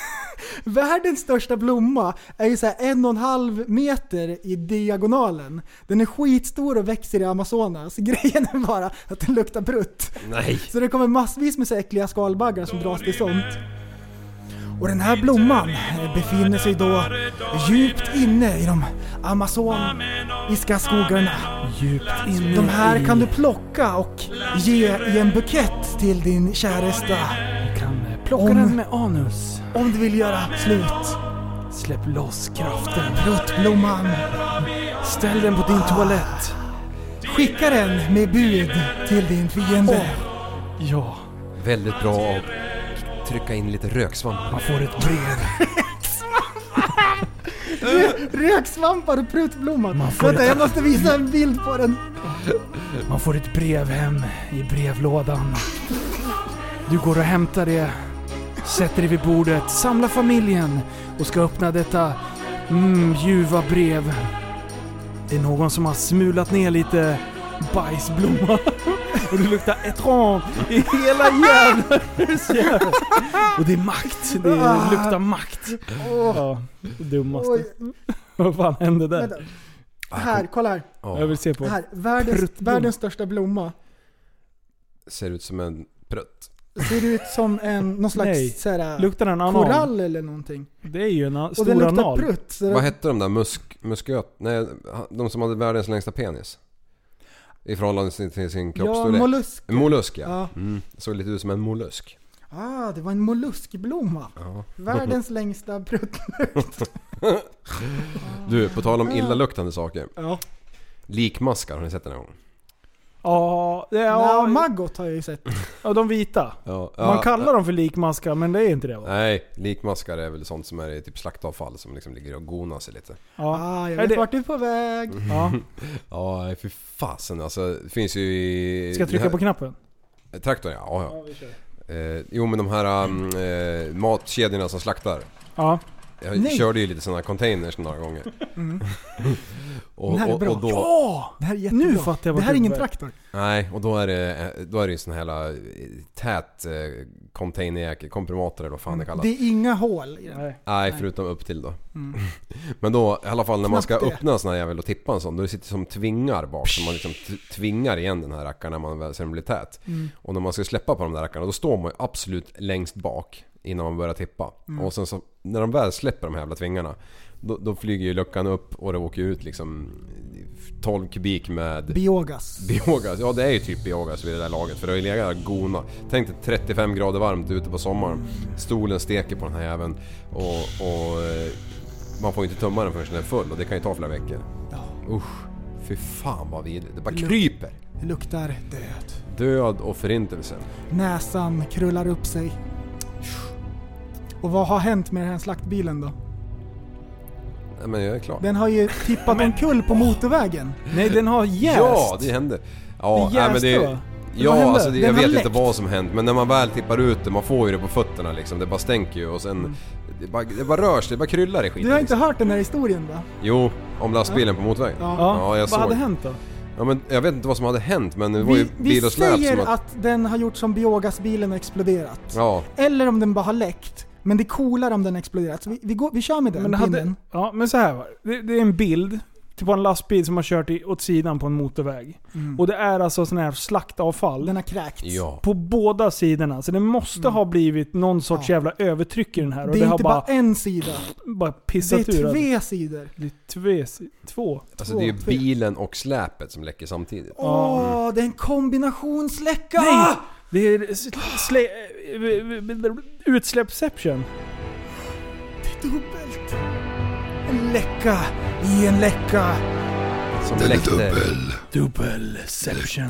Speaker 4: Världens största blomma är ju såhär en och en halv meter i diagonalen. Den är skitstor och växer i Amazonas. Grejen är bara att den luktar brutt.
Speaker 5: Nej!
Speaker 4: Så det kommer massvis med så äckliga skalbaggar som dras till sånt. Och den här blomman eh, befinner sig då djupt inne i de amazoniska skogarna. Djupt inne De här kan du plocka och ge i en bukett till din käresta.
Speaker 3: Plocka
Speaker 4: Om-
Speaker 3: den med anus.
Speaker 4: Om du vill göra slut.
Speaker 3: Släpp loss kraften.
Speaker 4: Ruttblomman.
Speaker 3: Ställ den på din toalett.
Speaker 4: Skicka den med bud till din fiende.
Speaker 3: Ja,
Speaker 5: Väldigt bra att trycka in lite röksvamp.
Speaker 3: man får ett brev.
Speaker 4: Röksvampar och pruttblomman.
Speaker 3: Man får
Speaker 4: Vänta,
Speaker 3: ett-
Speaker 4: jag måste visa en bild på den.
Speaker 3: Man får ett brev hem i brevlådan. Du går och hämtar det, sätter dig vid bordet, samlar familjen och ska öppna detta mm, ljuva brev. Det är någon som har smulat ner lite bajsblomma och det luktar etran i hela jävla huset. Och det är makt. Det är, luktar makt. Ja, det dummaste.
Speaker 4: Oj,
Speaker 3: Vad fan hände
Speaker 4: vänta. Ah,
Speaker 3: där?
Speaker 4: Här, kolla här.
Speaker 3: Jag vill se på.
Speaker 4: Här, världens,
Speaker 3: Pruttblom.
Speaker 4: världens största blomma
Speaker 5: Ser ut som en prutt.
Speaker 4: ser ut som en, någon
Speaker 3: Nej.
Speaker 4: slags såhär,
Speaker 3: Luktar den anal?
Speaker 4: korall eller någonting.
Speaker 3: Det är ju en a-
Speaker 4: Och den
Speaker 3: stor
Speaker 4: luktar
Speaker 3: anal.
Speaker 4: prutt. Så
Speaker 5: Vad
Speaker 4: det,
Speaker 5: hette de där musk... Musköt? Nej, de som hade världens längsta penis. I förhållande till till sin
Speaker 4: ja,
Speaker 5: kroppsstorlek.
Speaker 4: mollusk.
Speaker 5: En mollusk ja.
Speaker 4: Ja.
Speaker 5: Mm. Såg lite ut som en mollusk.
Speaker 4: Ah, det var en molluskblomma.
Speaker 5: Ja.
Speaker 4: Världens längsta prutt.
Speaker 5: Du, på tal om illaluktande saker.
Speaker 4: Ja.
Speaker 5: Likmaskar, har ni sett det någon gång?
Speaker 3: Ja, det är,
Speaker 4: Ja,
Speaker 3: ja,
Speaker 4: maggot har jag ju sett.
Speaker 3: ja, de vita.
Speaker 5: Ja,
Speaker 3: Man kallar dem för likmaskar, men det är inte det va?
Speaker 5: Nej, likmaskar är väl sånt som är i typ slaktavfall som liksom ligger och gonar sig lite.
Speaker 3: Ja.
Speaker 4: Ah, jag
Speaker 3: Är
Speaker 4: vet
Speaker 3: det-
Speaker 4: vart du är på väg.
Speaker 3: Ja.
Speaker 5: Ja, nej, fy fasen alltså. Det finns ju i...
Speaker 3: Ska jag trycka på knappen?
Speaker 5: knappen? Traktorn ja, ja.
Speaker 3: vi kör.
Speaker 5: ja. Eh, jo men de här um, eh, matkedjorna som slaktar.
Speaker 3: Ja.
Speaker 5: Jag
Speaker 4: Nej.
Speaker 5: körde ju lite sådana containers några gånger. och,
Speaker 4: Den här är
Speaker 5: och,
Speaker 4: bra.
Speaker 5: och då,
Speaker 3: Åh!
Speaker 4: Det här är jättebra.
Speaker 3: Nu fattar jag
Speaker 4: Det
Speaker 3: vart
Speaker 4: här är
Speaker 3: du
Speaker 4: ingen
Speaker 3: är.
Speaker 4: traktor.
Speaker 5: Nej, och då är det, då är det ju sån här jävla, eh, tät eh, containerjäkel, komprimator eller vad fan det kallas.
Speaker 4: Det är inga hål i den.
Speaker 3: Nej.
Speaker 5: Nej, förutom upp till då. Men då i alla fall när man ska
Speaker 4: Knappt det.
Speaker 5: öppna en sån här jävel och tippa en sån, då sitter det som tvingar bak. Så man liksom t- tvingar igen den här rackaren när man väl sen blir tät. Och när man ska släppa på de där rackarna, då står man ju absolut längst bak innan man börjar tippa. Och sen så, när de väl släpper de här jävla tvingarna, då, då flyger ju luckan upp och det åker ju ut liksom 12 kubik med
Speaker 4: Biogas.
Speaker 5: biogas. Ja det är ju typ biogas vid det där laget för det har ju legat där och gona. Tänk dig 35 grader varmt ute på sommaren. Stolen steker på den här jäveln och, och eh, man får ju inte tömma den förrän den är full och det kan ju ta flera veckor. Usch, fy fan vad vidrigt. Det bara kryper.
Speaker 4: Det luktar död.
Speaker 5: Död och förintelse.
Speaker 4: Näsan krullar upp sig. Och vad har hänt med den här slaktbilen då?
Speaker 5: Nej men jag är klar.
Speaker 4: Den har ju tippat omkull på motorvägen.
Speaker 3: Nej, den har jäst.
Speaker 5: Ja, det hände. Ja,
Speaker 4: Det är
Speaker 5: nej, men det,
Speaker 4: jäst då. Vad
Speaker 5: Ja,
Speaker 4: hände?
Speaker 5: alltså det, jag
Speaker 4: Den har
Speaker 5: vet
Speaker 4: läckt.
Speaker 5: inte vad som hänt men när man väl tippar ut det, man får ju det på fötterna liksom. Det bara stänker ju och sen... Det, bara, det bara rör sig, det bara kryllar i skiten.
Speaker 4: Mm. Du har inte
Speaker 5: liksom.
Speaker 4: hört den här historien va?
Speaker 5: Jo, om lastbilen på motorvägen.
Speaker 4: Ja.
Speaker 5: Ja, jag
Speaker 3: vad
Speaker 5: såg.
Speaker 3: hade hänt då?
Speaker 5: Ja, men jag vet inte vad som hade hänt men det var ju
Speaker 4: Vi, vi
Speaker 5: bil och släp
Speaker 4: säger
Speaker 5: som
Speaker 4: att... den har gjort som Biogas-bilen och exploderat.
Speaker 5: Ja,
Speaker 4: Eller om den bara har läckt. Men det är coolare om den har exploderat. Så vi, vi, går, vi kör med den
Speaker 3: Men, hade,
Speaker 4: pinnen.
Speaker 3: ja, men så här var det. det. Det är en bild typ på en lastbil som har kört i, åt sidan på en motorväg. Och det är alltså sån här slaktavfall.
Speaker 4: Den har kräkts.
Speaker 5: ja.
Speaker 3: på båda sidorna. Så det måste ha blivit någon sorts
Speaker 4: Ja.
Speaker 3: jävla övertryck i den här. Och
Speaker 4: Det
Speaker 3: det,
Speaker 4: är
Speaker 3: har
Speaker 4: inte bara,
Speaker 3: bara,
Speaker 4: en sida.
Speaker 3: bara
Speaker 4: Det är
Speaker 3: pissat ur. allt.
Speaker 4: två sidor.
Speaker 3: Det är tve, två.
Speaker 5: Alltså det är ju
Speaker 4: Två, tre.
Speaker 5: bilen och släpet som läcker samtidigt.
Speaker 4: Åh, det är en kombinationsläcka!
Speaker 3: Nej! Det är s- sle, utsläppsception.
Speaker 4: Dubbelt. En läcka i en läcka.
Speaker 5: Som läckte.
Speaker 3: Dubbelception.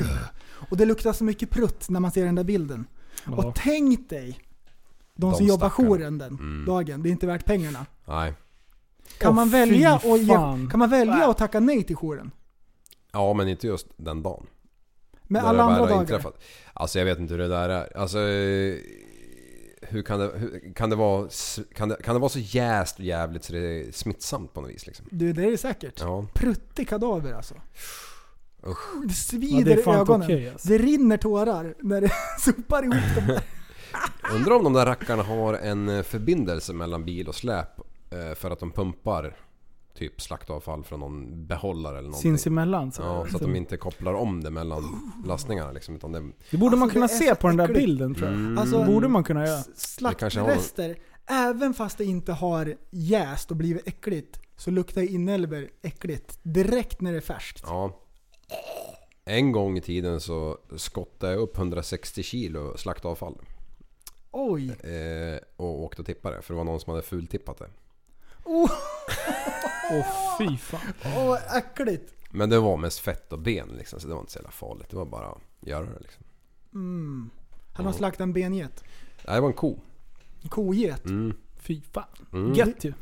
Speaker 4: Och det luktar så mycket prutt när man ser den där bilden.
Speaker 3: Ja.
Speaker 4: Och tänk dig de,
Speaker 5: De
Speaker 4: som jobbar
Speaker 5: stackarna. Mm.
Speaker 4: jouren den dagen. Det är inte värt pengarna.
Speaker 5: Nej.
Speaker 4: Kan,
Speaker 3: Åh,
Speaker 4: man,
Speaker 3: fy
Speaker 4: välja och ge,
Speaker 3: fan.
Speaker 4: kan man välja att tacka nej till jouren?
Speaker 5: Ja men inte just den dagen.
Speaker 4: Med
Speaker 5: När
Speaker 4: alla
Speaker 5: det väl
Speaker 4: andra
Speaker 5: har
Speaker 4: dagar?
Speaker 5: inträffat. Alltså jag vet inte hur det där är. Alltså... eh, Hur kan det, hur, kan det vara... s- Kan det, kan det vara så jäst och jävligt så det är smittsamt på något vis liksom?
Speaker 4: Du, det är det säkert.
Speaker 5: Ja.
Speaker 4: Pruttig kadaver alltså. Det
Speaker 3: Ja,
Speaker 4: svider
Speaker 3: det är
Speaker 4: i
Speaker 3: fan inte
Speaker 4: ögonen.
Speaker 3: okej, alltså.
Speaker 4: Det rinner tårar när det sopar ihop dem. där.
Speaker 5: Undrar om de där rackarna har en eh, förbindelse mellan bil och släp eh, för att de pumpar typ slaktavfall från någon behållare eller någonting.
Speaker 3: Sinsemellan. Så.
Speaker 5: Ja, så att de inte kopplar om det mellan lastningarna liksom. Utan det,
Speaker 3: Det borde man
Speaker 4: Alltså,
Speaker 3: kunna
Speaker 4: det är
Speaker 3: se
Speaker 4: så
Speaker 3: på den där
Speaker 4: äckligt.
Speaker 3: bilden tror jag.
Speaker 5: Mm.
Speaker 4: Alltså,
Speaker 3: borde man kunna göra.
Speaker 5: Det kanske har-
Speaker 4: Slaktrester, även fast det inte har jäst och blivit äckligt, så luktar inälvor äckligt direkt när det är färskt.
Speaker 5: ja. En gång i tiden så skottade jag upp 160 kilo slaktavfall.
Speaker 4: Oj!
Speaker 5: Eh, och åkte och tippade för det var någon som hade fultippat det.
Speaker 3: Åh fy fan.
Speaker 4: Oh, Åh, vad äckligt!
Speaker 5: Men det var mest fett och ben liksom, så det var inte så jävla farligt. Det var bara att göra det liksom.
Speaker 4: Mm. Han har slaktat en benget.
Speaker 5: Nej, det var en ko. Mm.
Speaker 4: En koget.
Speaker 3: Fy fan. Gött ju.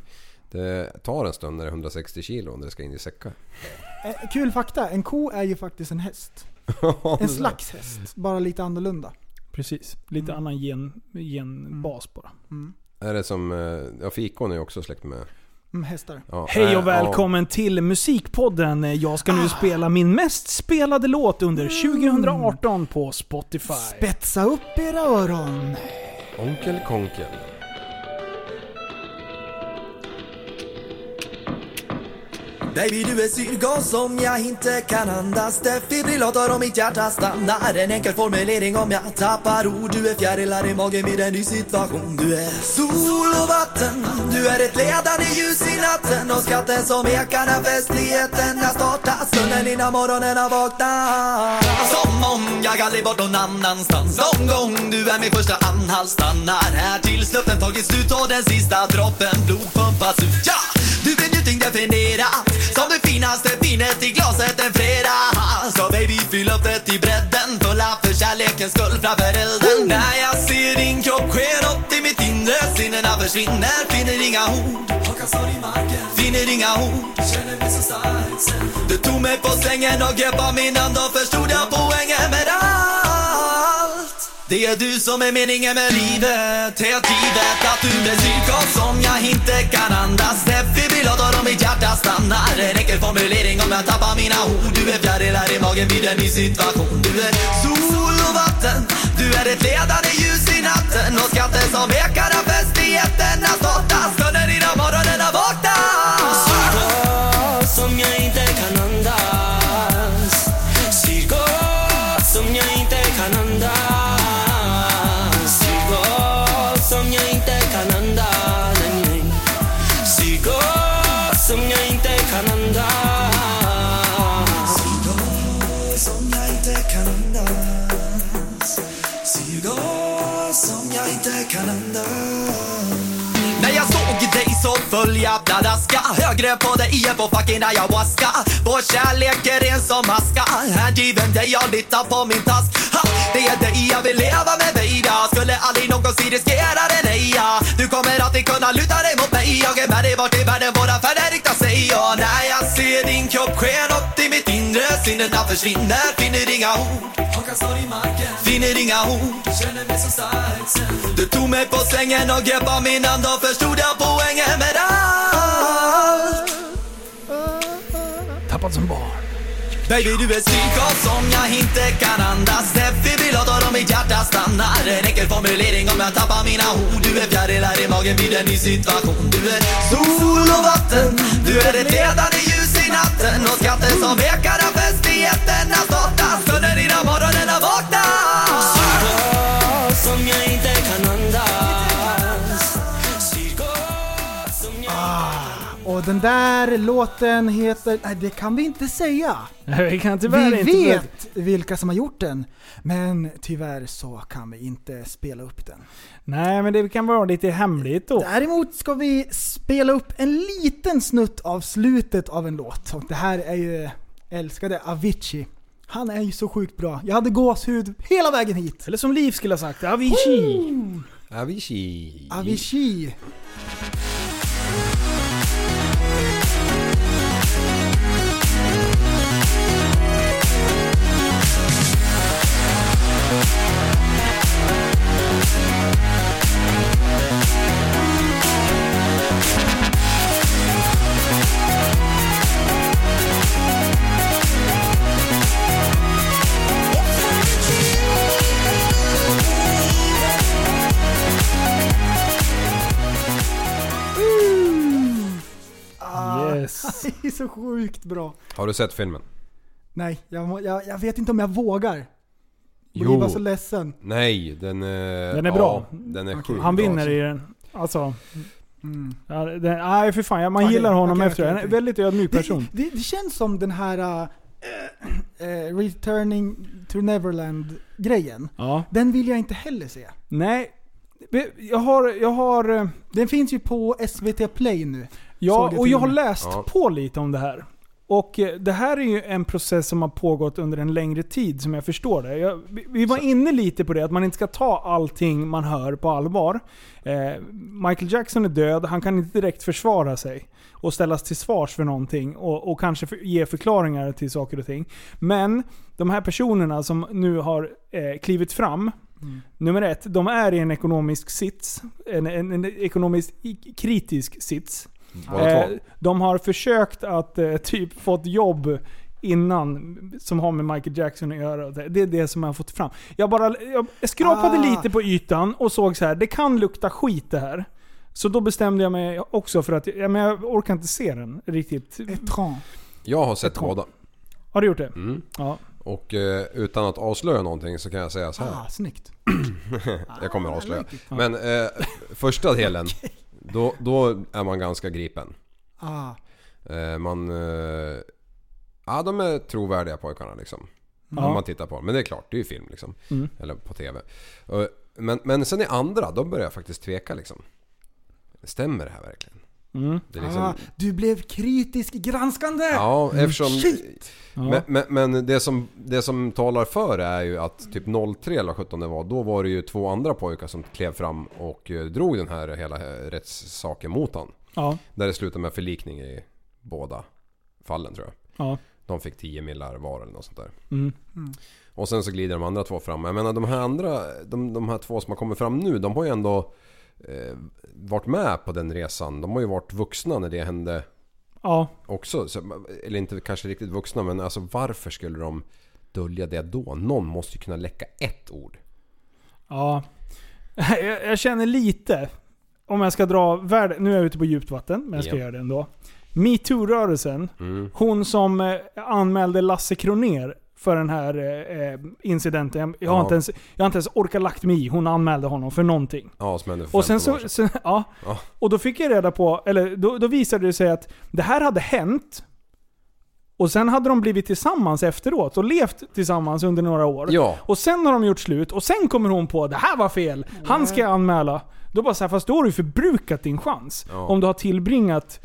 Speaker 5: Det tar en stund när det är 160 kilo när det ska in i säckar.
Speaker 4: Eh, kul fakta, en ko är ju faktiskt en häst. En slags häst, bara lite annorlunda.
Speaker 3: Precis. Lite annan gen, genbas bara.
Speaker 5: Är det som, eh, ja fikon är ju också släkt med...
Speaker 4: Mm, hästar.
Speaker 5: Ja,
Speaker 3: Hej
Speaker 5: nej,
Speaker 3: och välkommen till Musikpodden. Jag ska
Speaker 4: Ah.
Speaker 3: nu spela min mest spelade låt
Speaker 4: Mm.
Speaker 3: under 2018 på Spotify.
Speaker 4: Spetsa upp era öron!
Speaker 5: Ja, onkel Konkel.
Speaker 2: Baby du är syrgas som jag inte kan andas Defibrillator om mitt hjärta stannar En enkel formulering om jag tappar ord Du är fjärilar i magen vid en ny situation Du är sol och vatten Du är ett ledande ljus i natten Och skatten som ekar när festligheten har startat Stunden innan morgonen har vaknat Som om jag aldrig varit någon annanstans Någon gång du är min första anhalt Stannar här tills luften tagit slut Och den sista droppen blod pumpas ut ja! Du vet ingenting definierat Som det finaste vinet i glaset en fredag Så baby fyll upp det till bredden Fulla för kärlekens skull framför elden När jag ser din kropp sker något i mitt inre Sinnena försvinner, finner inga ord Finner inga ord Du tog mig på sängen och grepp om min hand och förstod jag poängen med allt det är du som är meningen med livet Helt givet att du är psykos som jag inte kan andas Defibrillator om mitt hjärta stannar En enkel formulering om jag tappar mina ord Du är fjärilar i magen vid en ny situation Du är sol och vatten Du är ett ledande ljus i natten Och skatten som ekar av festligheten har startat Stunden innan morgonen har vaknat
Speaker 9: som jag inte kan andas Syrgas som jag inte kan andas Syrgas som jag inte kan andas Nej, nej. Syrgas som jag inte kan andas
Speaker 2: som jag inte kan andas Syrgas som jag inte kan andas När jag såg dig så föll jag pladaska Jag Jag gröp på det igen på fucking ayahuasca Vår kärlek är ren som aska Hängiven dig, jag litar på min task ha, Det är dig jag vill leva med baby Skulle aldrig någonsin riskera det nej ja. Du kommer alltid kunna luta dig mot mig Jag är med dig vart i världen våra färder riktar sig ja, När jag ser din kropp sker något i mitt inre Sinnena försvinner, finner inga ord Finner inga ord Du tog mig på sängen och grepp av min hand och förstod jag poängen med allt
Speaker 3: Tappad som barn.
Speaker 2: Baby du är psykos som jag inte kan andas Defibrillator om mitt hjärta stannar En enkel formulering om jag tappar mina ord Du är fjärilar i magen vid en ny situation Du är sol och vatten Du är ett ledande ljus i natten Och skatten som ekar av festligheterna startas Stunden innan morgonen har vaknat
Speaker 9: Psykos som jag inte kan andas Psykos som jag
Speaker 4: Och den där låten heter... Nej, det kan vi inte säga.
Speaker 3: Nej, vi kan tyvärr
Speaker 4: Vi
Speaker 3: inte...
Speaker 4: vet vilka som har gjort den. Men tyvärr så kan vi inte spela upp den.
Speaker 3: Nej, men det kan vara lite hemligt då.
Speaker 4: Däremot ska vi spela upp en liten snutt av slutet av en låt. Och det här är ju älskade Avicii. Han är ju så sjukt bra. Jag hade gåshud hela vägen hit.
Speaker 3: Eller som Liv skulle ha sagt, Avicii.
Speaker 5: Avicii.
Speaker 4: Avicii.
Speaker 3: Yes.
Speaker 4: Det är så sjukt bra.
Speaker 5: Har du sett filmen?
Speaker 4: Nej, jag, må- jag, jag vet inte om jag vågar. Jag blir
Speaker 5: Jo.
Speaker 4: bara så ledsen.
Speaker 5: Nej, den är...
Speaker 3: Den är bra.
Speaker 5: Ja, den är sjukt
Speaker 3: Han
Speaker 5: bra,
Speaker 3: vinner
Speaker 5: alltså.
Speaker 3: i den. Alltså,
Speaker 4: Mm.
Speaker 3: ja, den, nej för fan. Man
Speaker 4: Okej,
Speaker 3: gillar honom
Speaker 4: okej,
Speaker 3: efter.
Speaker 4: okej,
Speaker 3: Han är en
Speaker 4: okej.
Speaker 3: väldigt ödmjuk
Speaker 4: Det,
Speaker 3: person.
Speaker 4: det, det känns som den här eh, eh, Returning to Neverland-grejen.
Speaker 3: Ja.
Speaker 4: Den vill jag inte heller se.
Speaker 3: Nej. Jag har, jag har... eh,
Speaker 4: Den finns ju på SVT Play nu. Såg
Speaker 3: Ja,
Speaker 4: det
Speaker 3: och
Speaker 4: till
Speaker 3: jag
Speaker 4: och
Speaker 3: har
Speaker 4: med.
Speaker 3: läst
Speaker 5: Ja.
Speaker 3: på lite om det här. Och eh, det här är ju en process som har pågått under en längre tid som jag förstår det. Jag, vi- vi var inne lite på det, att man inte ska ta allting man hör på allvar. Eh, Michael Jackson är död, han kan inte direkt försvara sig och ställas till svars för någonting och, och kanske för, ge förklaringar till saker och ting. Men de här personerna som nu har eh, klivit fram,
Speaker 4: Mm.
Speaker 3: nummer ett, de är i en ekonomisk sits. En, en, en ekonomisk i- kritisk sits.
Speaker 5: Mm. Båda
Speaker 3: Eh,
Speaker 5: två.
Speaker 3: de har försökt att eh, typ fått jobb innan som har med Michael Jackson att göra. Det det är det som jag har fått fram. Jag bara jag skrapade
Speaker 4: Ah.
Speaker 3: lite på ytan och såg så här, det kan lukta skit det här. Så då bestämde jag mig också för att ja, men jag orkar inte se den riktigt.
Speaker 4: Etran.
Speaker 5: Jag har sett båda.
Speaker 3: Har du gjort det?
Speaker 5: Mm.
Speaker 3: Ja.
Speaker 5: Och eh, utan att avslöja någonting så kan jag säga så här.
Speaker 4: Ah, snyggt.
Speaker 3: Ah.
Speaker 5: Jag kommer att avslöja. Men eh, första delen, då, då är man ganska gripen.
Speaker 4: Ah,
Speaker 5: Eh, man... Eh, ja, de är trovärdiga pojkarna liksom. Om
Speaker 3: Mm. Ja.
Speaker 5: man tittar på dem. Men det är klart, det är ju film liksom.
Speaker 3: Mm.
Speaker 5: Eller på TV. Och, men, men sen i andra, då börjar jag faktiskt tveka liksom. Stämmer det här verkligen?
Speaker 3: Mm.
Speaker 5: Det är liksom,
Speaker 4: ah, du blev kritisk granskande!
Speaker 5: ja,
Speaker 3: Mm,
Speaker 5: eftersom...
Speaker 4: Shit!
Speaker 5: Men, men, men det, som, det som talar för är ju att typ 03 eller 17 det var, då var det ju två andra pojkar som klev fram och eh, drog den här hela eh, rättssaken mot honom.
Speaker 3: Ja.
Speaker 5: Där det slutade med förlikning i båda fallen tror jag.
Speaker 3: Ja.
Speaker 5: De fick 10 millar var eller något sånt där.
Speaker 3: Mm.
Speaker 5: Och sen så glider de andra två fram. Jag menar de här andra, de, de här två som har kommit fram nu, de har ju ändå eh, varit med på den resan. De har ju varit vuxna när det hände
Speaker 3: Ja.
Speaker 5: också. Så, eller inte kanske riktigt vuxna men alltså varför skulle de dölja det då? Någon måste ju kunna läcka ett ord.
Speaker 3: Ja. Jag, jag känner lite, om jag ska dra värde, nu är jag ute på djupt vatten, men jag ska
Speaker 5: Ja.
Speaker 3: göra det ändå. Metoo-rörelsen,
Speaker 5: Mm.
Speaker 3: hon som eh, anmälde Lasse Kroner för den här eh, eh, incidenten. Jag, jag, har
Speaker 5: Ja.
Speaker 3: inte ens, jag har inte ens orkat lagt mig i. Hon anmälde honom för någonting.
Speaker 5: Ja, som hände för
Speaker 3: Och sen
Speaker 5: 15
Speaker 3: så,
Speaker 5: år sedan.
Speaker 3: så ja.
Speaker 5: Ja.
Speaker 3: Och då fick jag reda på, eller då, då visade det sig att det här hade hänt. Och sen hade de blivit tillsammans efteråt och levt tillsammans under några år.
Speaker 5: Ja.
Speaker 3: Och sen har de gjort slut och sen kommer hon på det här var fel, han ska jag anmäla. Då bara så här, fast då har du förbrukat din chans.
Speaker 5: Ja.
Speaker 3: Om du har tillbringat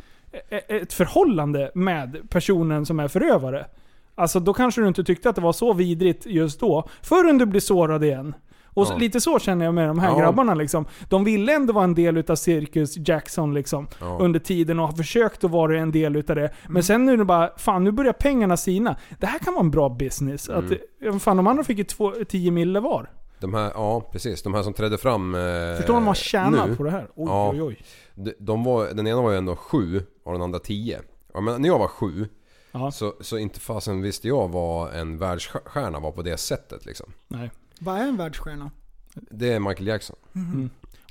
Speaker 3: e- ett förhållande med personen som är förövare. Alltså då kanske du inte tyckte att det var så vidrigt just då. Förrän du blir sårad igen. Och så,
Speaker 5: Ja.
Speaker 3: lite så känner jag med de här
Speaker 5: Ja.
Speaker 3: grabbarna liksom. De ville ändå vara en del utav Circus Jackson liksom.
Speaker 5: Ja. Mm.
Speaker 3: Under tiden och har försökt att vara en del utav det. Men sen nu är det bara, fan nu börjar pengarna sina. Det här kan vara en bra business. Att,
Speaker 5: Mm.
Speaker 3: eh, fan de andra fick ju två- 10 mille var.
Speaker 5: De här, ja precis. De här som trädde fram eh,
Speaker 3: Förstår du vad man tjänar
Speaker 5: nu,
Speaker 3: på det här? Oj,
Speaker 5: Ja.
Speaker 3: oj, oj.
Speaker 5: de, de var, Den ena var ju ändå sju och den andra tio. Ja, men när jag var sju
Speaker 3: Ja.
Speaker 5: så, så inte fasen visste jag vad en världsstjärna var på det sättet liksom.
Speaker 3: Nej.
Speaker 4: Vad är en världsstjärna?
Speaker 5: Det är Michael Jackson.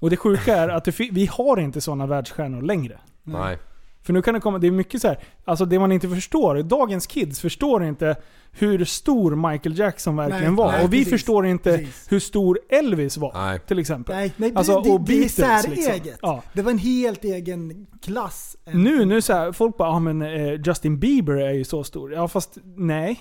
Speaker 3: Och det sjuka är att det, fi- vi har inte sådana världsstjärnor längre.
Speaker 5: Nej.
Speaker 3: För nu kan det komma, det är mycket så här, alltså det man inte förstår, dagens kids förstår inte hur stor Michael Jackson verkligen
Speaker 4: Nej,
Speaker 3: var.
Speaker 4: nej,
Speaker 3: och vi
Speaker 4: precis.
Speaker 3: förstår inte
Speaker 4: Precis.
Speaker 3: hur stor Elvis var.
Speaker 5: Nej.
Speaker 3: Till exempel.
Speaker 4: Nej, nej det-
Speaker 3: Alltså,
Speaker 4: det,
Speaker 3: och
Speaker 4: det, det är
Speaker 3: Beatles,
Speaker 4: säreget.
Speaker 3: liksom. Ja.
Speaker 4: Det var en helt egen klass.
Speaker 3: Nu, nu så här, folk bara ah, men eh, Justin Bieber är ju så stor. Ja fast nej.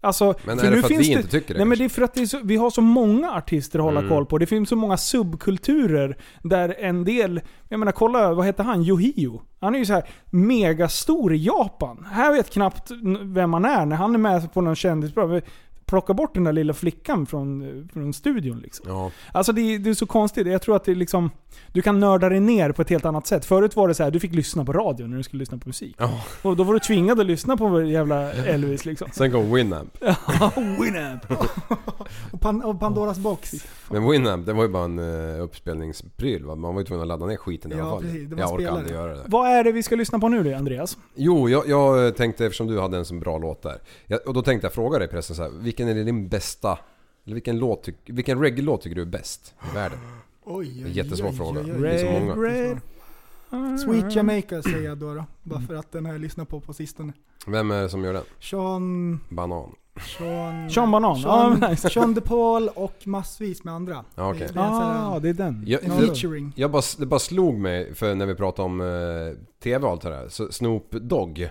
Speaker 3: Alltså,
Speaker 5: Men är det för att vi inte tycker det?
Speaker 3: Nej
Speaker 5: kanske? Mm.
Speaker 3: men det är för att det är så, vi har så många artister att hålla koll på. Det finns så många subkulturer där en del... Jag menar kolla, vad heter han? Yohio. Han är ju så här megastor i Japan. Här vet knappt n- vem han är när han är med på någon kändisprov. Plocka bort den där lilla flickan från, eh, från studion liksom.
Speaker 5: Ja.
Speaker 3: Alltså det, är- det är så konstigt. Jag tror att det är liksom... Du kan nörda dig ner på ett helt annat sätt. Förut var det så här, du fick lyssna på radio när du skulle lyssna på musik.
Speaker 5: Ja.
Speaker 3: Och då var du tvingad att lyssna på jävla Elvis liksom.
Speaker 5: Sen kom Winamp.
Speaker 4: Och, Pan, och Pandoras box.
Speaker 5: Men Winamp det var ju bara en eh, uppspelningspryl va? Man var ju tvungen att ladda ner skiten i
Speaker 4: Ja,
Speaker 5: alla fall.
Speaker 4: precis. Det var
Speaker 5: jag orkar
Speaker 4: spelare.
Speaker 5: aldrig göra det.
Speaker 3: Vad är det vi ska lyssna på nu då, Andreas?
Speaker 5: Jo, jag, jag tänkte eftersom du hade en så bra låt där. Jag, och då tänkte jag fråga dig pressen så här, vilken är din bästa... Eller vilken, låt, tyck- vilken reggae-låt tycker du är bäst i världen?
Speaker 4: Oj,
Speaker 5: Det är jättesvår fråga. Det är så
Speaker 3: Red,
Speaker 5: många.
Speaker 3: red.
Speaker 4: Sweet Jamaica säger jag då. då bara för att den har jag lyssnat på på sistone.
Speaker 5: Vem är det som gör den?
Speaker 4: Sean...
Speaker 5: Banan.
Speaker 4: Sean...
Speaker 3: Sean Banan.
Speaker 4: Sean,
Speaker 3: Ja, nice.
Speaker 4: Sean DePaul och massvis med andra.
Speaker 5: Ja, okej.
Speaker 4: Det- det är en sån här-
Speaker 3: Ah, det är den.
Speaker 5: Jag,
Speaker 4: En
Speaker 5: det,
Speaker 4: featuring.
Speaker 5: jag bara, det bara slog mig för när vi pratade om eh, TV och allt det där. Så Snoop Dogg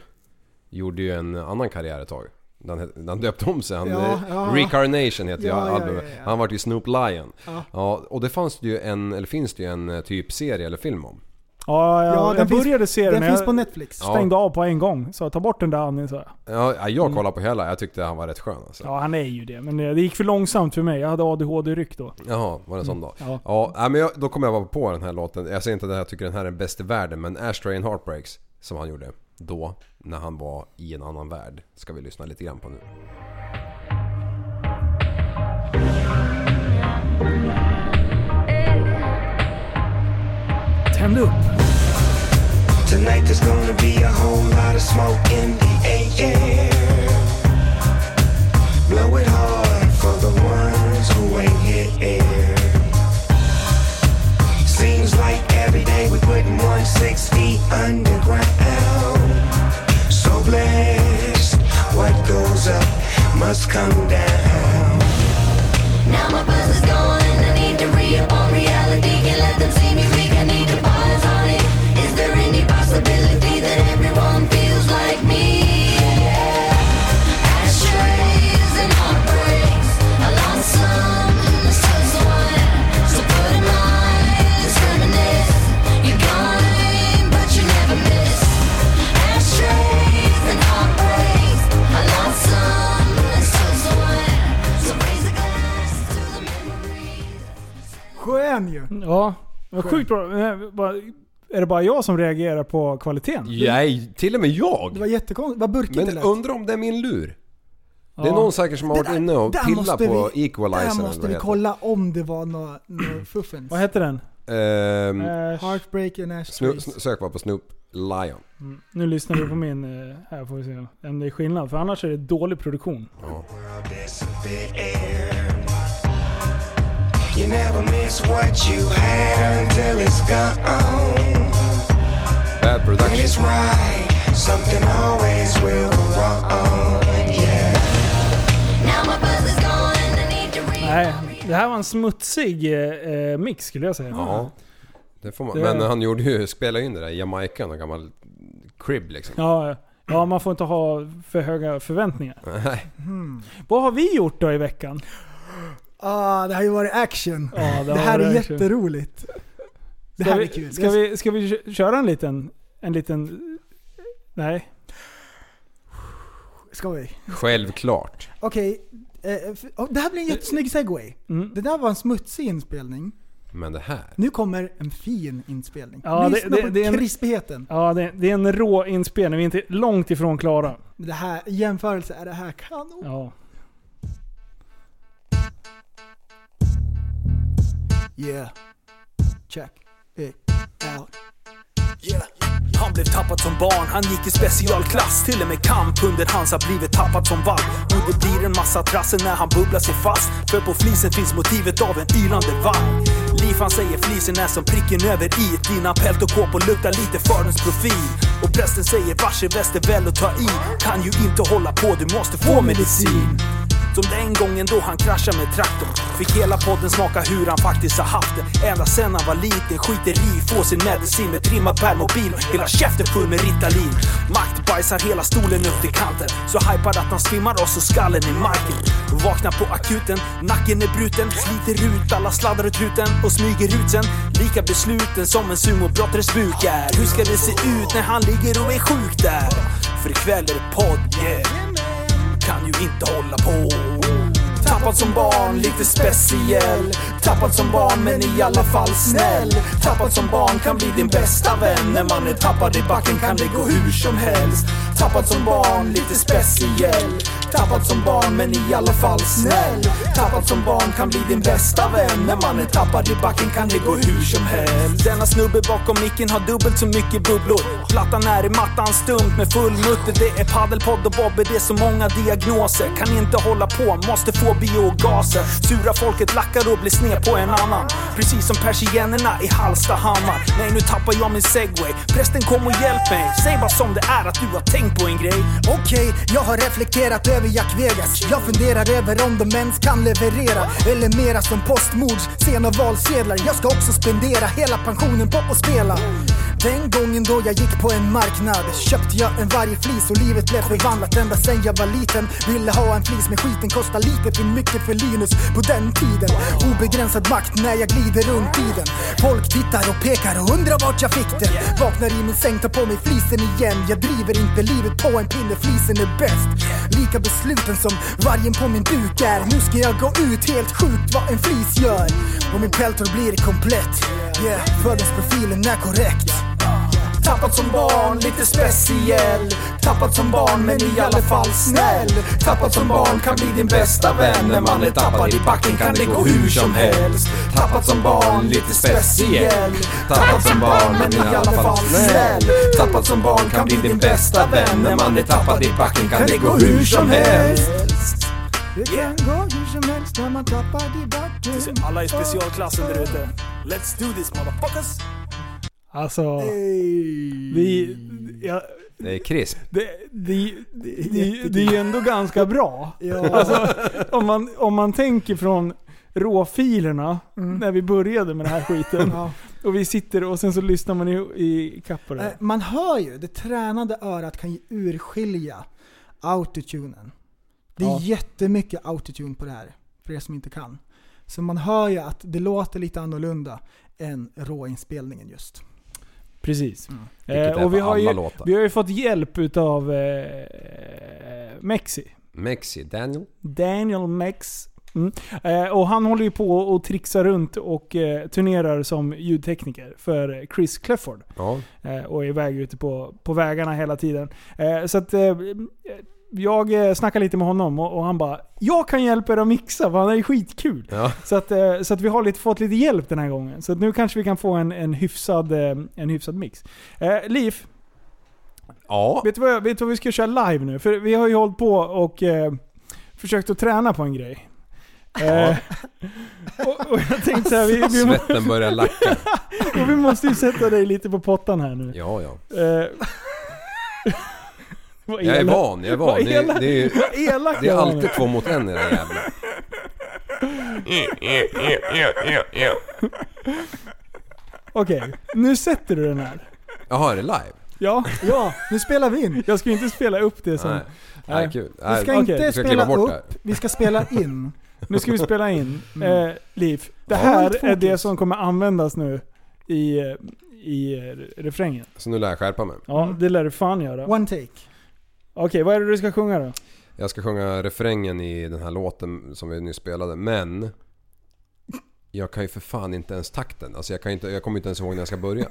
Speaker 5: gjorde ju en annan karriär ett tag. När Han, när han döpte om sig. Han,
Speaker 4: Ja,
Speaker 5: eh,
Speaker 4: ja.
Speaker 5: Recarnation heter
Speaker 4: Ja, ja,
Speaker 5: ju albumet.
Speaker 4: ja, ja.
Speaker 5: Han vart ju Snoop Lion.
Speaker 4: Ja.
Speaker 5: och det fanns det ju en, eller finns det ju en eh, typ serie eller film om.
Speaker 3: Ja, jag,
Speaker 4: Ja, den
Speaker 3: jag
Speaker 4: finns-
Speaker 3: började se den,
Speaker 4: Den
Speaker 3: men
Speaker 4: finns på
Speaker 3: jag
Speaker 4: Netflix.
Speaker 5: Ja.
Speaker 3: stängde av på en gång. Så ta bort den där Annie, sa jag.
Speaker 5: Ja, jag
Speaker 4: Mm.
Speaker 5: kollade på hela, jag tyckte han var rätt skön alltså.
Speaker 3: Ja, han är ju det. Men eh, det gick för långsamt för mig. Jag hade ADHD-ryck då.
Speaker 5: Jaha, var det en sån
Speaker 4: Mm,
Speaker 5: dag?
Speaker 3: Ja.
Speaker 5: Ja, nej, men jag, då kommer jag bara på den här låten. Jag säger inte att jag tycker den här är den bästa i världen, men Ashtray and Heartbreaks som han gjorde då, när han var i en annan värld, ska vi lyssna lite grann på nu.
Speaker 3: Tänd upp!
Speaker 7: Tonight there's gonna be a whole lot of smoke in the air. Blow it hard for the ones who ain't hit air. Seems like every day we're putting 160 underground. So blessed, what goes up must come down.
Speaker 10: Now my buzz is gone and I need to reaffirm reality. Can't let them see me weak. I need to pause on it. Is there any possibility that everyone feels like me? Ashtrays and heartbreaks. I lost some, this is one. So put 'em on, let's reminisce. You're gone, but you never miss. Ashtrays and heartbreaks. I lost some, this is one. So raise a glass to the memories.
Speaker 4: Skön ju!
Speaker 3: Ja, det var sjukt bra. Eh, bara- Är det bara jag som reagerar på kvaliteten?
Speaker 5: Nej, till och med
Speaker 4: Det var
Speaker 5: jag!
Speaker 4: jättekonstigt. Vad burkigt det
Speaker 5: Men
Speaker 4: lät.
Speaker 5: undrar om det är min lur? Det
Speaker 3: Ja.
Speaker 5: är någon säkert som har varit inne och
Speaker 4: där
Speaker 5: pillat
Speaker 4: måste
Speaker 5: på
Speaker 4: vi-
Speaker 5: equalizern
Speaker 4: Där
Speaker 5: eller
Speaker 4: måste
Speaker 5: vad
Speaker 4: vi
Speaker 5: heter. Mm.
Speaker 4: kolla om det var några nå fuffens.
Speaker 3: Vad hette den?
Speaker 5: Ehm,
Speaker 3: Eh,
Speaker 4: Heartbreak and
Speaker 5: snu,
Speaker 4: Ashtrays.
Speaker 5: sn- sök bara på Snoop Lion.
Speaker 3: nu lyssnar vi på min. eh, Här får vi se om det är skillnad. För annars är det dålig produktion.
Speaker 7: There's a bit air. You never miss what you had until it's gone.
Speaker 5: Bad
Speaker 7: When
Speaker 5: production.
Speaker 7: it's right, something always will go wrong. Yeah.
Speaker 10: Now my buzz is gone and I need to
Speaker 3: Nej,
Speaker 10: reaffirm
Speaker 3: det här var en smutsig eh, eh, mix skulle jag säga.
Speaker 5: Ja. Det får man.
Speaker 3: Det-
Speaker 5: Men han gjorde ju, spelade ju in det där i Jamaica, någon gammal crib liksom.
Speaker 3: Ja, ja, man får inte ha för höga förväntningar.
Speaker 5: Nej.
Speaker 4: Hmm.
Speaker 3: Vad har vi gjort då i veckan?
Speaker 4: Ah, det har ju varit action.
Speaker 3: Ja, det,
Speaker 4: Det här
Speaker 3: har
Speaker 4: är
Speaker 3: varit-
Speaker 4: jätteroligt. Det
Speaker 3: Ska
Speaker 4: här
Speaker 3: vi-
Speaker 4: är kul.
Speaker 3: Ska vi, ska vi kö- köra en liten, en liten
Speaker 4: Nej. Ska vi?
Speaker 5: Självklart.
Speaker 4: Okej. eh, f- oh, det här blir en jättesnygg segway.
Speaker 3: Mm.
Speaker 4: Det där var en smutsig inspelning.
Speaker 5: Men det här.
Speaker 4: Nu kommer en fin inspelning.
Speaker 3: Ja, det-
Speaker 4: Lyssna
Speaker 3: det-
Speaker 4: på
Speaker 3: det är en-
Speaker 4: krispigheten.
Speaker 3: Ja, det, det är en rå inspelning. Vi är inte långt ifrån klara.
Speaker 4: Det här, i jämförelse, är det här kanon?
Speaker 3: Ja.
Speaker 4: Yeah. Check it out.
Speaker 11: Han blev tappad som barn, han gick i specialklass Till och med kamphunden hans har blivit tappad som valp Och det blir en massa trassel när han bubblar sig fast För på flisen finns motivet av en ylande valp Liv han säger flisen är som pricken över i Dina pält och kåpor luktar lite förens profil Och prästen säger varse väster väl och ta i Kan ju inte hålla på, du måste få medicin som den gången då han kraschade med traktorn Fick hela podden smaka hur han faktiskt har haft det Ända sen han var liten skiter i få sin medicin med trimmad permobil Hela käften full med Ritalin Makt bajsar hela stolen upp till kanten Så hypad att han svimmar och så skallen i marken Vaknar på akuten, nacken är bruten Sliter ut alla sladdar och truten och smyger ut sen Lika besluten som en sumobrottares buk är Hur ska det se ut när han ligger och är sjuk där? För ikväll är det podd, yeah kan ju inte hålla på Tappad som barn, lite speciell Tappad som barn men i alla fall snäll Tappad som barn kan bli din bästa vän När man är tappad i backen kan det gå hur som helst Tappad som barn, lite speciell Tappad som barn men i alla fall snäll Tappad som barn kan bli din bästa vän När man är tappad i backen kan det gå hur som helst Denna snubbe bakom micken har dubbelt så mycket bubblor Plattan är i mattan stumt med full mutter Det är paddelpodd och Bobby, det är så många diagnoser Kan inte hålla på, måste få biogaser Sura folket lackar och blir sned på en annan Precis som persiennerna i Hallstahammar Nej nu tappar jag min segway Prästen kom och hjälp mig Säg bara som det är att du har tänkt på en grej
Speaker 12: Okej, jag har reflekterat över Jack Vegas. Jag funderar över om de ens kan leverera. Eller mera som postmords, sena valsedlar. Jag ska också spendera hela pensionen på att spela. Den gången då jag gick på en marknad köpte jag en vargflis och livet blev förvandlat ända sen jag var liten. Ville ha en flis men skiten kostar lite för mycket för Linus på den tiden. Obegränsad makt när jag glider runt i den. Folk tittar och pekar och undrar vart jag fick den. Vaknar i min säng, tar på mig flisen igen. Jag driver inte livet på en pinne, flisen är bäst. Lika besluten som vargen på min buk är. Nu ska jag gå ut, helt sjukt vad en flis gör. Och min peltor blir komplett. Yeah, fördomsprofilen är korrekt.
Speaker 11: Tappad som barn, lite speciell Tappad som barn men i alla fall snäll Tappad som barn kan bli din bästa vän När man är tappad i backen kan det gå hur som helst Tappad som barn, lite speciell Tappad som barn men i alla fall snäll Tappad som barn kan bli din bästa vän När man är tappad i backen kan det gå hur som helst
Speaker 4: Det kan gå hur som helst när man tappar i backen.
Speaker 11: Alla i specialklassen där ute Let's do this motherfuckers
Speaker 3: Alltså... Vi... Ja,
Speaker 5: Det är krisp.
Speaker 3: det, det, det, det, det är ju ändå ganska bra. Alltså, om, man, om man tänker från råfilerna när vi började med den här skiten. Och vi sitter och sen så lyssnar man i, i kapp på det.
Speaker 4: Eh, Man hör ju, det tränade örat kan ju urskilja autotunen. Det är
Speaker 3: Ja.
Speaker 4: jättemycket autotune på det här, för er som inte kan. Så man hör ju att det låter lite annorlunda än råinspelningen just.
Speaker 3: Precis.
Speaker 4: Vilket är
Speaker 3: Eh, och vi
Speaker 4: för
Speaker 3: har,
Speaker 4: alla
Speaker 3: ju,
Speaker 4: låtar.
Speaker 3: vi har ju fått hjälp utav eh, Mexi.
Speaker 5: Mexi, Daniel.
Speaker 3: Daniel Mex. Mm. Eh, och han håller ju på och trixar runt och eh, turnerar som ljudtekniker för eh, Chris Clifford.
Speaker 5: Ja.
Speaker 3: Eh, och är iväg ute på, på vägarna hela tiden. Eh, så att eh, jag eh, snackade lite med honom och, och han bara “Jag kan hjälpa er att mixa, för han är ju skitkul”.
Speaker 5: Ja.
Speaker 3: Så, att, eh, så att vi har lite, fått lite hjälp den här gången. Så att nu kanske vi kan få en, en, hyfsad, eh, en hyfsad mix. Eh, Liv,
Speaker 5: Ja.
Speaker 3: vet, du vad, jag- vet du vad vi ska köra live nu? För vi har ju hållit på och eh, försökt att träna på en grej. Eh, och, och jag tänkte såhär, vi, vi, må-
Speaker 5: Svetten börjar lacka.
Speaker 3: och vi måste ju sätta dig lite på pottan här nu.
Speaker 5: Ja, ja.
Speaker 3: Eh, vad
Speaker 5: Jag är
Speaker 3: elak-
Speaker 5: van, jag är van.
Speaker 3: vad
Speaker 5: Det är,
Speaker 3: elak-
Speaker 5: det är,
Speaker 3: vad elak
Speaker 5: det är
Speaker 3: jag var nu.
Speaker 5: alltid två mot en i den här jävla.
Speaker 3: Okej, nu sätter du den här.
Speaker 5: Jaha, är det live?
Speaker 3: Ja, ja, nu spelar vi in. Jag ska ju inte spela upp det sen.
Speaker 5: Nej. Nej, kul.
Speaker 3: Vi
Speaker 5: Nej,
Speaker 3: ska
Speaker 5: okej,
Speaker 3: inte
Speaker 5: vi ska
Speaker 3: spela
Speaker 5: klippa bort det här.
Speaker 3: upp.
Speaker 4: Vi ska spela in.
Speaker 3: Nu ska vi spela in.
Speaker 4: Mm.
Speaker 3: Eh, Liv,
Speaker 4: Ja.
Speaker 3: det här
Speaker 4: Fullt
Speaker 3: är det
Speaker 4: fokus.
Speaker 3: som kommer användas nu i, eh, i eh, refrängen.
Speaker 5: Så nu lär jag skärpa mig.
Speaker 3: Ja, det lär du fan göra.
Speaker 4: One take.
Speaker 3: Okej, vad är det du ska sjunga då?
Speaker 5: Jag ska sjunga refrängen i den här låten som vi nyss spelade, men... Jag kan ju för fan inte ens takten. Alltså jag, kan ju inte, jag kommer ju inte ens ihåg när jag ska börja.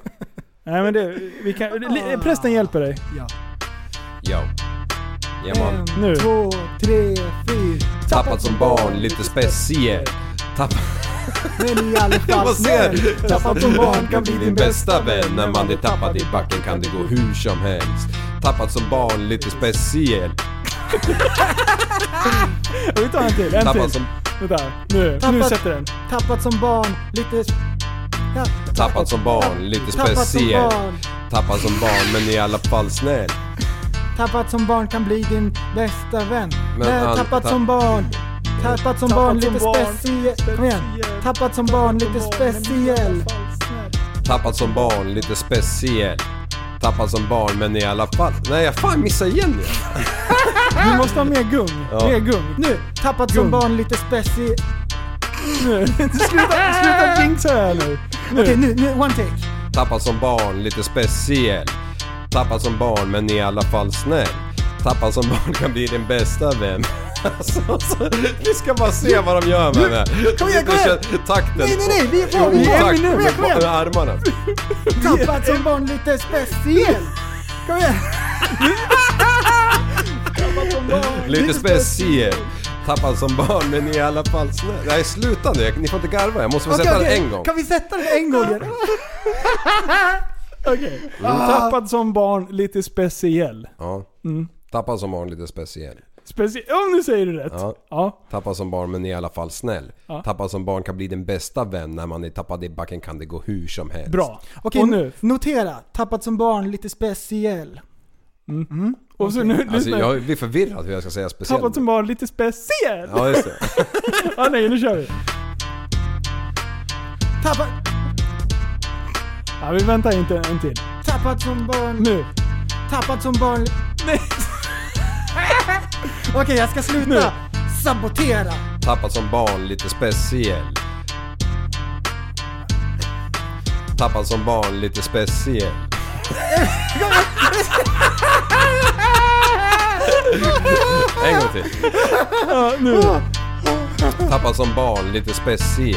Speaker 3: Nej men det, vi kan...
Speaker 4: Ah.
Speaker 3: li- eh, Prästen hjälper dig.
Speaker 4: Ja.
Speaker 5: Ja. Ja man.
Speaker 3: Nu.
Speaker 4: Två, tre, fyra.
Speaker 5: Tappat som barn, lite speciell. Tappat...
Speaker 4: Men i alla fall
Speaker 5: Jag bara ser!
Speaker 4: snäll. Tappat som barn kan bli
Speaker 5: din bästa vän. När man är tappad i backen kan det gå hur som helst. Tappat som barn, lite speciell.
Speaker 3: Vi tar en till, en
Speaker 5: Tappat
Speaker 3: till.
Speaker 5: som-
Speaker 3: Vänta, nu, nu
Speaker 4: Tappat-
Speaker 3: sätter den.
Speaker 4: Tappat som barn, lite... Ja.
Speaker 5: Tappat som barn, lite
Speaker 4: Tappat som
Speaker 5: speciell.
Speaker 4: barn.
Speaker 5: Tappat som barn, men i alla fall snäll.
Speaker 4: Tappat som barn kan bli din bästa vän.
Speaker 5: Men
Speaker 4: Nej,
Speaker 5: all-
Speaker 4: tappat
Speaker 5: ta-
Speaker 4: som barn. Tappat som
Speaker 3: Tappat
Speaker 4: barn,
Speaker 3: som
Speaker 4: lite
Speaker 3: barn.
Speaker 4: speciell. Kom igen. Tappat som barn, lite speciell.
Speaker 5: Tappat som barn, lite speciell. Tappat som barn, men i alla fall... Nej, jag fan missar igen nu.
Speaker 3: Vi måste ha mer gung.
Speaker 5: Ja.
Speaker 3: Mer gung.
Speaker 4: Nu! Tappat som
Speaker 3: Gung.
Speaker 4: barn, lite speciell.
Speaker 3: Nu. sluta, sluta jinxa här nu.
Speaker 4: Okej, nu, nu, one take.
Speaker 5: Tappat som barn, lite speciell. Tappat som barn, men i alla fall snäll. Tappat som barn kan bli din bästa vän. Alltså, alltså, vi ska bara se vad de gör med det.
Speaker 4: Kom igen, kom igen.
Speaker 5: Takten.
Speaker 4: Nej, nej, nej, vi är kvar,
Speaker 5: Jo,
Speaker 4: vi är
Speaker 5: takt,
Speaker 4: Eminem. Kom igen, kom igen.
Speaker 5: med armarna.
Speaker 4: Tappat som barn, lite speciell. Kom igen.
Speaker 5: Lite speciell. Tappat som barn, men i alla fall snäll. Nej, sluta nu. Ni får inte garva. Jag måste få
Speaker 4: Okej,
Speaker 5: sätta
Speaker 4: okej.
Speaker 5: den en gång.
Speaker 4: Kan vi sätta den en gång? igen?
Speaker 3: Okej. Tappad som barn, lite speciell.
Speaker 5: Ja.
Speaker 4: Mm.
Speaker 5: Tappat som barn, lite speciell.
Speaker 3: Specie- Om nu säger du rätt.
Speaker 5: Ja.
Speaker 3: Ja.
Speaker 5: Tappad som barn men i alla fall snäll.
Speaker 3: Ja.
Speaker 5: Tappad som barn kan bli din bästa vän. När man är tappad i backen kan det gå hur som helst.
Speaker 3: Bra.
Speaker 4: Okej,
Speaker 3: och nu.
Speaker 4: notera. Tappat som barn, lite speciell.
Speaker 3: Och så nu,
Speaker 5: Alltså
Speaker 3: lyssna.
Speaker 5: jag blir förvirrad hur jag ska säga speciellt.
Speaker 3: Tappad som barn, lite speciell.
Speaker 5: Ja just det.
Speaker 3: Ah, nej, nu kör vi.
Speaker 4: Tappat,
Speaker 3: Ja, vi väntar inte en till.
Speaker 4: tappat som barn,
Speaker 3: Nu.
Speaker 4: tappat som barn.
Speaker 3: Nej.
Speaker 4: Okej, jag ska sluta.
Speaker 3: Nu.
Speaker 4: Sabotera.
Speaker 5: Tappad som barn lite speciell. Tappad som barn lite speciell. en gång till.
Speaker 3: Nu.
Speaker 5: Ah, Tappad som barn lite speciell.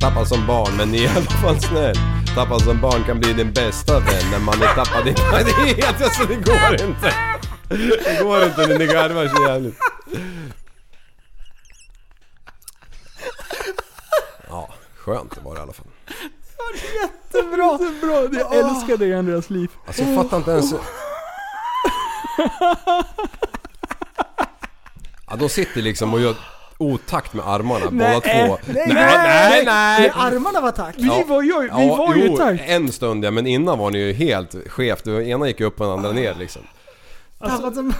Speaker 5: Tappad som barn men i alla fall snäll. Tappad som barn kan bli din bästa vän när man är tappad i... Det är helt... Alltså det går inte. Det går inte när ni garvar så jävligt. Ja, skönt det var det i alla fall.
Speaker 3: Jättebra. Jättebra. Jag älskar dig i Andreas liv.
Speaker 5: Alltså jag fattar inte ens... Ja, de sitter liksom och gör otakt med armarna båda två.
Speaker 3: nej,
Speaker 5: nej, nej!
Speaker 4: Det är armarna var tack.
Speaker 3: Vi var ju, vi var ju
Speaker 5: jo,
Speaker 3: tajt.
Speaker 5: en stund ja, men innan var ni ju helt skevt. Det var- Ena gick upp och den andra ner liksom.
Speaker 4: Tappat som...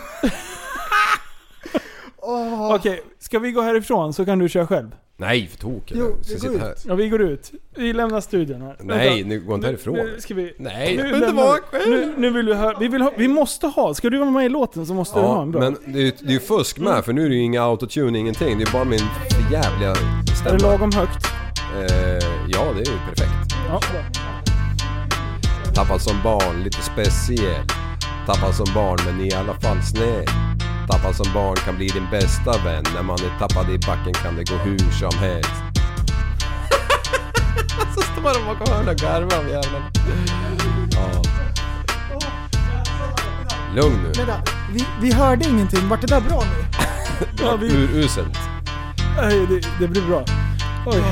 Speaker 4: Åh.
Speaker 3: Okej, ska vi gå härifrån så kan du köra själv?
Speaker 5: Nej, för tok.
Speaker 4: Jo,
Speaker 5: Jag
Speaker 4: vi
Speaker 5: ska
Speaker 4: går
Speaker 5: sitta här.
Speaker 4: ut.
Speaker 3: Ja, vi går ut. Vi lämnar studion här.
Speaker 5: Nej,
Speaker 3: Vänta.
Speaker 5: nu går inte härifrån.
Speaker 3: Nu, nu ska vi...
Speaker 5: Nej, jag
Speaker 3: nu
Speaker 5: vill inte
Speaker 3: lämnar
Speaker 5: vara
Speaker 3: vi. nu, nu vill vi höra... Vi, vill ha, vi måste ha... Ska du vara med i låten så måste du ha
Speaker 5: Ja,
Speaker 3: en bra. Mm.
Speaker 5: men det är ju- det är ju fusk med för nu är det ju inga autotune, ingenting. Det är bara min jävliga
Speaker 3: Är det
Speaker 5: stämma.
Speaker 3: lagom högt?
Speaker 5: Eh, ja, det är ju perfekt.
Speaker 3: Ja, bra.
Speaker 5: Tappad som barn, lite speciell. Tappad som barn men i alla fall snäll. Tappad som barn kan bli din bästa vän. När man är tappad i backen kan det gå hur som helst. Så står man bakom hörnet och garvar av jävlar. Ja. Lugn nu.
Speaker 4: Vänta, vi, vi hörde ingenting. Vart det där bra nu?
Speaker 3: Ja, vi,
Speaker 5: Uruselt.
Speaker 3: nej, det, det blir bra. Oj.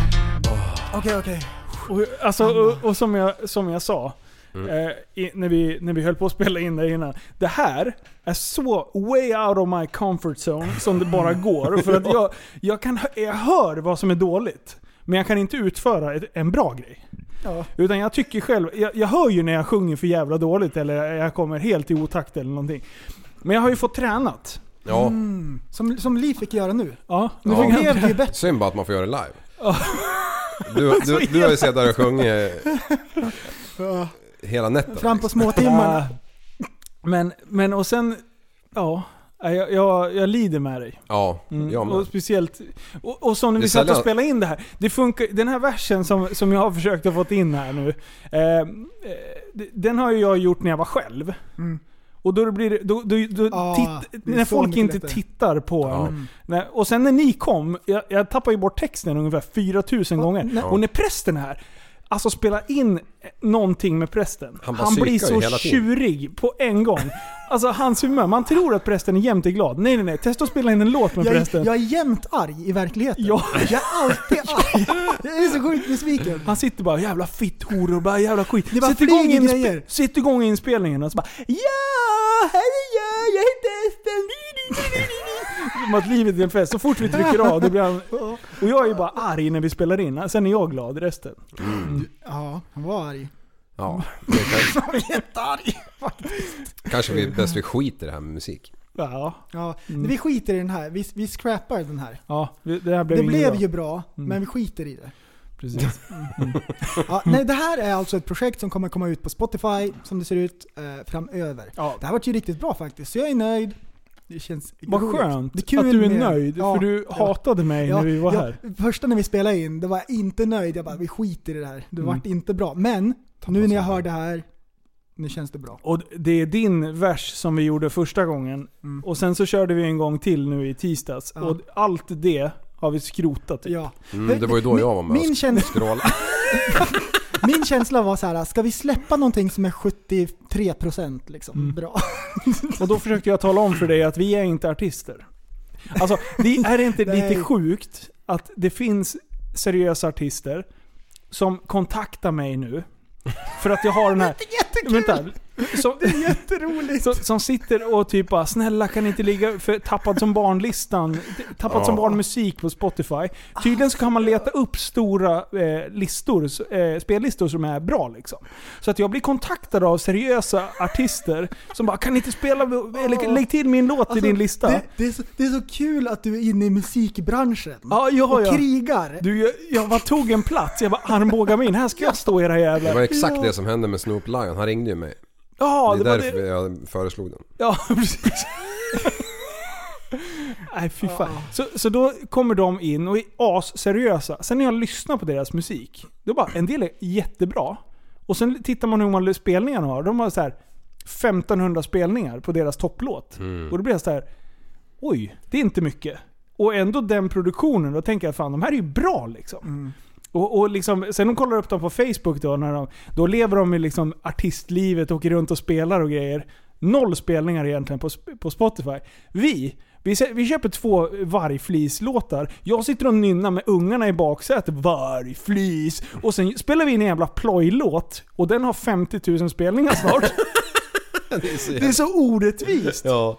Speaker 4: Okej, okej.
Speaker 3: Och, alltså, och, och som, jag, som jag sa,
Speaker 4: Mm.
Speaker 3: eh, i, när, vi, när vi höll på att spela in det innan. Det här är så way out of my comfort zone som det bara går. För att jag, jag, kan, hö- jag hör vad som är dåligt, men jag kan inte utföra ett, en bra grej.
Speaker 4: Ja.
Speaker 3: Utan jag tycker själv, jag, jag hör ju när jag sjunger för jävla dåligt eller jag kommer helt i otakt eller någonting. Men jag har ju fått tränat.
Speaker 5: Ja,
Speaker 4: Som, som Li fick göra nu.
Speaker 3: Ja, nu
Speaker 5: Ja.
Speaker 3: fick
Speaker 4: Det
Speaker 3: jag
Speaker 4: blev ju bättre.
Speaker 5: synd bara att man får göra det live. Du, du, du har ju sett där och sjungit eh, hela nätterna.
Speaker 4: Fram på småtimmarna.
Speaker 3: Men, men och sen... Ja. Nej, Jag, jag, jag lider med dig.
Speaker 5: Ja,
Speaker 3: Mm,
Speaker 5: jag med.
Speaker 3: och speciellt, och, och som när vi
Speaker 5: Det
Speaker 3: satt och
Speaker 5: sällan-
Speaker 3: spelade in det här. Det funkar, den här versen som, som jag har försökt att få in här nu. Eh, eh, d- den har ju jag gjort när jag var själv. Och då blir det, då, då, då,
Speaker 4: Mm. Ah,
Speaker 3: titt,
Speaker 4: det är
Speaker 3: när
Speaker 4: så
Speaker 3: folk
Speaker 4: mycket
Speaker 3: inte
Speaker 4: lättare.
Speaker 3: tittar på
Speaker 4: Ja.
Speaker 3: en. När, och sen när ni kom, jag, jag tappade ju bort texten ungefär 4000 gånger.
Speaker 4: nej.
Speaker 3: Och när prästen är här, alltså spela in eh, någonting med prästen.
Speaker 5: Han
Speaker 3: Han,
Speaker 5: bara
Speaker 3: blir
Speaker 5: psykar ju
Speaker 3: så
Speaker 5: hela tiden.
Speaker 3: tjurig på en gång. Alltså hans humör, man tror att prästen är jämt är glad. Nej nej nej, testa att spela in en låt med
Speaker 4: Jag,
Speaker 3: prästen.
Speaker 4: jag är jämt arg i verkligheten.
Speaker 3: Ja.
Speaker 4: Jag är alltid arg. Jag är så sjukt besviken.
Speaker 3: Han sitter bara 'jävla fitthoror' och bara 'jävla skit'
Speaker 4: Det bara
Speaker 3: Sätt igång,
Speaker 4: flyger
Speaker 3: inspe-
Speaker 4: grejer.
Speaker 3: sätt igång inspelningen och så bara 'Ja, här är jag, jag heter Esten' Som att livet är en fest. Så fort vi trycker av, då blir han... Och jag är ju bara arg när vi spelar in, sen är jag glad resten.
Speaker 4: Ja, han var arg.
Speaker 5: Ja, det kan,
Speaker 4: Han var jättearg faktiskt.
Speaker 5: kanske vi bäst vi skiter i det här med musik.
Speaker 3: Ja.
Speaker 4: Ja,
Speaker 3: Mm.
Speaker 4: Vi skiter i den här. Vi, vi scrappar den här.
Speaker 3: Ja, vi- det här blev
Speaker 4: det
Speaker 3: inget
Speaker 4: blev
Speaker 3: bra.
Speaker 4: ju bra,
Speaker 3: Mm.
Speaker 4: men vi skiter i det.
Speaker 3: Precis.
Speaker 4: Ja, nej, det här är alltså ett projekt som kommer komma ut på Spotify, som det ser ut, eh, framöver. Det här vart ju riktigt bra faktiskt, så jag är nöjd. Det känns
Speaker 3: Vad
Speaker 4: roligt.
Speaker 3: skönt
Speaker 4: Det kul
Speaker 3: att du är
Speaker 4: med-
Speaker 3: nöjd,
Speaker 4: Ja,
Speaker 3: för du
Speaker 4: ja.
Speaker 3: hatade mig
Speaker 4: Ja,
Speaker 3: när vi var
Speaker 4: ja,
Speaker 3: här.
Speaker 4: Första när vi spelade in, då var jag inte nöjd. Jag bara, vi skiter i det här. Det
Speaker 3: Mm.
Speaker 4: vart inte bra. Men, nu när jag hör det här, nu känns det bra.
Speaker 3: Och det är din vers som vi gjorde första gången. Och sen så körde vi en gång till nu i tisdags.
Speaker 4: Mm. Ja.
Speaker 3: Och allt det har vi skrotat typ.
Speaker 4: Ja.
Speaker 5: Mm, det var ju då jag var med alltså.
Speaker 4: min
Speaker 5: och
Speaker 4: känd-
Speaker 5: skråla.
Speaker 4: Min känsla var så här: ska vi släppa någonting som är 73% liksom
Speaker 3: Mm.
Speaker 4: bra?
Speaker 3: Och då försökte jag tala om för dig att vi är inte artister. Alltså, det är inte lite
Speaker 4: Nej.
Speaker 3: sjukt att det finns seriösa artister som kontaktar mig nu för att jag har den här... Vänta. Som, det är jätteroligt! Som, som sitter och typ bara, snälla kan ni inte ligga för tappad som barn-listan, tappad
Speaker 5: Ja.
Speaker 3: som barn-musik på Spotify. Tydligen så kan man leta upp stora eh, listor, s- eh, spellistor som är bra liksom. Så att jag blir kontaktad av seriösa artister som bara, kan ni inte spela, eller lägg till min låt
Speaker 5: Alltså,
Speaker 3: i din lista.
Speaker 4: Alltså, Det, det, är så, det är så kul att du är inne i musikbranschen.
Speaker 3: Ja, ja,
Speaker 4: och
Speaker 3: ja.
Speaker 4: krigar.
Speaker 3: Du, jag, jag bara tog en plats, jag bara armbåga mig in, här ska jag stå era jävlar.
Speaker 5: Det var exakt det som hände med Snoop Lion, han ringde ju mig.
Speaker 3: Ja,
Speaker 5: det är
Speaker 3: det var
Speaker 5: därför jag föreslog den.
Speaker 3: Ja, precis. Nej, fy fan. Så, så då kommer de in och är asseriösa. Sen när jag lyssnar på deras musik, då bara, en del är jättebra. Och sen tittar man hur många spelningar de har. De har så här 1500 spelningar på deras topplåt.
Speaker 5: Mm.
Speaker 3: Och då blir jag så här. oj, det är inte mycket. Och ändå den produktionen, då tänker jag fan de här är ju bra liksom. Och, och liksom, sen de kollar upp dem på Facebook då, när de, då lever de i liksom artistlivet, åker runt och spelar och grejer. Noll spelningar egentligen på, sp- på Spotify. Vi, vi, sä- vi köper två vargflis-låtar. Jag sitter och nynnar med ungarna i baksätet. Vargflis. Och sen spelar vi in en jävla plojlåt och den har 50 000 spelningar snart. Det är så orättvist.
Speaker 5: Ja.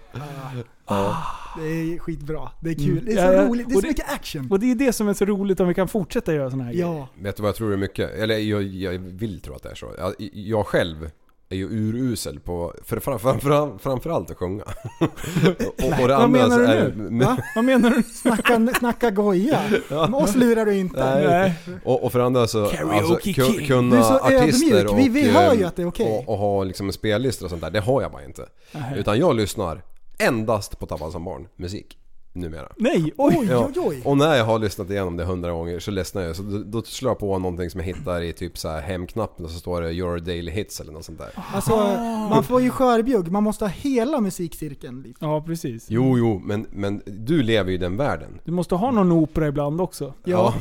Speaker 4: Det är skitbra. Det är kul.
Speaker 3: Mm.
Speaker 4: Det är så
Speaker 3: Ja, ja.
Speaker 4: roligt. Det är
Speaker 3: Och
Speaker 4: så
Speaker 3: det-
Speaker 4: mycket action.
Speaker 3: Och det är det som är så roligt om vi kan fortsätta göra såna här grejer.
Speaker 4: Ja.
Speaker 5: Vet du vad jag tror det är mycket? Eller jag, jag vill tro att det är så. Jag, jag själv är ju urusel på, för, fram, fram, fram, framförallt att sjunga. och, och det
Speaker 3: Vad
Speaker 5: andra
Speaker 3: menar
Speaker 5: så
Speaker 3: du
Speaker 5: är,
Speaker 3: nu? Va? Vad menar du?
Speaker 4: Snacka, snacka goja. Men oss lurar du inte.
Speaker 5: Nej. Och, och för det andra så... alltså,
Speaker 4: Karaoke
Speaker 5: ku-
Speaker 4: king. Du
Speaker 5: kunna
Speaker 4: är så
Speaker 5: artister
Speaker 4: ödmjuk.
Speaker 5: och...
Speaker 4: Vi- vi hör ju
Speaker 5: eh,
Speaker 4: att det är okej.
Speaker 5: Och, och ha liksom en spellista och sånt där. Det har jag bara inte.
Speaker 3: Nej.
Speaker 5: Utan jag lyssnar endast på Tappad som barn musik. Numera.
Speaker 3: Nej, oj,
Speaker 5: Ja.
Speaker 3: oj, oj.
Speaker 5: Och när jag har lyssnat igenom det hundra gånger så ledsnar jag. Så då, då slår jag på någonting som jag hittar i typ så här hemknappen och så står det “Your daily hits” eller något sånt där.
Speaker 4: Alltså,
Speaker 3: Ah.
Speaker 4: man får ju skörbjugg. Man måste ha hela musikcirkeln. Liksom.
Speaker 3: Ja, precis.
Speaker 5: Jo, jo, men, men du lever ju i den världen.
Speaker 3: Du måste ha någon opera ibland också.
Speaker 5: Ja.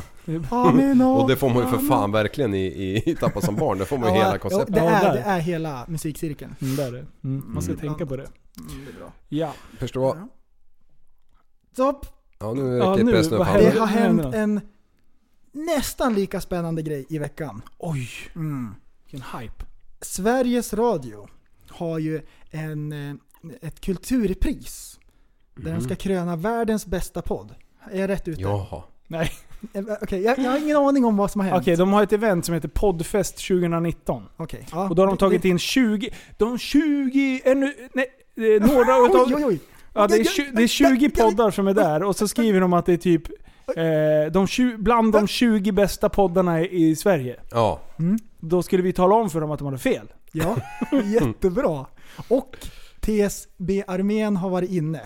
Speaker 4: Ja, men, ja.
Speaker 5: Och det får man ju för fan verkligen i, i, i Tappa som barn. Det får man ju
Speaker 4: Ja,
Speaker 5: hela konceptet.
Speaker 4: Det
Speaker 3: Ja, där.
Speaker 4: är, det är hela musikcirkeln.
Speaker 3: Mm, där är det. Mm, man ska
Speaker 4: Mm.
Speaker 3: tänka på det.
Speaker 4: Det är bra.
Speaker 3: Ja.
Speaker 5: Förstår.
Speaker 4: Stopp.
Speaker 5: Ja, nu
Speaker 3: Ja,
Speaker 5: räcker
Speaker 3: nu,
Speaker 5: prästen upp
Speaker 3: vad
Speaker 5: handen.
Speaker 4: Det har
Speaker 3: Vad händer
Speaker 4: hänt
Speaker 3: då?
Speaker 4: en nästan lika spännande grej i veckan.
Speaker 3: Oj,
Speaker 4: Mm.
Speaker 3: vilken hype.
Speaker 4: Sveriges Radio har ju en, eh, ett kulturpris. Där de
Speaker 3: Mhm.
Speaker 4: ska kröna världens bästa podd. Är jag rätt ute?
Speaker 5: Jaha.
Speaker 3: Nej.
Speaker 4: Eh, Okej, jag, jag har ingen aning om vad som har
Speaker 3: Okej,
Speaker 4: hänt.
Speaker 3: de har ett event som heter Poddfest 2019.
Speaker 4: Okej. Ja,
Speaker 3: och då har de
Speaker 4: det-
Speaker 3: tagit
Speaker 4: det-
Speaker 3: in 20... De 20... Ännu, nej, eh, några utav...
Speaker 4: Oj, oj, oj.
Speaker 3: Ja, det är, 20, det är 20 poddar som är där och så skriver de att det är typ... Eh, de 20, bland de 20 bästa poddarna i, i Sverige.
Speaker 5: Ja.
Speaker 3: Då skulle vi tala om för dem att de hade fel. Mm.
Speaker 4: Ja, jättebra. Och TSB-armén har varit inne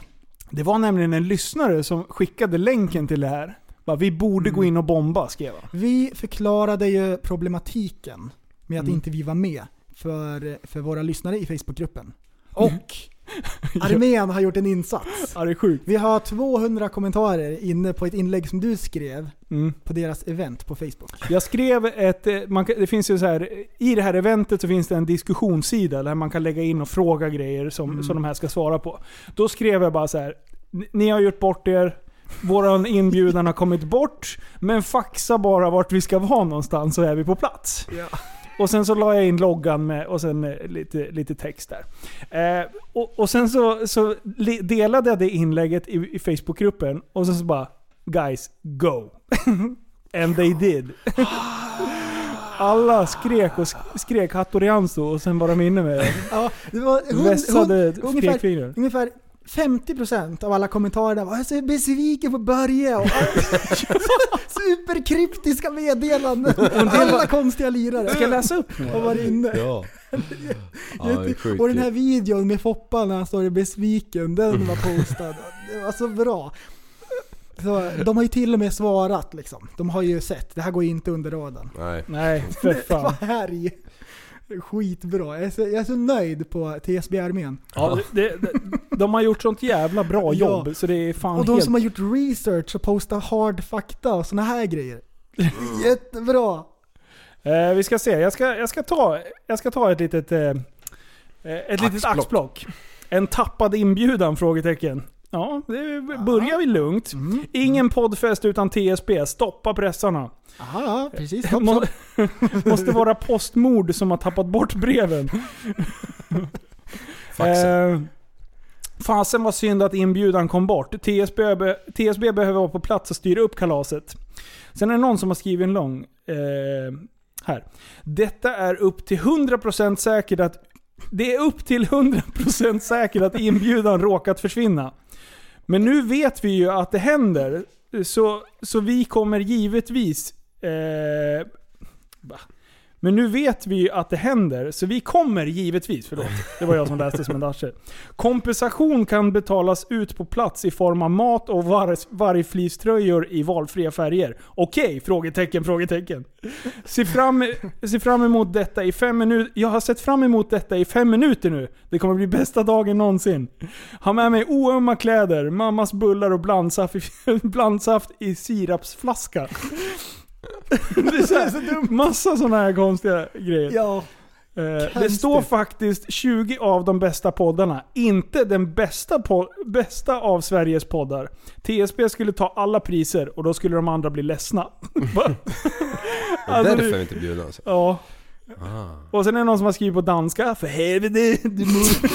Speaker 3: Det var nämligen en lyssnare som skickade länken till det här. Bara, vi borde gå in och bomba, skrev han.
Speaker 4: Vi förklarade ju problematiken med
Speaker 3: Mm.
Speaker 4: att inte vi var med för, för våra lyssnare i Facebookgruppen. Och armén har gjort en insats.
Speaker 3: Ja, det är sjukt.
Speaker 4: Vi har 200 kommentarer inne på ett inlägg som du skrev
Speaker 3: Mm.
Speaker 4: på deras event på Facebook.
Speaker 3: Jag skrev ett, eh, man, kan- det finns ju så här, i det här eventet så finns det en diskussionssida där man kan lägga in och fråga grejer som, som de här ska svara på. Då skrev jag bara så här, "Ni- ni har gjort bort er, våran inbjudan har kommit bort, men faxa bara vart vi ska vara någonstans så är vi på plats. Och sen så la jag in loggan med, och sen eh, lite, lite text där. Eh, och, och sen så, så li- delade jag det inlägget i, i Facebookgruppen och sen så bara “Guys, go!” And they did. Alla skrek och sk- skrek Hattorianso och sen var de inne med det.
Speaker 4: Ja, det var hund,
Speaker 3: Vässade
Speaker 4: hund, ungefär,
Speaker 3: pekfingrar.
Speaker 4: ungefär 50% av alla kommentarer där var "Alltså, “Jag är så besviken på Börje” och superkryptiska meddelanden. Alla konstiga lirare.
Speaker 3: Ska jag läsa upp några?
Speaker 4: Har varit inne.
Speaker 5: Ja. det är sjukt
Speaker 4: och den här
Speaker 5: ju.
Speaker 4: videon med Foppa när han står i besviken, den var postad. Det var så bra. Så, de har ju till och med svarat liksom. De har ju sett, det här går ju inte under radarn.
Speaker 5: Nej.
Speaker 3: Nej, för fan.
Speaker 4: Vad härj. Skitbra. Jag är, så, jag är så nöjd på TSB-armén.
Speaker 3: Ja, det, det, de har gjort sånt jävla
Speaker 4: Ja.
Speaker 3: bra jobb så det är fan
Speaker 4: Och de
Speaker 3: helt...
Speaker 4: som har gjort research och postat hard fakta och såna här grejer.
Speaker 3: Mm.
Speaker 4: Jättebra!
Speaker 3: Eh, vi ska se, jag ska, jag ska, ta, jag ska ta ett litet, eh, eh, ett litet
Speaker 4: Axplock.
Speaker 3: axplock. En tappad inbjudan? frågetecken. Ja, det börjar vi lugnt.
Speaker 4: Mm.
Speaker 3: Ingen poddfest utan TSB. Stoppa pressarna.
Speaker 4: Aha, precis.
Speaker 3: Må, måste vara postmord som har tappat bort breven.
Speaker 5: Faxen.
Speaker 3: Eh, fasen var synd att inbjudan kom bort. TSB, be, TSB behöver vara på plats och styra upp kalaset. Sen är det någon som har skrivit en lång eh, här. Detta är upp till 100% säkert att... Det är upp till 100% säkert att inbjudan råkat försvinna. Men nu vet vi ju att det händer. Så, så vi kommer givetvis... Eh, va? men nu vet vi ju att det händer, så vi kommer givetvis, förlåt, det var jag som läste som en dasher. Kompensation kan betalas ut på plats i form av mat och var- vargfliströjor i valfria färger. Okej? Frågetecken, frågetecken. Se fram, se fram emot detta i fem minuter. Jag har sett fram emot detta i fem minuter nu. Det kommer bli bästa dagen någonsin. Ha med mig oömma kläder, mammas bullar och blandsaft i, blandsaft i sirapsflaska. Det är så här, massa sådana här konstiga grejer.
Speaker 4: Ja.
Speaker 3: Eh, det står faktiskt 20 av de bästa poddarna. Inte den bästa, po- bästa av Sveriges poddar. TSB skulle ta alla priser och då skulle de andra bli ledsna. Va?
Speaker 5: Det är
Speaker 3: Alltså,
Speaker 5: därför
Speaker 3: det-
Speaker 5: vi inte bjudna alltså.
Speaker 3: Ja.
Speaker 5: Ah.
Speaker 3: Och sen är det någon som har skrivit på danska. För helvete, du må-